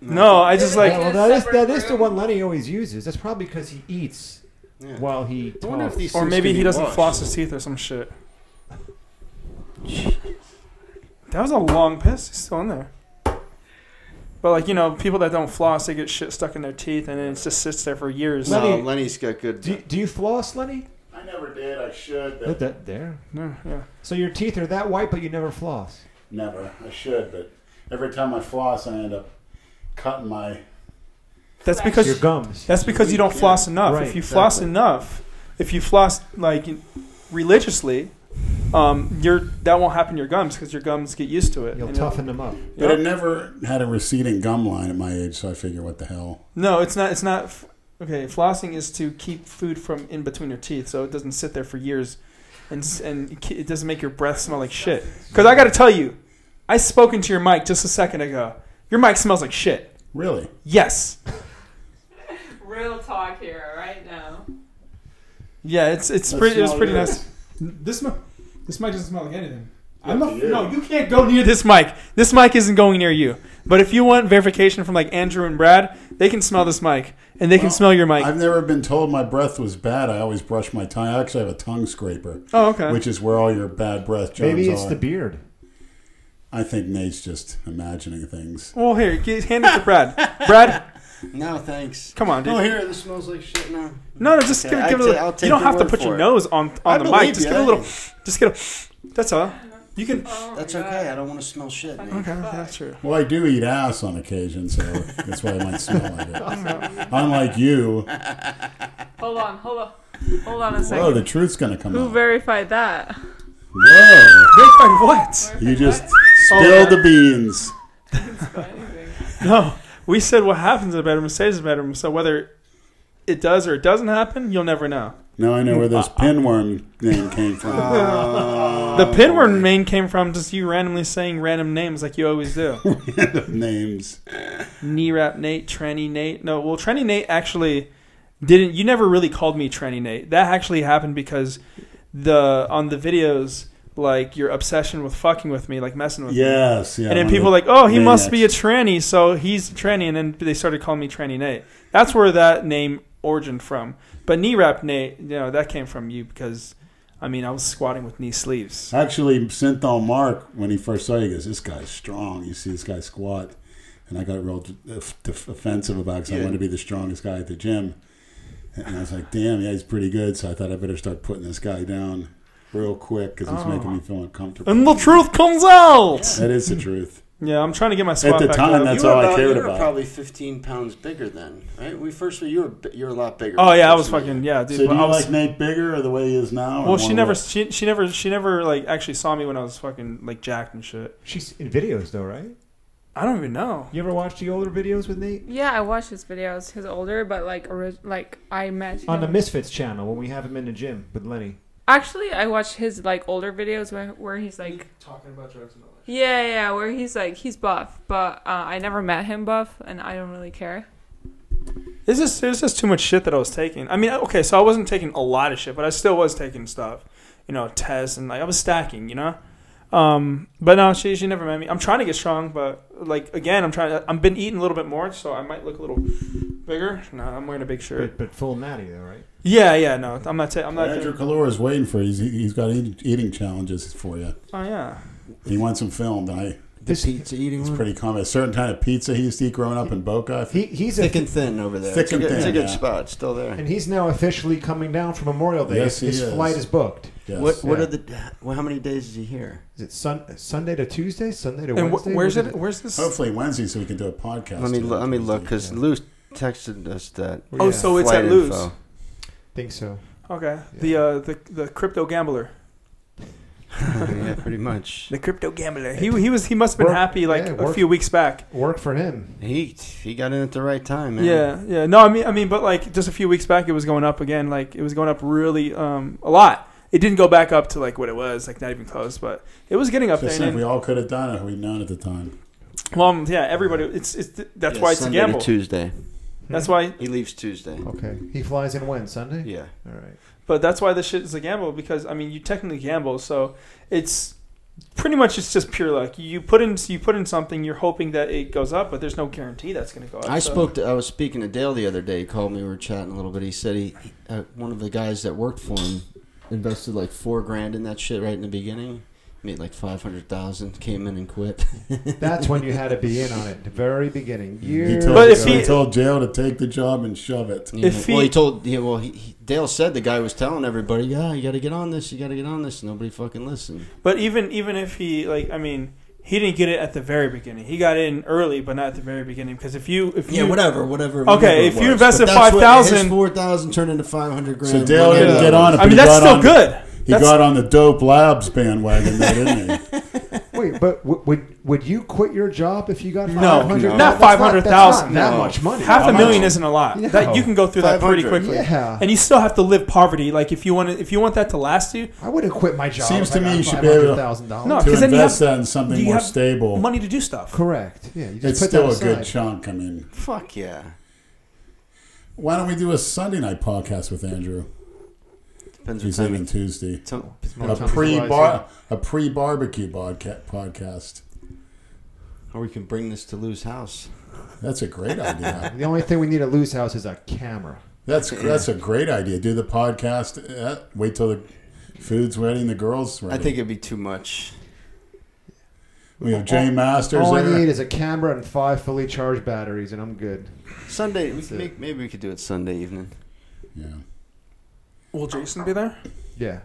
no, I just like.
Yeah, well, that is that is the one Lenny always uses. That's probably because he eats
Yeah.
while he talks.
I wonder if these
Or
things
maybe
can
he
be
doesn't
washed.
floss his teeth or some shit. That was a long piss. He's still in there. But like you know, people that don't floss, they get shit stuck in their teeth, and then it just sits there for years.
No,
Lenny-
Lenny's got good.
do, do you floss, Lenny?
I never did. I should.
That,
But
that- there.
No, yeah.
So your teeth are that white, but you never floss.
never. I should. But every time I floss, I end up cutting my.
That's
Your
because
gums.
that's because you don't
Yeah.
floss enough.
Right,
if you floss
exactly.
enough, if you floss like religiously, um, your that won't happen to your gums because your gums get used to it.
You'll
and it'll-
toughen them up.
But I
Yep.
never had a receding gum line at my age, so I figure, what the hell?
No, it's not. It's not. f- Okay, flossing is to keep food from in between your teeth, so it doesn't sit there for years, and s- and it ke- it doesn't make your breath smell like shit. Because I got to tell you, I spoke into your mic just a second ago. Your mic smells like shit.
Really?
Yes.
Real talk here, right now.
Yeah, it's it's
Let's
pretty. It's
smell
pretty
yours.
nice. This mic, this mic doesn't smell like anything.
I'm Up not- to you.
no, you can't go near this mic. This mic isn't going near you. But if you want verification from like Andrew and Brad, they can smell this mic and they can
Well,
smell your mic.
I've never been told my breath was bad. I always brush my tongue. I actually have a tongue scraper,
oh, okay.
which is where all your bad breath germs
Maybe it's
are.
the beard.
I think Nate's just imagining things.
well, here, get, hand it to Brad. Brad,
No, thanks.
Come on, dude.
Oh, here, this smells like shit now.
No, no, just
Okay,
give,
I
give
ta-
it a
I'll
little.
take
You don't
your
have to
word
put your
for it.
nose on
I
on the mic.
believe
Just
you,
give it a
I-
little. Just get a. That's all. You can. Okay,
Oh
That's
my God.
okay. I don't want to smell shit. Nate.
that's true.
Well, I do eat ass on occasion, so that's why I might smell like it. Unlike you,
Hold on, hold on, hold on a
whoa,
second.
the truth's gonna come
Who
out.
verified that?
whoa,
Verified what?
you just
Oh,
spilled the beans.
No, we said what happens in the bedroom stays in the bedroom. So whether it does or it doesn't happen, you'll never know.
Now I know where this pinworm name came from.
the
Oh,
pinworm name came from just you randomly saying random names like you always do.
Names.
Knee wrap Nate, Tranny Nate. No, well, Tranny Nate actually didn't. You never really called me Tranny Nate. That actually happened because the on the videos like your obsession with fucking with me, like messing with me.
Yes, yeah.
And then
one of
people
the
like, oh, he must be a
maniacs.
tranny, so he's a tranny. And then they started calling me Tranny Nate. That's where that name origin from. But knee wrap Nate, you know, that came from you because, I mean, I was squatting with knee sleeves.
Actually, Synthol Mark, when he first saw you, he goes, "This guy's strong." You see this guy squat, and I got real def- def- offensive about because I
Yeah.
wanted to be the strongest guy at the gym, and I was like, "Damn, yeah, he's pretty good." So I thought I better start putting this guy down real quick because he's making me feel uncomfortable.
And the truth comes out.
that is the truth.
Yeah, I'm trying to get my squat
At the
back
time,
up.
that's
you were
all I
about-
cared
you were
about.
probably 15 pounds bigger then, right? When we first were, you were bi- you were a lot bigger.
oh
when
yeah, I
we
was
first met
fucking
you.
yeah, dude.
So do
but
you
I was,
like Nate bigger or the way he is now? or
well, she
one
never,
less?
she, she never, she never like actually saw me when I was fucking like jacked and shit.
She's in videos though, right?
I don't even know.
You ever watch the older videos with Nate?
Yeah, I watch his videos. He's older, but like, orig- like I met him.
On the Misfits channel when we have him in the gym with Lenny.
Actually, I watch his like older videos where where he's like
Talking about drugs and all that.
Yeah, yeah, where he's like he's buff, but uh, I never met him buff, and I don't really care.
It's just, it's just too much shit that I was taking. I mean, okay, so I wasn't taking a lot of shit, but I still was taking stuff, you know, tests and like I was stacking, you know. Um, but no, she she never met me. I'm trying to get strong, but like again, I'm trying. I'm been eating a little bit more, so I might look a little bigger. No, I'm wearing a big shirt.
But, but full natty though, right?
Yeah, yeah, no, I'm not. Ta- I'm not.
Andrew
Taking-
Kalora is waiting for you. He's, he's got eating, eating challenges for you.
oh yeah.
He wants them filmed. I,
The pizza eating
it's
one.
pretty common. A certain kind of pizza he used to eat growing up in Boca. I think.
He, he's a,
Thick and thin over there.
Thick
It's a
and
good- It's a
thin,
good
yeah.
spot. It's still there.
and he's now officially coming down for Memorial Day.
Yes, he
His
is.
flight is booked.
Yes.
What what
Yeah.
are the well, how many days is he here?
Is it sun, Sunday to Tuesday? Sunday to
And wh-
Wednesday?
where's
What
it? Where's this?
Hopefully Wednesday, so we can do a podcast.
Let me
too.
lo- let me look because
Yeah.
Lou texted us that.
Yeah,
Oh, so it's
flight
at Lou's.
info.
think so.
Okay. The uh the the crypto gambler.
yeah, pretty much.
The crypto gambler. He he was he must have been
Work-
happy like
yeah,
a
work-
few weeks back.
Work for him.
He he got in at the right time, man.
Yeah, yeah. No, I mean, I mean, but like just a few weeks back, it was going up again. Like it was going up really um, a lot. It didn't go back up to like what it was, like not even close, but it was getting up
Just
there.
if
And
we
then,
all could have done it, we'd known at the time.
well, um, yeah, everybody. It's it's that's
Yeah,
why it's
Sunday
a
to
gamble.
Tuesday.
That's
Hmm.
why,
He leaves Tuesday.
Okay. He flies in when? Sunday?
Yeah.
All right.
but that's why this shit is a gamble because I mean, you technically gamble, so it's pretty much it's just pure luck. You put in you put in something, you're hoping that it goes up, but there's no guarantee that's going to go up.
I
so-
spoke to I was speaking to Dale the other day. He called me. We were chatting a little bit. He said he he- uh, one of the guys that worked for him invested like four grand in that shit right in the beginning. Made like five hundred thousand. Came in and quit.
That's when you had to be in on it. The very beginning. Years
He told,
But
but
if he-
he told Jail to take the job and shove it.
You
If
know, well,
he-
he told yeah. Well, he, he, Dale said the guy was telling everybody, yeah, you got to get on this. You got to get on this. Nobody fucking listened.
But even even if he like, I mean, he didn't get it at the very beginning. He got in early, but not at the very beginning. Because if you if
Yeah,
you
whatever, whatever.
Okay,
whatever it
if you
was.
invested
But that's what-
5,000
his four thousand turned into five hundred grand.
So Dale
whatever
didn't
that
get
was.
on it.
I
but he
mean that's
got
still
on,
good.
He
That's-
got on the dope labs bandwagon, though, didn't he?
Wait, but w- would would you quit your job if you got
No,
500?
no.
not
That's
five hundred
that's
thousand.
not That
no.
much money.
Half
How
a
much?
million isn't a lot.
No.
That you can go through that pretty
500.
quickly,
Yeah.
and you still have to live poverty. Like if you want to, if you want that to last you,
I would have quit my job.
Seems
if
to
I
me
got
you should be able to-
$500,000.
No,
to
'cause then you
invest
have-
that in something
you
more
have
stable.
money to do stuff.
correct. Yeah, you just
it's
put
still
that
a
aside.
good chunk. I mean,
Fuck yeah.
why don't we do a Sunday night podcast with Andrew?
Depends what
He's
time
leaving
he-
Tuesday.
some-
A
Tommy
pre
Flies,
bar, a pre barbecue bodca- podcast.
Or we can bring this to Lou's house.
That's a great idea.
The only thing we need at Lou's house is a camera.
That's that's a great idea. Do the podcast. Uh, wait till the food's ready and the girls ready.
I think it'd be too much.
we have Jay Masters
All I
there.
need is a camera and five fully charged batteries, and I'm good.
Sunday, we can
it.
make, maybe we could do it Sunday evening.
yeah.
Will Jason be there?
Yeah.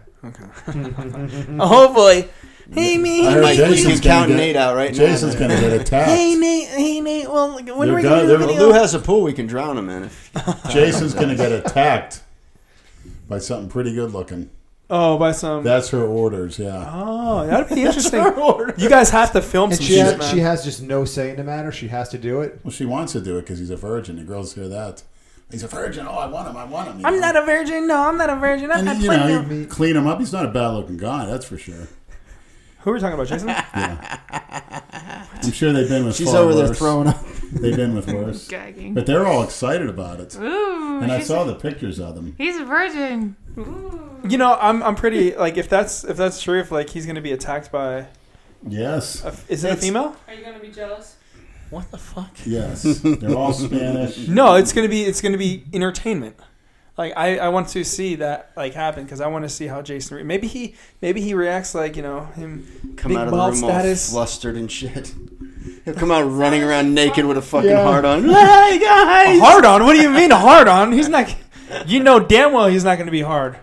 Oh boy! Hey
I
man.
heard
Mike, you
Jason's
can
gonna
count
get-
Nate out right now.
Jason's going to get attacked.
Hey Nate, hey Nate. Well, when are
They're
we gonna
done-
do the
they're-
Well,
video?
Lou has a pool we can drown him in. If,
Jason's going to get attacked by something pretty good looking.
Oh, by some.
That's her orders. Yeah.
oh, that'd be interesting. you guys have to film
And
some
she
shit,
has,
man.
she has just no say in the matter. She has to do it.
Well, she wants to do it because he's a virgin. The girls hear that. He's a virgin. Oh, I want him. I want him. you
I'm
know?
not a virgin. No, I'm not a virgin. I'm not
And you know,
pregnant.
you clean him up. He's not a bad looking guy, that's for sure.
Who are we talking about, Jason?
I'm sure they've been with.
she's
far
over there
worse.
throwing up.
They've been with worse,
Gagging.
but they're all excited about it.
Ooh,
And I
she's-
saw the pictures of them.
he's a virgin. Ooh.
You know, I'm I'm pretty like if that's if that's true, if like he's gonna be attacked by
Yes,
a, is it a
It's-
female?
Are you gonna be jealous?
What the fuck?
yes. They're all Spanish.
No, it's gonna be it's gonna be entertainment. Like I, I want to see that like happen because I want to see how Jason re- maybe he maybe he reacts like you know him
Come
Big
out of the
bald
room
status.
all flustered and shit. He'll come out running around naked with a fucking
Yeah.
heart on. Hey
a
guys!
Oh, hard on. What do you mean a hard on? He's not. You know damn well he's not gonna be hard.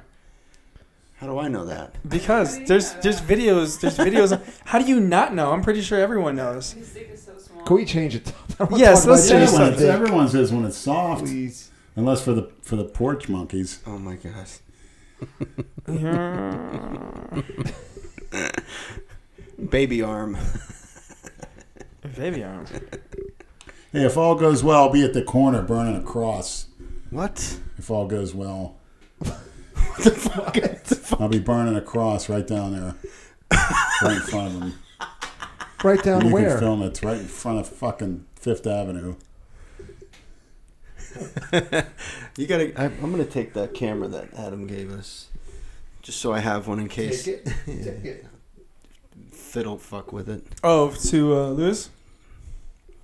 How do I know that?
Because there's there's videos there's videos. How do you not know? I'm pretty sure everyone knows.
His dick is so small.
Can we change it?
Yes, let's
Yeah,
change
when it's-
something.
everyone says when it's soft,
Please.
unless for the for the porch monkeys.
Oh my gosh. Baby arm.
Baby arm.
Hey, if all goes well, I'll be at the corner burning a cross.
What?
If all goes well. I'll be burning a cross right down there, right in front of them.
Right down
you
where?
can film it. It's right in front of fucking Fifth Avenue.
You gotta. I, I'm gonna take that camera that Adam gave us, just so I have one in case.
Take it.
Yeah.
Take it.
Fiddle fuck with it.
Oh, to uh, Lewis.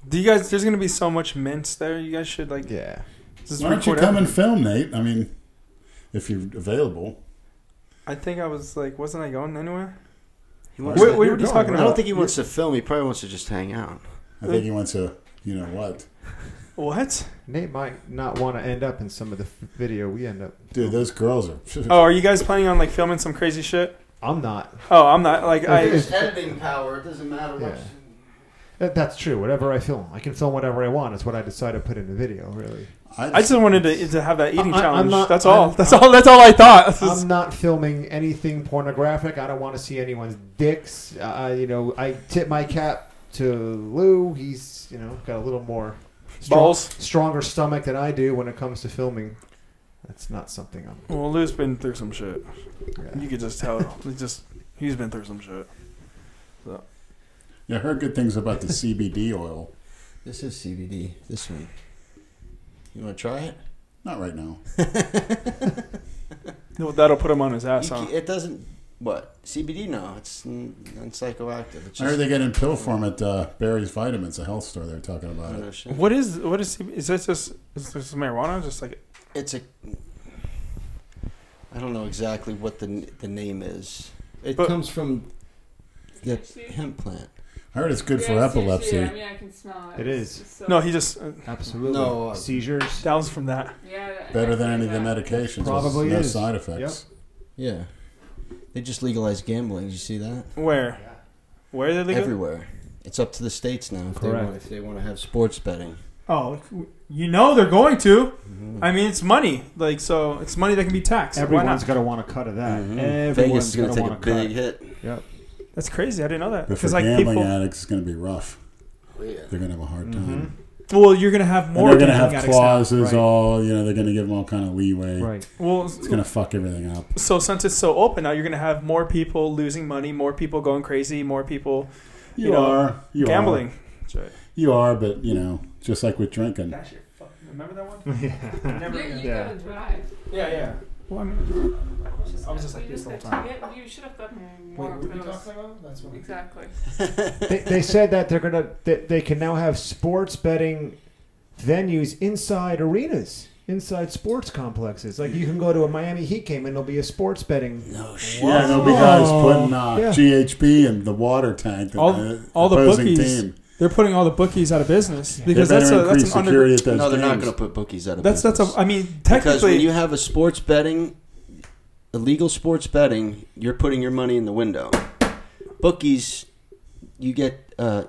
Do you guys? There's gonna be so much mints there. You guys should like.
Yeah.
Just
Why don't you
record
come
everything.
and film, Nate? I mean, if you're available.
I think I was like, wasn't I going anywhere?
He
Where-
wants
where
to-
were you talking
I don't
about?
think he wants to film. He probably wants to just hang out.
I think he wants to, you know what?
What?
Nate might not want to end up in some of the f- video we end up.
Dude, those girls are.
Oh, are you guys planning on like filming some crazy shit?
I'm not.
Oh, I'm not like I.
It's-
editing power. It doesn't matter
much. that- That's true. Whatever I film, I can film whatever I want. It's what I decide to put in the video. Really,
I just wanted to, to have that eating
I- I'm
challenge.
not-
that's all.
I'm-
that's all. That's all I thought. This is-
I'm not filming anything pornographic. I don't want to see anyone's dicks. Uh, you know, I tip my cap to Lou. He's you know got a little more strong-
Balls.
stronger stomach than I do when it comes to filming. That's not something I'm.
Well, Lou's been through some shit.
Yeah.
You could just tell. He just he's been through some shit.
Yeah, I heard good things about the CBD oil.
This is CBD. This one. You want to try it?
Not right now.
No, that'll put him on his ass.
You
Huh?
ca- it doesn't. What CBD? No, it's n- non-psychoactive. It's
I heard
just-
they get in pill form at uh, Barry's Vitamins, a health store. They were talking about it.
No shit.
What is what is he- is this just is this marijuana? Just like
It's a. I don't know exactly what the n- the name is. It
But-
comes from the
Seriously?
hemp plant.
I heard it's good for
Yeah, seriously,
epilepsy.
I mean, I can smell it.
It
It's-
is.
it's so-
no, he just uh,
Absolutely.
No, uh,
Seizures.
that was from that.
Yeah,
Better
I
than
heard
any of the
that.
medications.
Probably
no
is.
side effects.
Yeah. They just legalized gambling. Did you see that?
Where where did they go?
Everywhere. It's up to the states now if they
Correct.
want if they want to have sports betting.
Oh, you know they're going to. I mean, it's money. Like so, it's money that can be taxed. Why
Everyone's
not?
got to want a cut of that.
Mhm. Vegas
Everyone's
is going to take a
want to Mm-hmm. cut.
big hit.
Yep.
That's crazy. I didn't know that.
But for
Because like
gambling
people,
addicts, it's going to be rough.
Yeah.
They're going to have a hard time.
Mhm.
well, you're gonna have
And
more.
they're going to
gambling
have
addicts now.
clauses,
right.
all, you know, they're going to give them all kind of leeway.
Right.
Well,
It's going to fuck everything up.
so since it's so open now, you're gonna have more people losing money, more people going crazy, more people
You,
You know,
are. You
gambling.
Are.
That's right.
You are, but, you know, just like with drinking.
That's your fucking. Remember that one?
yeah.
Never.
You,
again.
you
Yeah.
gotta drive.
Yeah, yeah. Well, I mean, I was just like
you
this the whole
got to
time.
get- you should have gotten
Wait,
more
what
of
were we
those.
talking about? That's what.
Exactly.
they, they said that they're gonna that they can now have sports betting venues inside arenas, inside sports complexes. Like you can go to a Miami Heat game and there'll be a sports betting.
No shit.
Yeah, there'll be guys
Whoa.
putting uh,
Yeah.
GHB in the water tank. that
Oh. All-
the uh,
all the
opposing
bookies
team.
They're putting all the bookies out of business
They
because that's a
better
that's
increase
an under.
security at those
no, they're not
games.
going to put bookies out of
That's that's a.
business.
I mean,
Because when
technically,
you have a sports betting, illegal sports betting, you're putting your money in the window. Bookies, you get uh,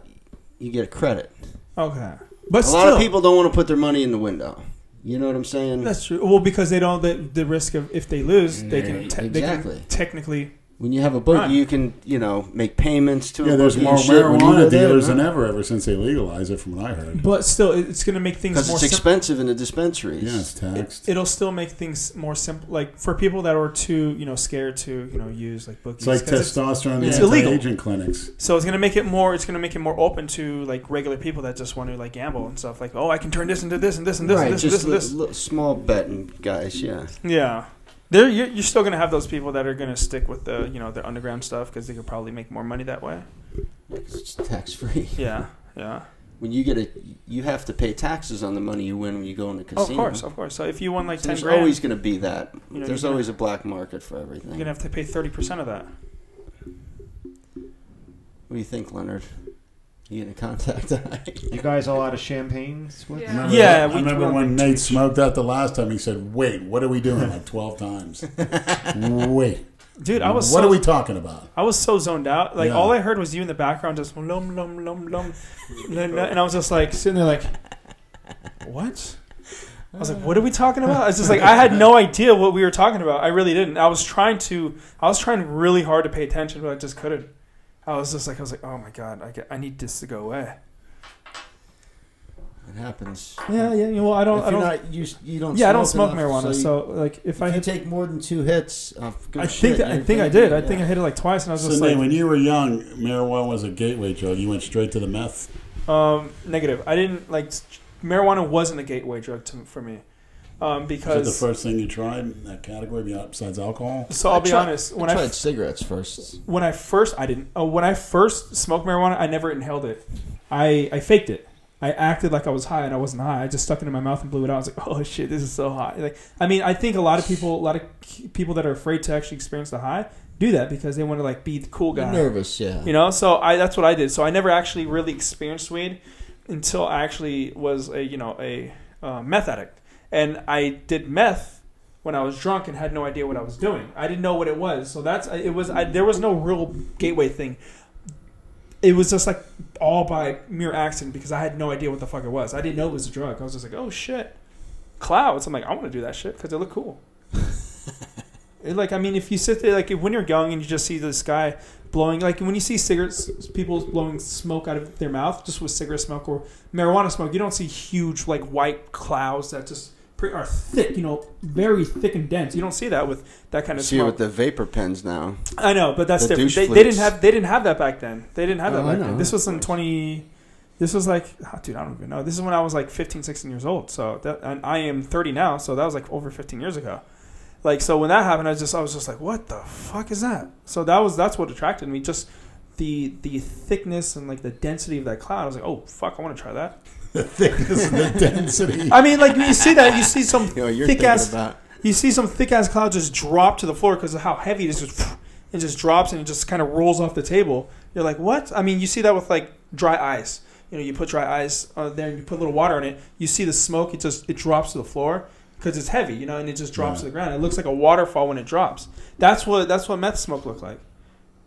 you get a credit.
okay, but
a
still,
lot of people don't want to put their money in the window. You know what I'm saying?
That's true. Well, because they don't the, the risk of if they lose, they
Yeah,
can te- they
Mm-hmm. exactly.
can technically.
when you have a bookie,
Right.
you can you know make payments to.
Yeah,
a
there's
bookie
more
and shit when you
marijuana
go there,
dealers
huh?
than ever ever since they legalized it, from what I heard.
But still, it- it's going to make things
because
more.
it's
simple.
expensive in the dispensaries.
Yeah, it's taxed.
It'll still make things more simple, like for people that were too, you know, scared to, you know, use like
it's
bookies.
like
'Cause it's-
testosterone in the
it's
anti
illegal.
aging clinics.
So it's gonna make it more. It's gonna make it more open to like regular people that just want to like gamble and stuff. Like, oh, I can turn this into this and this and this
right,
and this and
just
this and this.
li- li- small betting guys. Yeah,
yeah, there you're, you're still gonna have those people that are gonna stick with the you know their underground stuff because they could probably make more money that way.
it's tax free.
Yeah, yeah.
When you get a, you have to pay taxes on the money you win when you go in the
Oh,
casino.
of course, of course. So if you won like
So
ten
there's
grand,
always going to be that.
You know,
there's
you're gonna-
always a black market for everything.
you're gonna have to pay thirty percent of that.
what do you think, Leonard? You gonna contact I?
You guys all out of champagnes? What?
Yeah.
Remember
Yeah,
that? I
we-
remember
we-
when Nate smoked out the last time. He said, "Wait, what are we doing?" Like twelve times. Wait,
dude, I was
what
so,
are we talking about?
I was so zoned out. Like
Yeah.
all I heard was you in the background, just lum lum lum lum, and I was just like sitting there, like, what? I was like, what are we talking about? I was just like, I had no idea what we were talking about. I really didn't. I was trying to, I was trying really hard to pay attention, but I just couldn't. I was just like, I was like, oh my god, I, get, I need this to go away.
It happens.
Yeah, yeah. Well, I don't,
If
I
you're
don't.
not, you, you don't.
yeah, I don't smoke
enough,
marijuana, so,
you-
like if,
if
I
you
hit,
take more than two hits, of good
I
shit,
think that, I
you're
think I
gonna
did.
do
I
it,
think I
yeah.
hit it like twice, and I was
So
just
Nate,
like,
when you were young, marijuana was a gateway drug. You went straight to the meth.
Um, negative. I didn't like s- marijuana wasn't a gateway drug to, for me um,
Is that the
because.
first thing you tried in that category besides alcohol?
So I'll
I
be
tried-
honest. When
I
I,
tried
f-
cigarettes first.
when I first I didn't oh, when I first smoked marijuana I never inhaled it. I I faked it. I acted like I was high and I wasn't high. I just stuck it in my mouth and blew it out. I was like, oh shit, this is so hot. Like I mean I think a lot of people a lot of k- people that are afraid to actually experience the high do that because they want to like be the cool
You're
guy.
nervous, yeah.
You know, so I that's what I did. So I never actually really experienced weed until I actually was a you know a uh, meth addict, and I did meth when I was drunk and had no idea what I was doing. I didn't know what it was. So that's it was I, there was no real gateway thing. It was just like all by mere accident because I had no idea what the fuck it was. I didn't know it was a drug. I was just like, oh shit, clouds. I'm like, I want to do that shit because they look cool. It, like I mean, if you sit there, like if, when you're young and you just see this guy blowing, like when you see cigarettes, people blowing smoke out of their mouth just with cigarette smoke or marijuana smoke, you don't see huge like white clouds that just pre- are thick, you know, very thick and dense. You don't see that with that kind of
See it
smoke.
with the vapor pens now.
I know, but that's
the
different.
douche
They, they didn't
flutes.
have they didn't have that back then. They didn't have that
Oh, I
back
know.
then. This was in twenty. This was like, ah, dude, I don't even know. This is when I was like 15, 16 years old. So that, and I am thirty now. So that was like over fifteen years ago. Like so, when that happened, I just I was just like, what the fuck is that? So that was that's what attracted me. Just the the thickness and like the density of that cloud. I was like, oh fuck, I want to try that.
The thickness and the density.
I mean, like you see that you see some
You know, you're
thick
thinking
ass
about
you see some thick ass cloud just drop to the floor because of how heavy it is. Just, it just drops and it just kind of rolls off the table. You're like, what? I mean, you see that with like dry ice. You know, you put dry ice uh, there and you put a little water in it. You see the smoke. It just it drops to the floor because it's heavy. You know, and it just drops to the ground. It looks like a waterfall when it drops. That's what that's what meth smoke looked like.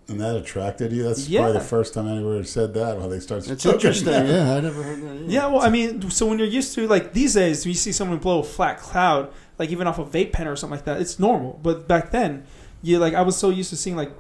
And that attracted you? That's
Yeah.
probably the first time anybody said that when they start
It's
smoking
interesting.
meth.
Yeah, I never heard that.
Yeah, well, I mean, so when you're used to like these days, you see someone blow a flat cloud, like even off a vape pen or something like that. It's normal, but back then, you like I was so used to seeing like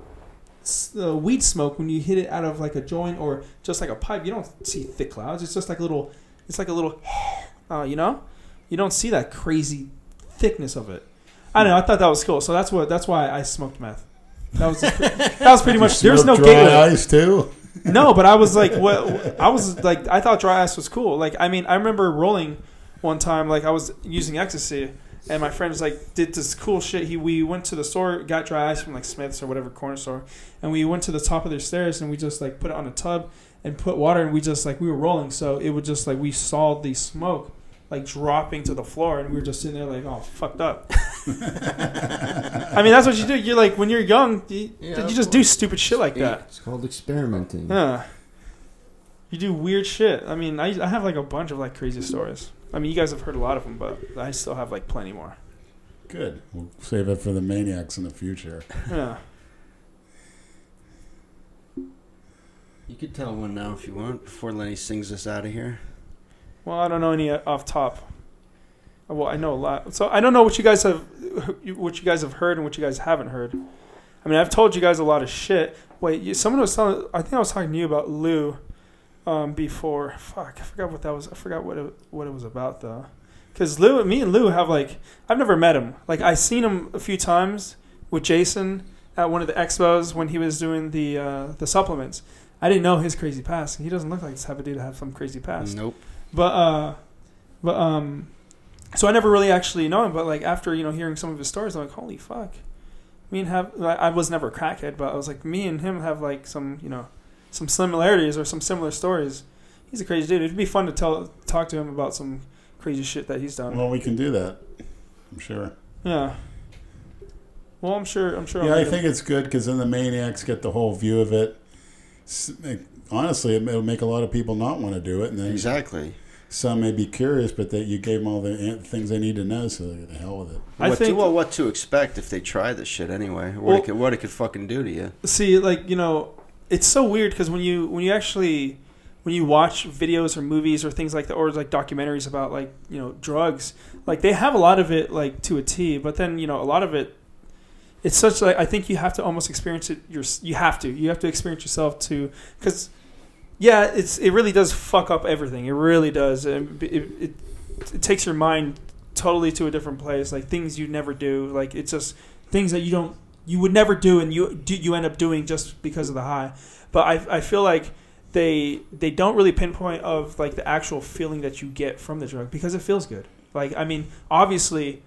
s- uh, weed smoke when you hit it out of like a joint or just like a pipe. You don't see thick clouds. It's just like little. It's like a little, uh, you know, you don't see that crazy thickness of it. I don't know. I thought that was cool, so that's what that's why I smoked meth. That was just pre- that was pretty much. There's no
Smoked dry
gateway.
ice, too?
No, but I was like, what? I was like, I thought dry ass was cool. Like, I mean, I remember rolling one time. Like, I was using ecstasy, and my friend was like, did this cool shit. He we went to the store, got dry ass from like Smith's or whatever corner store, and we went to the top of their stairs, and we just like put it on a tub and put water, and we just like we were rolling, so it would just like we saw the smoke like dropping to the floor, and we were just sitting there like, oh, fucked up. I mean, that's what you do. You're like when you're young, you,
Yeah,
you
of
just do stupid shit like that.
It's called experimenting.
Hmm.
Yeah. You do weird shit. I mean, I, I have like a bunch of like crazy stories. I mean, you guys have heard a lot of them, but I still have like plenty more.
Good. We'll save it for the maniacs in the future.
Yeah.
You could tell one now if you want before Lenny sings us out of here.
Well, I don't know any uh, off top. Uh, Well, I know a lot. So I don't know what you guys have, what you guys have heard and what you guys haven't heard. I mean, I've told you guys a lot of shit. Wait, you, someone was telling. I think I was talking to you about Lou, um, before. Fuck, I forgot what that was. I forgot what it, what it was about though. Cause Lou, me and Lou have like, I've never met him. Like I seen him a few times with Jason at one of the expos when he was doing the uh, the supplements. I didn't know his crazy past. He doesn't look like this type of dude to have some crazy past.
Nope.
But uh, but um, so I never really actually know him. But like after you know hearing some of his stories, I'm like, holy fuck. Me and have like, I was never a crackhead, but I was like, me and him have like some you know some similarities or some similar stories. He's a crazy dude. It'd be fun to tell talk to him about some crazy shit that he's done.
Well, we can do that. I'm sure.
yeah. Well, I'm sure. I'm sure. I'll
Yeah, I
meet him.
think it's good because then the maniacs get the whole view of it. S- it- Honestly, it- it'll make a lot of people not want to do it, and then
Exactly.
some may be curious, but that you gave them all the an- things they need to know, so they're the hell with it.
I
what
think-
to, well, what to expect if they try this shit anyway? What,
Well-
it could, what it could fucking do to you?
see like you know it's so weird because when you when you actually when you watch videos or movies or things like that or like documentaries about like you know drugs like they have a lot of it like to a t but then you know a lot of it it's such like i think you have to almost experience it your you have to you have to experience yourself to because yeah it's it really does fuck up everything it really does and it, it, it takes your mind totally to a different place like things you never do like it's just things that you don't you would never do and you do you end up doing just because of the high but i i feel like they they don't really pinpoint of like the actual feeling that you get from the drug because it feels good like i mean obviously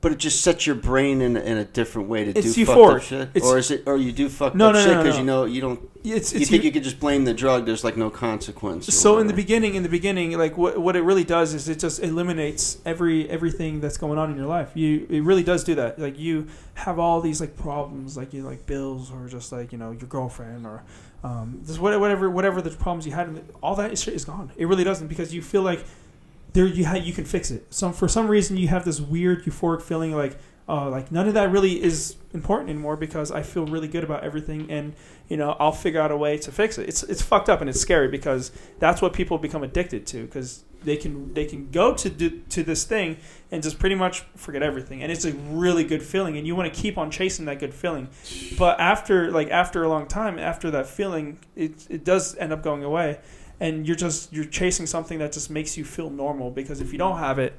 But it just sets your brain in, in a different way to
It's
do fucked
euphoric.
up shit,
It's-
or is it? Or you do fucked
No,
up
no, no,
shit
no,
because
no.
you know you don't.
it's, it's
you think you could just blame the drug? There's like no consequence. or
so in the
whatever.
beginning in the beginning like what, what it really does is it just eliminates every everything that's going on in your life you it really does do that like you have all these like problems like you like bills or just like you know your girlfriend or um, just what- whatever whatever the problems you had in the- all that shit is gone it really doesn't because you feel like there you ha- you can fix it some for some reason you have this weird euphoric feeling like uh, like none of that really is important anymore because I feel really good about everything and you know I'll figure out a way to fix it. It's it's fucked up and it's scary because that's what people become addicted to because they can they can go to do, to this thing and just pretty much forget everything and it's a really good feeling and you want to keep on chasing that good feeling but after like after a long time after that feeling it it does end up going away and you're just you're chasing something that just makes you feel normal because if you don't have it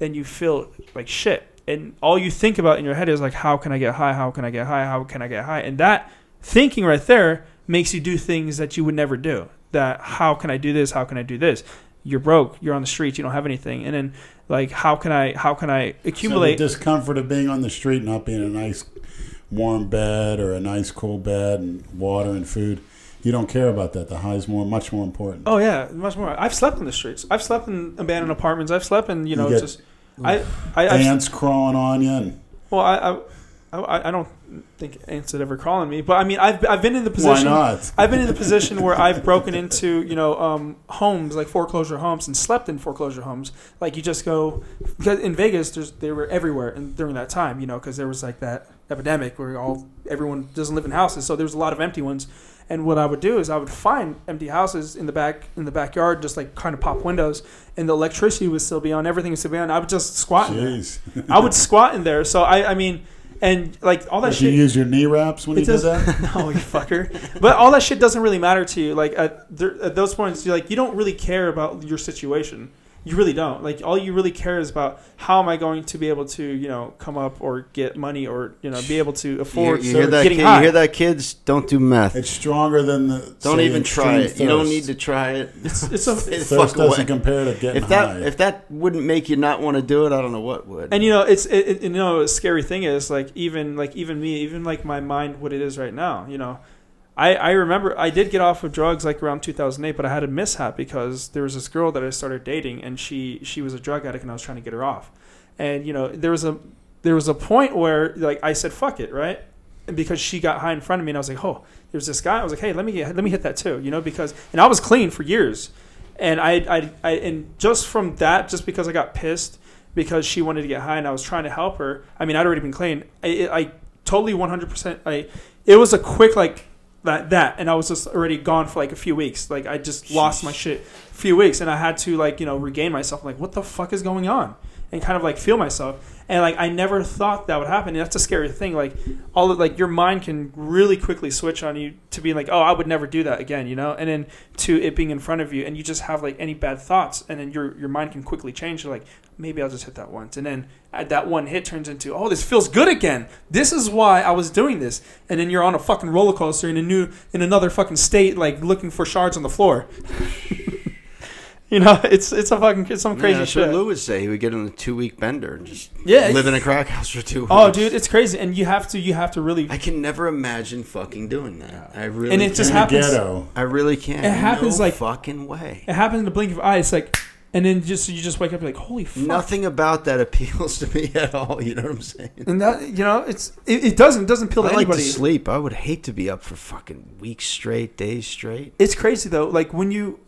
then you feel like shit and all you think about in your head is like how can i get high how can i get high how can i get high and that thinking right there makes you do things that you would never do that how can i do this how can i do this you're broke you're on the streets you don't have anything and then like how can i how can i accumulate
So the discomfort of being on the street, not being in a nice warm bed or a nice cool bed and water and food. You don't care about that. The high is more, much more important.
oh yeah much more i've slept in the streets i've slept in abandoned apartments i've slept in you know
get-
just i i I've,
Ants crawling on you, and
Well, I, I, I, I don't think ants would ever crawl on me, but I mean, I've, I've been in the
why
position.
not?
I've been in the position where I've broken into you know um, homes like foreclosure homes and slept in foreclosure homes. Like you just go because in Vegas, there's they were everywhere and during that time, you know, because there was like that epidemic where all everyone doesn't live in houses, so there was a lot of empty ones. And what I would do is I would find empty houses in the back in the backyard, just like kind of pop windows, and the electricity would still be on, everything would still be on. I would just squat. in there.
Jeez.
I would squat in there. So I, I mean, and like all that
Did you
shit.
use your knee wraps when
It
you did
does-
that?
no, you fucker. But all that shit doesn't really matter to you. Like at, there, at those points, you like you don't really care about your situation. You really don't. Like all you really care is about how am I going to be able to, you know, come up or get money or you know be able to
You hear,
afford.
you hear that?
getting
Kid, you
high.
hear that, kids? Don't do meth.
It's stronger than the.
don't
say,
even try it.
extreme
You don't
thirst.
need to try it.
It's, it's a,
Stay the
Thirst
fuck
doesn't
away.
compare to getting
If that
high.
if that wouldn't make you not want to do it, I don't know what would.
and you know it's it, it- you know a scary thing is like even like even me even like my mind what it is right now you know I, I remember I did get off of drugs like around 2008 but I had a mishap because there was this girl that I started dating and she she was a drug addict and I was trying to get her off and you know there was a there was a point where like I said fuck it right and because she got high in front of me and I was like oh there's this guy I was like hey let me get let me hit that too you know because and I was clean for years and I I, I and just from that just because I got pissed because she wanted to get high and I was trying to help her. I mean, I'd already been clean. I, I totally 100%. I it was a quick like that that and I was just already gone for like a few weeks. Like I just lost my shit a few weeks and I had to like, you know, regain myself like what the fuck is going on? And kind of like feel myself. And like I never thought that would happen. And that's a scary thing. Like all of, like your mind can really quickly switch on you to being like, "Oh, I would never do that again," you know? And then to it being in front of you and you just have like any bad thoughts and then your your mind can quickly change to like maybe I'll just hit that once. And then uh, that one hit turns into, oh, this feels good again. This is why I was doing this. And then you're on a fucking roller coaster in a new, in another fucking state, like looking for shards on the floor. you know, it's it's a fucking it's some
Yeah,
crazy
that's
shit.
what Lou would say. He would get on a two week bender and just
Yeah.
live in a crack house for two.
Oh,
weeks.
dude, it's crazy. And you have to you have to really.
I can never imagine fucking doing that. I really
And it just
in
can't.
the
happens-
ghetto.
I really can't.
it happens
No
like-
fucking way.
It happens in the blink of an eye. It's like, and then just you just wake up you're like, holy fuck.
Nothing about that appeals to me at all. You know what I'm saying?
And that you know, it's it, it doesn't it doesn't appeal
I
to
like to
anybody.
sleep. I would hate to be up for fucking weeks straight, days straight.
it's crazy though. Like when you,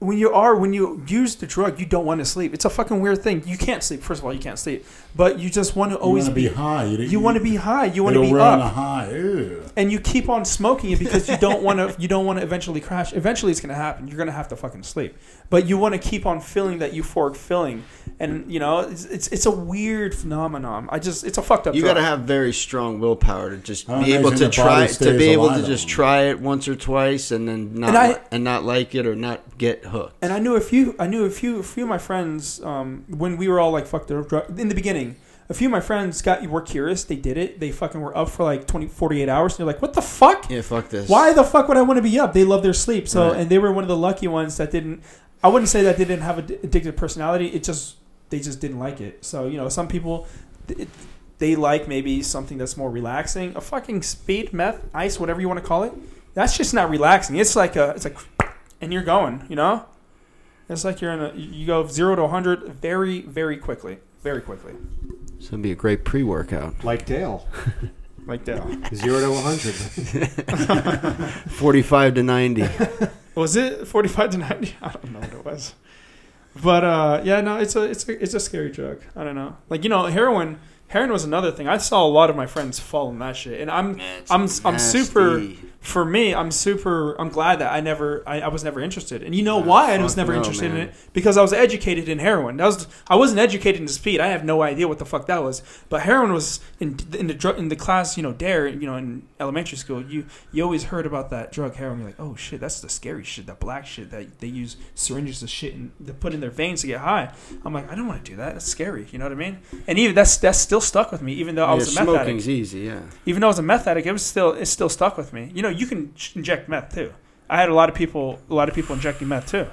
when you are when you use the drug, you don't want to sleep. It's a fucking weird thing. You can't sleep. First of all, you can't sleep, but you just want to always
you want to be, high.
You want to be high. You want to
it'll
be
run
up,
a high. Ew.
and you keep on smoking it because you don't want to. You don't want to eventually crash. Eventually, it's going to happen. You're going to have to fucking sleep, but you want to keep on feeling that euphoric feeling, and you know it's it's, it's a weird phenomenon. I just it's a fucked up.
You got
drug.
to have very strong willpower to just
I
be able
imagine
to
the
try
body
to
stays
be able
alive
to
on
just
it.
try it once or twice and then not
And I-
li- and not like it or not get hooked.
and I knew a few. I knew a few. A few of my friends um, when we were all like fucked up dr- in the beginning. A few of my friends got were curious. They did it. They fucking were up for like 20, 48 hours. And they're like, "What the fuck?
Yeah, fuck this.
Why the fuck would I want to be up?" They love their sleep. So,
Right.
and they were one of the lucky ones that didn't. I wouldn't say that they didn't have an addictive personality. It just they just didn't like it. So you know, some people th- it, they like maybe something that's more relaxing. A fucking speed, meth, ice, whatever you want to call it. That's just not relaxing. It's like a it's like and you're going, you know? It's like you're in a you go 0 to 100 very very quickly, very quickly.
This would be a great pre-workout.
Like Dale,
Like that.
zero to one hundred.
Forty-five to ninety.
Was it 45 to 90? I don't know what it was. But uh yeah, no, it's a it's a it's a scary drug. I don't know. Like, you know, heroin heroin was another thing. I saw a lot of my friends fall in that shit. And I'm I'm I'm super for me, I'm super. I'm glad that I never, I, I was never interested. And you know why I was
fuck
never
no,
interested
man.
in it? Because I was educated in heroin. That was, I wasn't educated in speed. I have no idea what the fuck that was. But heroin was in, in the drug in the class, you know, dare, you know, in elementary school. You you always heard about that drug heroin. You're like, oh shit, that's the scary shit, that black shit that they use syringes of shit and they put in their veins to get high. I'm like, I don't want to do that. That's scary. You know what I mean? And even that's that's still stuck with me, even though uh, I was a meth addict
smoking's easy. Yeah,
even though I was a meth addict, it was still it still stuck with me. You know, you can sh- inject meth too. I had a lot of people a lot of people injecting meth too.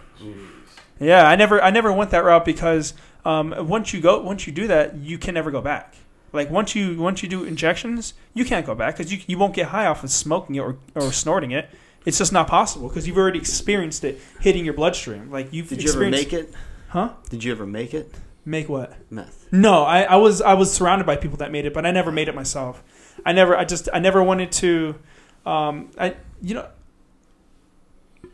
Yeah, I never I never went that route because um, once you go once you do that, you can never go back. Like once you once you do injections, you can't go back because you you won't get high off of smoking it or, or snorting it. It's just not possible because you've already experienced it hitting your bloodstream. Like you've
Did you ever
experienced,
make it?
huh?
Did you ever make it?
Make what?
Meth.
No, I, I was I was surrounded by people that made it, but I never made it myself. I never I just I never wanted to um I you know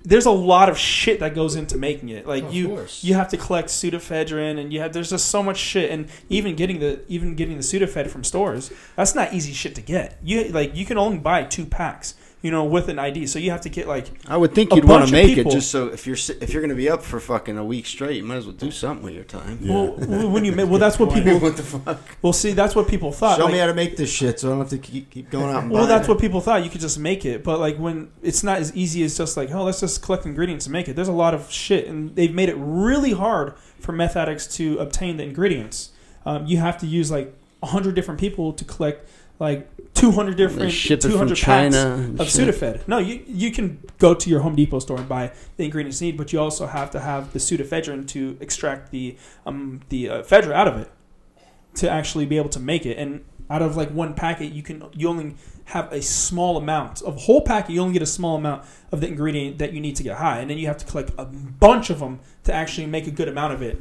there's a lot of shit that goes into making it. Like
Of
you
course.
you have to collect pseudoephedrine and you have there's just so much shit and even getting the even getting the pseudofed from stores, that's not easy shit to get. You like you can only buy two packs, you know, with an ID. So you have to get like
I would think
A
you'd want
bunch
to
of
make
people-
it just so if you're si- if you're going to be up for fucking a week straight, you might as well do something with your time.
Yeah.
well when you ma- well that's what people
what the fuck?
well see that's what people thought.
Show
like-
me how to make this shit, so I don't have to keep, keep going out and
Well,
buying
that's
it.
what people thought. You could just make it, but like when it's not as easy as just like, oh, let's just collect ingredients and make it. There's a lot of shit, and they've made it really hard for meth addicts to obtain the ingredients. Um, you have to use like 100 different people to collect like 200 different
They ship it
200
from
packs
China. and
of
shit.
Sudafed. No, you you can go to your Home Depot store and buy the ingredients you need, but you also have to have the pseudoephedrine to extract the um the uh, ephedra out of it to actually be able to make it. And out of like one packet, you can you only have a small amount of whole packet. You only get a small amount of the ingredient that you need to get high, and then you have to collect a bunch of them to actually make a good amount of it.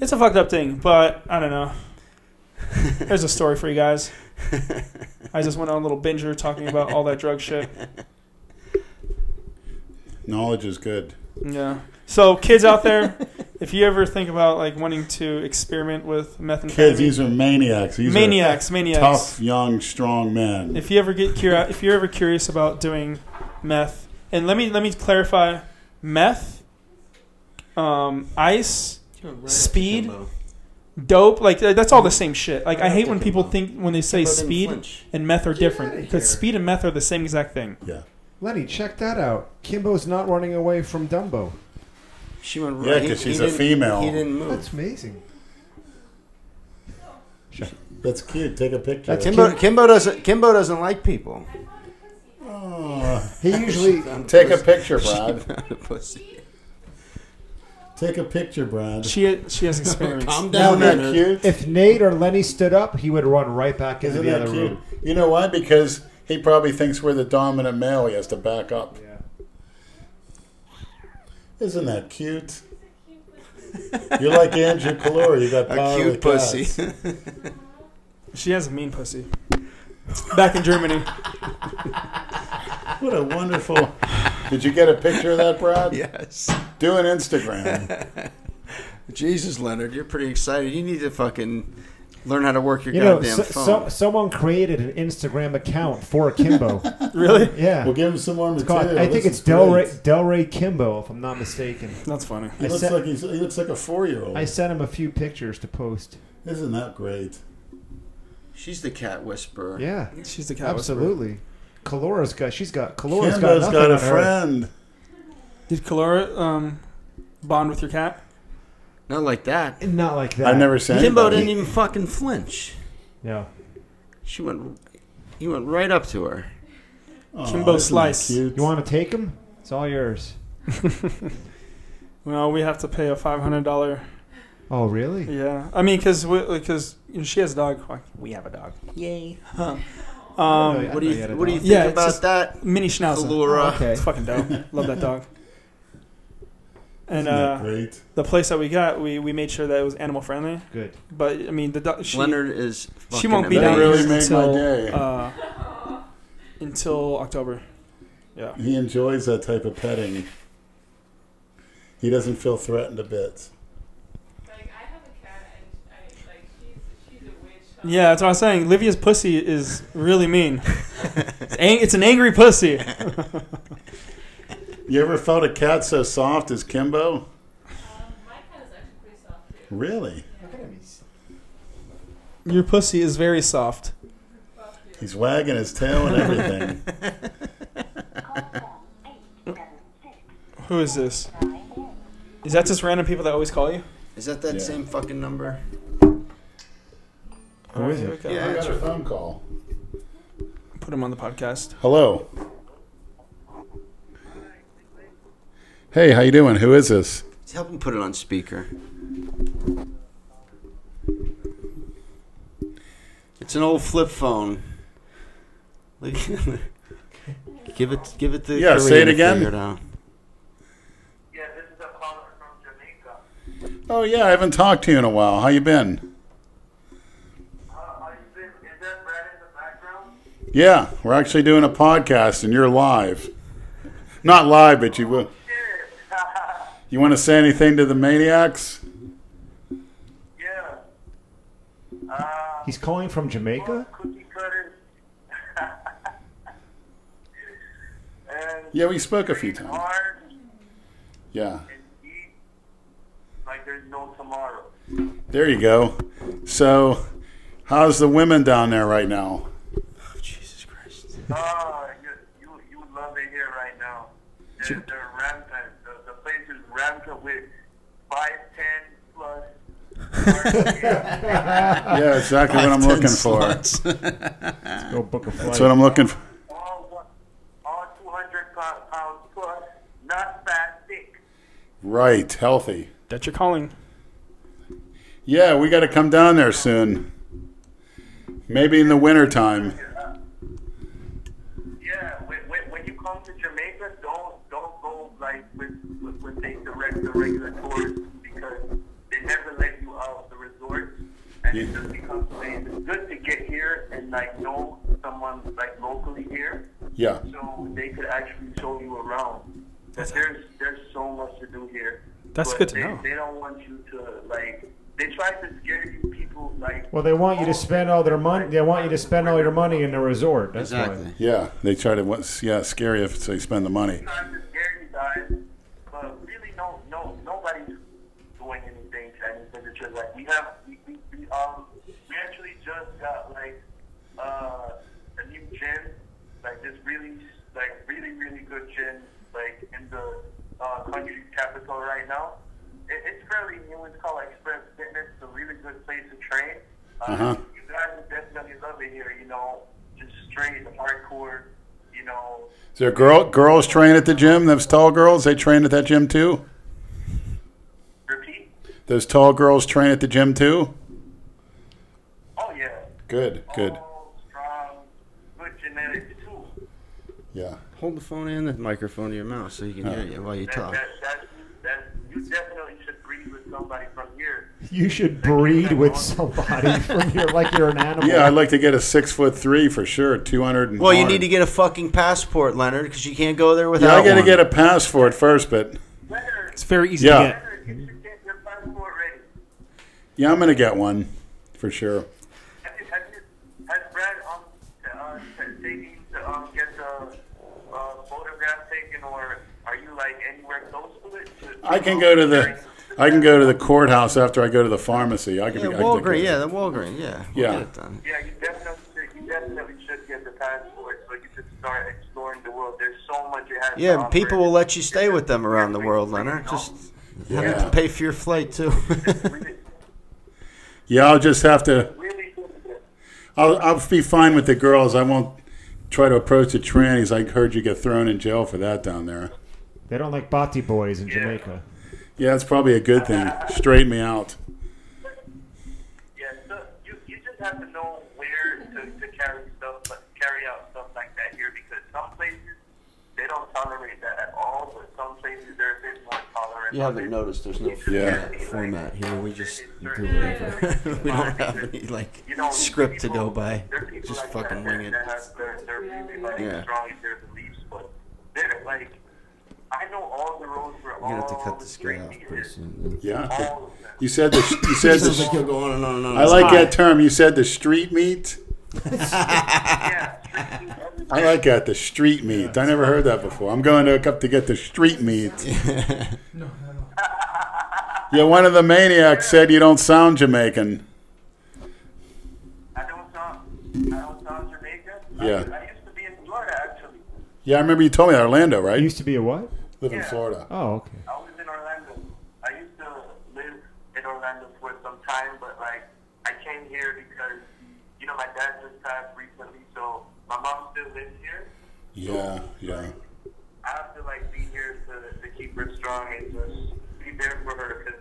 It's a fucked up thing, but I don't know. There's a story for you guys. I just went on a little binger talking about all that drug shit.
Knowledge is good.
Yeah. So kids out there, if you ever think about like wanting to experiment with methamphetamine,
Kids, these are maniacs. These
maniacs,
are
maniacs.
tough, young, strong men.
If you ever get curi- if you're ever curious about doing meth, and let me let me clarify, meth, um, ice, Speed? dope, like th- that's all the same shit. Like I hate when people think when they say speed and meth are different
outta
because
here.
speed and meth are the same exact thing.
yeah,
Lenny, check that out. Kimbo's not running away from Dumbo.
She went
Yeah,
right. he-
'cause
he
she's a
didn't-
female.
He didn't move.
That's amazing.
that's cute. Take a picture.
That's
Kimbo, Kimbo doesn't. Kimbo doesn't like people.
Oh,
He usually
take a picture, Brad.
Pussy.
Take a picture, Brad.
She she has experience.
Calm
Isn't
down,
that
man.
cute?
If Nate or Lenny stood up, he would run right back into
Isn't
the
that
other
cute?
room.
You know why? Because he probably thinks we're the dominant male. He has to back up.
Yeah.
Isn't that cute? You're like Andrew Calori. You got
A
power
cute
with cats.
pussy.
She has a mean pussy. Back in Germany.
What a wonderful Did you get a picture of that, Brad?
Yes.
Do an Instagram.
Jesus, Leonard, you're pretty excited. You need to fucking learn how to work your
You know,
goddamn
so,
phone.
so, someone created an Instagram account for Kimbo.
Really?
Yeah.
We'll give him some more
It's called-
material.
I think
This
it's
is great.
Delray, Delray Kimbo, if I'm not mistaken.
That's funny.
He
I
looks
sent-
like he's, he looks like a four year old.
I sent him a few pictures to post.
Isn't that great?
She's the cat whisperer.
Yeah,
She's the cat whisperer.
absolutely. Calora's got. She's got. Calora's got,
Kimbo's
nothing
got a
on her.
friend.
Did Kalora um, bond with your cat?
Not like that.
Not like that.
I've never seen
Kimbo
anybody.
didn't even fucking flinch.
No.
She went. He went right up to her.
Aw,
Kimbo
Oh, isn't that
Slice.
cute?
You want to take him? It's all yours.
Well, we have to pay a five hundred dollar.
Oh, really?
Yeah, I mean, cause we- like, cause you know, she has a dog. Like, We have a dog.
Yay!
Um,
What do you What do you think
Yeah, it's
about
just-
that,
mini schnauzer. Oh,
Allura?
Okay.
It's fucking dope. Love that dog. And
Isn't that
uh,
great?
the place that we got, we, we made sure that it was animal friendly.
Good.
But I mean, the dog. She,
Leonard is.
she
fucking
won't be
That
down
amazing.
really
here
made my
until,
day.
Uh, until October. Yeah.
He enjoys that type of petting. He doesn't feel threatened a bit.
Like I have a cat and I like she's she's a witch.
Yeah, that's what I'm saying. Livia's pussy is really mean. it's, ang- it's an angry pussy.
You ever felt a cat so soft as Kimbo?
my cat is actually pretty soft too.
Really?
Your pussy is very soft.
He's wagging his tail and everything.
Who is this? Is that just random people that always call you?
Is that that
Yeah.
same fucking number?
Who is it?
Yeah,
I
it's
got a phone call.
Put him on the podcast.
Hello. Hey, how you doing? Who is this?
Help him put it on speaker. It's an old flip phone. Look, give it, give it the.
Yeah, say it again.
Yeah, this is a caller from Jamaica.
Oh yeah, I haven't talked to you in a while. How you been?
Uh, are you been, is that Brad in the background?
Yeah, we're actually doing a podcast and you're live. Not live, but you will.
Shit.
You want to say anything to the maniacs?
yeah. Uh,
He's calling from Jamaica.
cookie cutters. and
Yeah, we spoke a few
it's
times.
hard
Yeah.
and eat like there's no tomorrow.
There you go. So, how's the women down there right now?
Jesus Christ!
Ah, you, you, you would love it here right now. They're, they're rampant. The, the place is rampant with 5, 10 plus.
Yeah, exactly what I'm looking for.
Go book a flight.
That's what I'm looking for.
all one, all 200 pound- pounds plus, not fat, thick.
Right, healthy.
That you're calling.
Yeah, we got to come down there soon. Maybe in the wintertime.
Yeah, when, when, when you come to Jamaica, don't don't go like with with, with they direct the regular tourists because they never let you out of the resort, and it
Yeah.
just becomes lame. It's good to get here and like know someone like locally here,
Yeah.
so they could actually show you around. That there's there's so much to do here.
That's
but
good to
they,
know.
They don't want you to like. They try to scare you people like.
Well, they want you to spend all their money. They want you to spend all your money in the resort. That's
Exactly.
why.
Yeah, they try to what's yeah, scary if they spend the money.
trying to scare you guys, but really, no, no, nobody's doing anything to anything that you're like. We have, we, we, we, um, we actually just got like uh, a new gym, like this really, like really, really good gym, like in the uh, country capital right now. It, it's fairly new. It's called Express Fitness. It's a really good place to train. Uh,
Uh-huh.
You guys would definitely love it here. You know, just straight hardcore. You know,
Is there girl girls train at the gym? Those tall girls, they train at that gym too.
repeat.
Those tall girls train at the gym too.
Oh yeah.
Good, good.
All strong, good genetics too.
Yeah.
Hold the phone and the microphone to your mouth Oh. so you can hear you while you
That,
talk.
that, that, that, you definitely should breed with somebody from here.
you should breed with somebody from your like you're an animal.
Yeah, I'd like to get a six foot three for sure. Two hundred.
Well, you need to get a fucking passport, Leonard, because you can't go there
Yeah,
without.
I got to
one.
get a pass for it first, but
Leonard,
It's very easy
Yeah.
to get.
Leonard, you should get your passport ready.
yeah, I'm gonna get one for sure.
Have you, have you, has Brad um, uh, taking to um, get the uh, photograph taken, or are you like anywhere close to it? To,
I can go to the, I can go to the courthouse after I go to the pharmacy. I can.
Yeah,
I can
Walgreens.
go-
Yeah, the Walgreens. Yeah. We'll
Yeah.
Get it done.
Yeah, you definitely should, you definitely should get the passport so you can start exploring the world. There's so much it has. to
Yeah.
offer.
People will let you stay with them around the world, Leonard. Just have
Yeah.
to pay for your flight too.
Really,
Yeah, I'll just have to.
really
I'll, I'll be fine with the girls. I won't try to approach the trannies. I heard you get thrown in jail for that down there.
They don't like Bati boys in Jamaica.
Yeah, it's probably a good thing. Straighten me out.
Yeah, so you, you just have to know where to, to carry stuff, but carry out stuff like that here because some places they don't tolerate that at all, but some places they're a bit more tolerant.
you haven't noticed there's no
Yeah.
format here. We just do whatever. we don't have any like
You know,
script to
people-
go by.
there are people
Just
like
fucking
that,
wing it.
That have their, their really like
Yeah.
strong in their beliefs, but they're like, I know all the roads for all.
We're gonna have to cut
the
this guy off pretty
streets.
soon.
Yeah.
All of them.
You said the. You said the.
you'll go on and on and on.
I like that term. You said the street meat.
Yeah, street food, everything.
I like that. The street meat. I never heard that before. I'm going to a cup to get the street meat. Yeah, one of the maniacs said you don't sound Jamaican.
I don't sound, I don't sound Jamaican. I-
Yeah.
I used to be in Florida actually.
Yeah, I remember you told me that, Orlando,
I
right?
used to be a what?
Live in
Yeah.
Florida.
Oh, okay.
I was in Orlando. I used to live in Orlando for some time, but like I came here because you know my dad just passed recently, so my mom still lives here.
Yeah, yeah.
I have to like be here to, to keep her strong and just be there for her because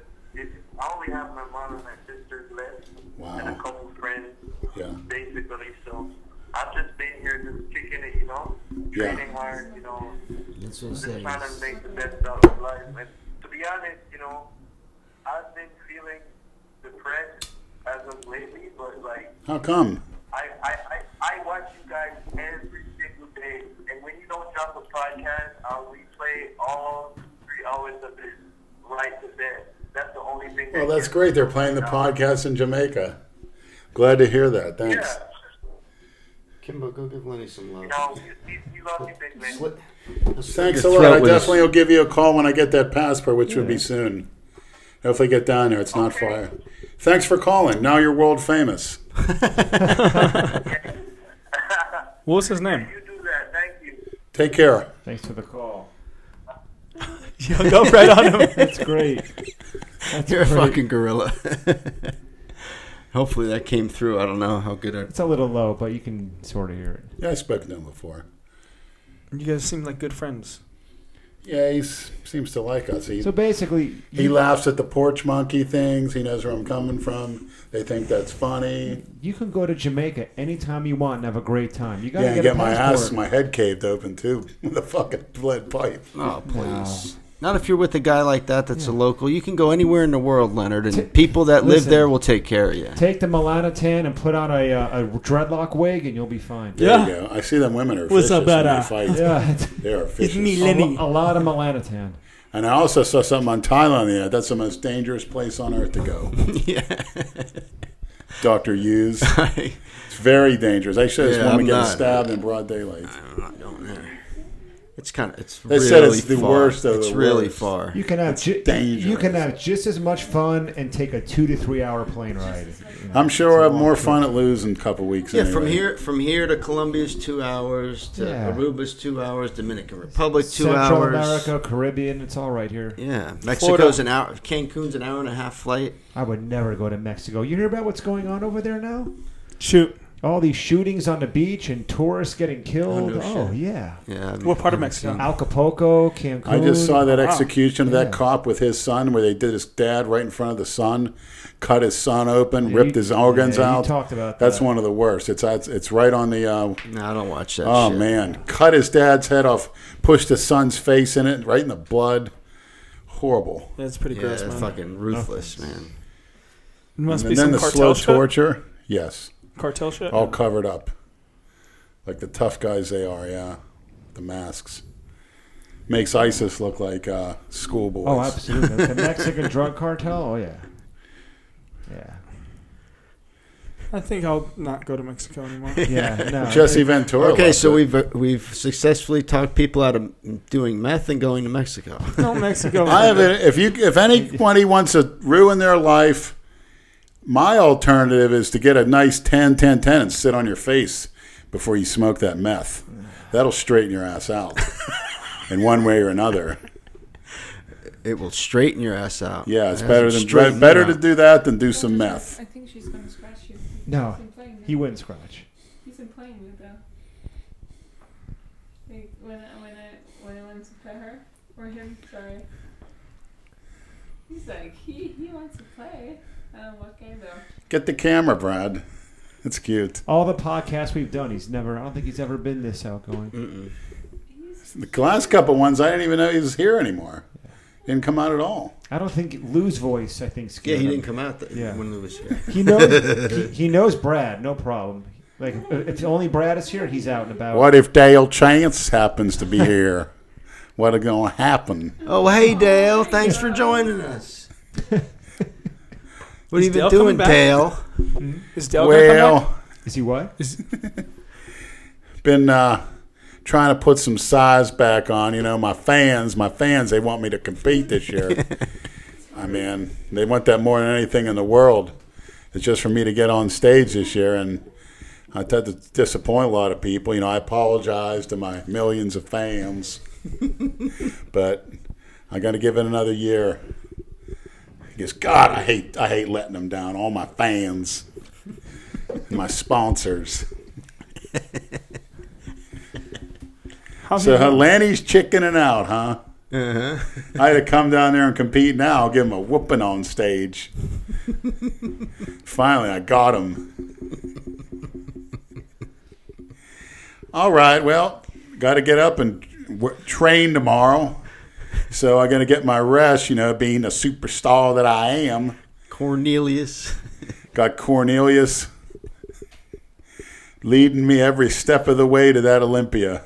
I only have my mom and my sisters left and a
Wow.
couple friends,
Yeah.
basically. So I've just been here just kicking it, you know,
Yeah.
training hard, you know,
That's what I
just
said.
trying to make the best out of life. And to be honest, you know, I've been feeling depressed as of lately, but like
How come?
I, I, I, I watch you guys every single day, and when you don't drop a podcast, I'll replay all three hours of it right to bed. That's the only
Oh,
thing.
Well,
that
that's
gets
great.
me.
They're playing the podcast in Jamaica. Glad to hear that.
Yeah,
Thanks.
Kimbo, go give Lenny some love.
you know, we, we- we love you, big man.
Sli-
Thanks a
Your
lot.
throat
I
was-
definitely will give you a call when I get that passport, which would be soon. Hopefully, get down there. It's not far. Thanks for calling. Now you're world famous.
What was his name?
You do that. Thank you.
Take care.
Thanks for the call.
You hung right on him.
That's great. That's
You're a
great.
fucking gorilla. Hopefully that came through. I don't know how good I.
It's a little low, but you can sort of hear it.
Yeah, I spoke to him before.
You guys seem like good friends.
Yeah, he s- seems to like us. He,
So basically,
he laughs at the porch monkey things. He knows where I'm coming from. They think that's funny.
you can go to Jamaica anytime you want and have a great time. You gotta
Yeah, and
get,
get,
a
my
passport.
ass, my head caved open too with a fucking lead pipe.
Oh please. Not if you're with a guy like that that's a local. You can go anywhere in the world, Leonard, and people that live
listen.
there will take care of you.
Take the Milana tan and put on a, uh, a dreadlock wig, and you'll be fine.
There
Yeah.
you go. I see them women are
What's
vicious
up,
when
Ada?
they fight.
Yeah,
They are vicious.
a, lo- a lot of Milana tan.
And I also saw something on Thailand the other. That's the most dangerous place on earth to go.
yeah.
Doctor Hughes.
I,
It's very dangerous. I should
Yeah,
this woman
I'm
getting
not-
stabbed in broad daylight.
I'm not going there. It's kind of it's.
They
really
said it's the
far.
worst of
It's
the
really
worst.
far.
You can have ju-
dangerous.
you can have just as much fun and take a two to three hour plane ride. You know,
I'm sure
it's a
we'll have
long
more
trip.
fun at Lou's in a couple weeks.
Yeah,
anyway.
from here from here to Colombia's two hours to
Yeah.
Aruba's two hours, Dominican Republic two
Central
hours.
America, Caribbean, it's all right here.
Yeah, Mexico's an hour. Cancun's an hour and a half flight.
I would never go to Mexico. You hear about what's going on over there now?
Shoot.
All these shootings on the beach and tourists getting killed.
no
Oh,
shit.
yeah.
Yeah.
What part of Mexico?
Acapulco, Cancun.
Oh. I just saw that
Wow.
execution of that
Yeah.
cop with his son, where they did his dad right in front of the son, cut his son open,
Yeah,
ripped
you-
his organs
yeah, you
out.
talked about
That's
that.
one of the worst. It's it's, it's right on the. Uh,
No, I don't watch that.
oh
shit.
man, cut his dad's head off, pushed his son's face in it, right in the blood. Horrible.
That's pretty
Yeah,
gross, man.
Oh.
fucking ruthless, man.
It must
and
be
then
some
the
cartel
slow Oh.
shit.
torture. Yes,
Cartel shit.
all covered up, like the tough guys they are. Yeah, the masks makes ISIS look like uh, schoolboys.
Oh, absolutely. the Mexican drug cartel. Oh yeah. Yeah.
I think I'll not go to Mexico anymore.
Yeah. No,
Jesse Ventura.
Okay,
loved
so
it.
we've uh, we've successfully talked people out of doing meth and going to Mexico.
no Mexico.
I have it. If you, if anybody wants to ruin their life, my alternative is to get a nice 10, 10, 10 and sit on your face before you smoke that meth. That'll straighten your ass out in one way or another.
It will straighten your ass out.
Yeah, it's
It
better
will
than
straighten
better
you
to
out.
do that than do some meth.
I think she's gonna scratch you.
No.
He's been playing with
He wouldn't scratch.
He's been playing with though. Like when I when I when I went to play her or him, sorry. He's like he he wants to play. I don't know what game though.
Get the camera, Brad. It's cute.
All the podcasts we've done, he's never. I don't think he's ever been this outgoing.
The last couple ones, I didn't even know he was here anymore. Didn't come out at all.
I don't think Lou's voice. I think
Yeah,
scared
he
him.
didn't come out th-
Yeah.
when Lou was here.
He knows. he, he knows Brad. No problem. Like if only Brad is here, he's out and about.
What if Dale Chance happens to be here? What's going to happen?
Oh, hey, Dale. Thanks for joining us. What
Is
have you been
Dale
doing,
coming back?
Dale?
Is Dale gonna come
well,
Is he? What?
been uh, trying to put some size back on. You know, my fans, my fans, they want me to compete this year. I mean, they want that more than anything in the world. It's just for me to get on stage this year, and I tend to disappoint a lot of people. You know, I apologize to my millions of fans, but I got to give it another year. Because God, I hate I hate letting them down. All my fans, my sponsors.
back? How's
So
he-
Lanny's chickening out, huh?
Uh-huh.
I had to come down there and compete now, give him a whooping on stage. Finally, I got him. All right, well, got to get up and w- train tomorrow. So I'm going to get my rest, you know, being the superstar that I am.
Cornelius.
Got Cornelius leading me every step of the way to that Olympia.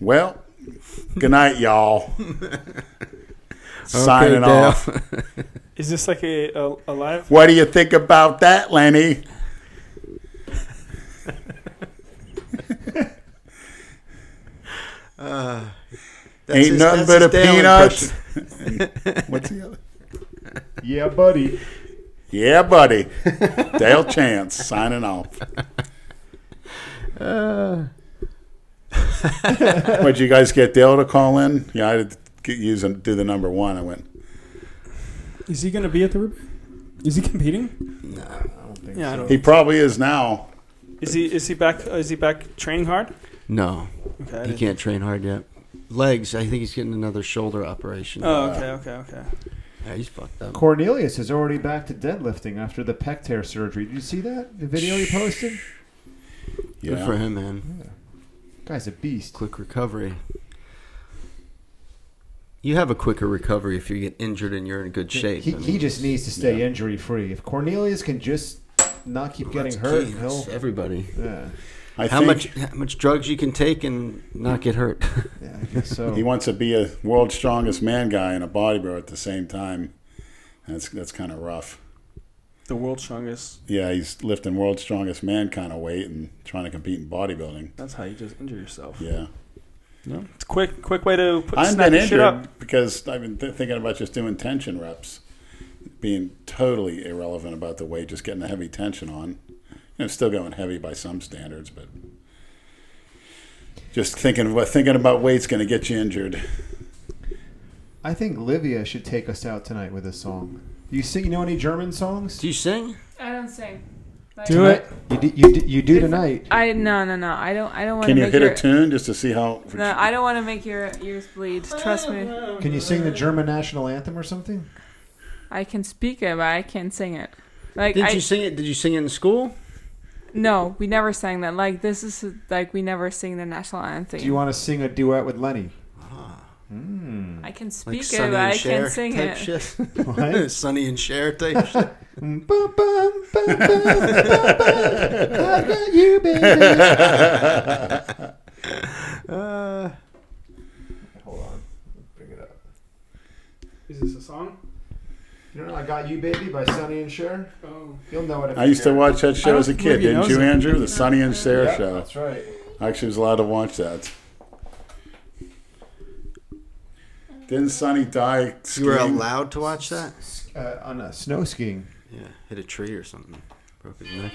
well, good night, y'all. Signing
Okay, Dale.
off.
Is this like a, a, a live?
What do you think about that, Lenny?
Uh, That's
Ain't
his-
nothing
that's
but
his
a
Dale
peanut.
impression.
What's the other?
Yeah, buddy.
Yeah, buddy. Dale Chance signing off.
Uh,
What'd you guys get Dale to call in? Yeah, I did get, use and do the number one. I went.
Is he gonna be at the? Rib- Is he competing?
I don't think
Yeah, I
so.
He probably is now.
Is he is he back? Is he back training hard?
No,
Okay. I
he
didn't-
can't train hard yet. Legs. I think he's getting another shoulder operation.
Oh, okay, okay, okay.
Yeah, he's fucked up.
Cornelius is already back to deadlifting after the pec tear surgery. Did you see that? The video he posted.
Good
Yeah.
for him, man.
Guy's a beast.
Quick recovery. You have a quicker recovery if you get injured and you're in good shape.
He,
I
he
mean,
just needs to stay
Yeah.
injury free. If Cornelius can just not keep
that's
getting hurt,
key.
he'll.
That's everybody.
Yeah,
I
How
think
much how much drugs you can take and not get hurt?
yeah, I guess so.
he wants to be a world's strongest man guy and a bodybuilder at the same time. That's that's kind of rough.
The world's strongest.
Yeah, he's lifting world's strongest man kind of weight and trying to compete in bodybuilding.
That's how you just injure yourself.
Yeah.
It's a quick, quick way to put
I've
snap
been
your shit up.
injured because I've been th- thinking about just doing tension reps, being totally irrelevant about the weight, just getting a heavy tension on. You know, still going heavy by some standards, but just thinking about thinking about weight's going to get you injured.
I think Livia should take us out tonight with a song. You sing? You know any German songs?
Do you sing?
I don't sing. Like,
Do it.
You do, you do, you do tonight.
I no no no. I don't I don't want to
Can you
make
hit
your
a tune just to see how?
no. I don't want to make your ears bleed. Trust me.
Can you sing the German national anthem or something?
I can speak it, but I can't sing it. Like
Did
I
you sing it? Did you sing it in school?
no, we never sang that. Like this is like we never sing the national anthem.
Do you want to sing a duet with Lenny?
I can
Like
speak it,
Sonny
but I
and Cher
can't sing
type
it.
shit.
What?
Sonny and Cher type shit.
Bum, bum, bum, bum, bum, bum. I've got you, baby.
Uh,
Hold on. Bring it up.
is this a song?
You know, I Got You Baby by Sonny and Cher.
Oh.
You'll know it if
I used to
hear it.
watch that show
don't
as a
think
kid,
Olivia
didn't
knows
you,
it.
Andrew? The Sonny and Sarah
Yeah,
show.
That's right.
I actually was allowed to watch that. Didn't Sonny die?
You were
skiing?
allowed to watch that?
Uh, on a snow skiing.
Yeah, hit a tree or something. Broke his neck.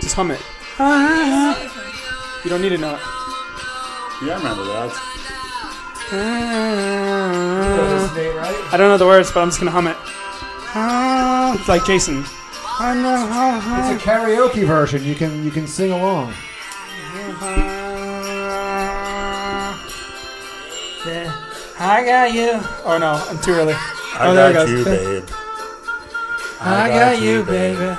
Just hum it. You don't need to know it.
Yeah, I remember that.
I
Isn't it right?
don't know the words, but I'm just gonna hum it. It's like Jason.
It's a karaoke version. You can you can sing along.
I got you. Oh no, I'm too early.
I
Oh, there it
got
goes.
you, babe.
I got you, baby.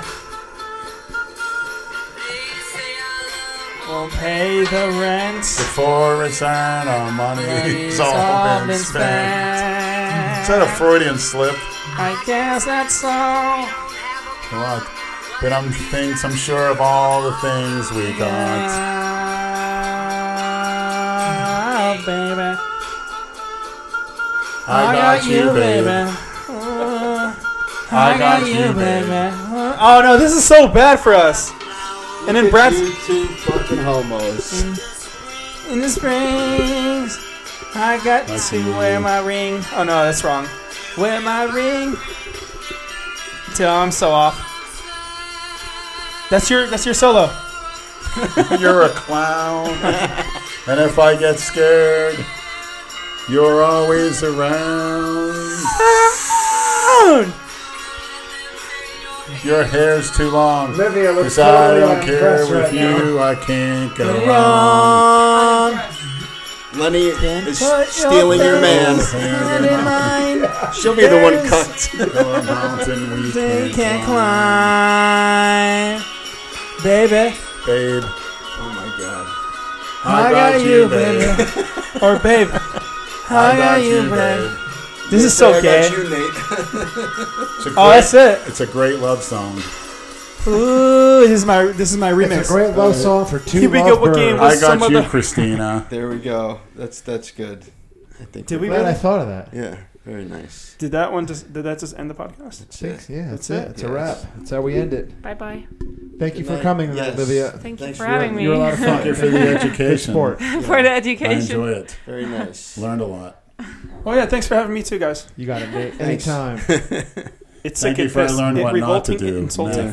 Won't pay the rent.
Before it's earned, our money's
Money's
all been spent. Is that a
spent.
Freudian slip?
I guess that's so.
What? But I'm thinks I'm sure of all the things we got.
Oh, baby.
I got you, baby. I got you, baby.
Oh no, this is so bad for us. And then Brad's
two fucking homos.
in the springs. I got
Nice
to
and
wear
warm.
my ring. Oh no, that's wrong. Wear my ring. Till I'm so off. That's your that's your solo.
You're a clown. and if I get scared, you're always around. Your hair's too long.
Olivia looks
Cause I
totally
don't care
unimpressed
with
right now.
you, I can't go wrong.
Lenny is
Put your
stealing your man.
face
man.
in mine.
She'll be the one cunt.
Go a mountain we
They
can't,
can't
climb.
climb, baby.
Babe,
Oh my god.
I, got, you, babe.
or babe.
I
I got you, babe. This is so
I
gay.
got you, Nate.
It's a, great,
Oh, that's it.
it's a great love song.
Ooh, this is my this is my remix.
It's a great love song for two
Here we go
love birds.
again with-
I got
some of
you,
the-
Christina.
There we go. That's that's good. I think.
Did
we're-
we
Glad I
really?
thought of that.
Yeah. Very nice.
Did that one just? Did that just end the podcast?
Six, yeah, that's,
That's
it.
it.
It's a wrap. That's how we end it.
Bye bye.
Thank you
Good
for
night.
coming,
Yes.
Olivia.
Thank you
Thanks
for
for
having
having
me.
You're a lot of fun.
Thank you for the
Good
education.
sport.
for the
I
education.
enjoy it.
Very nice.
Learned a lot.
Oh yeah, thanks for having me too, guys.
You got it, Nate.
Thanks.
Anytime.
It's
Thank
sick,
you
it
for
pissed,
learning
it
what not to
revolting, it
do.
Insulting.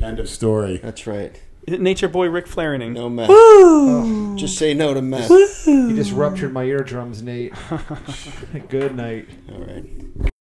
Nah. End of story.
That's right.
Nature boy Rick Flairing.
No meth.
Woo!
Just say no to meth.
Oh, you just ruptured my eardrums, Nate. Good night.
All right.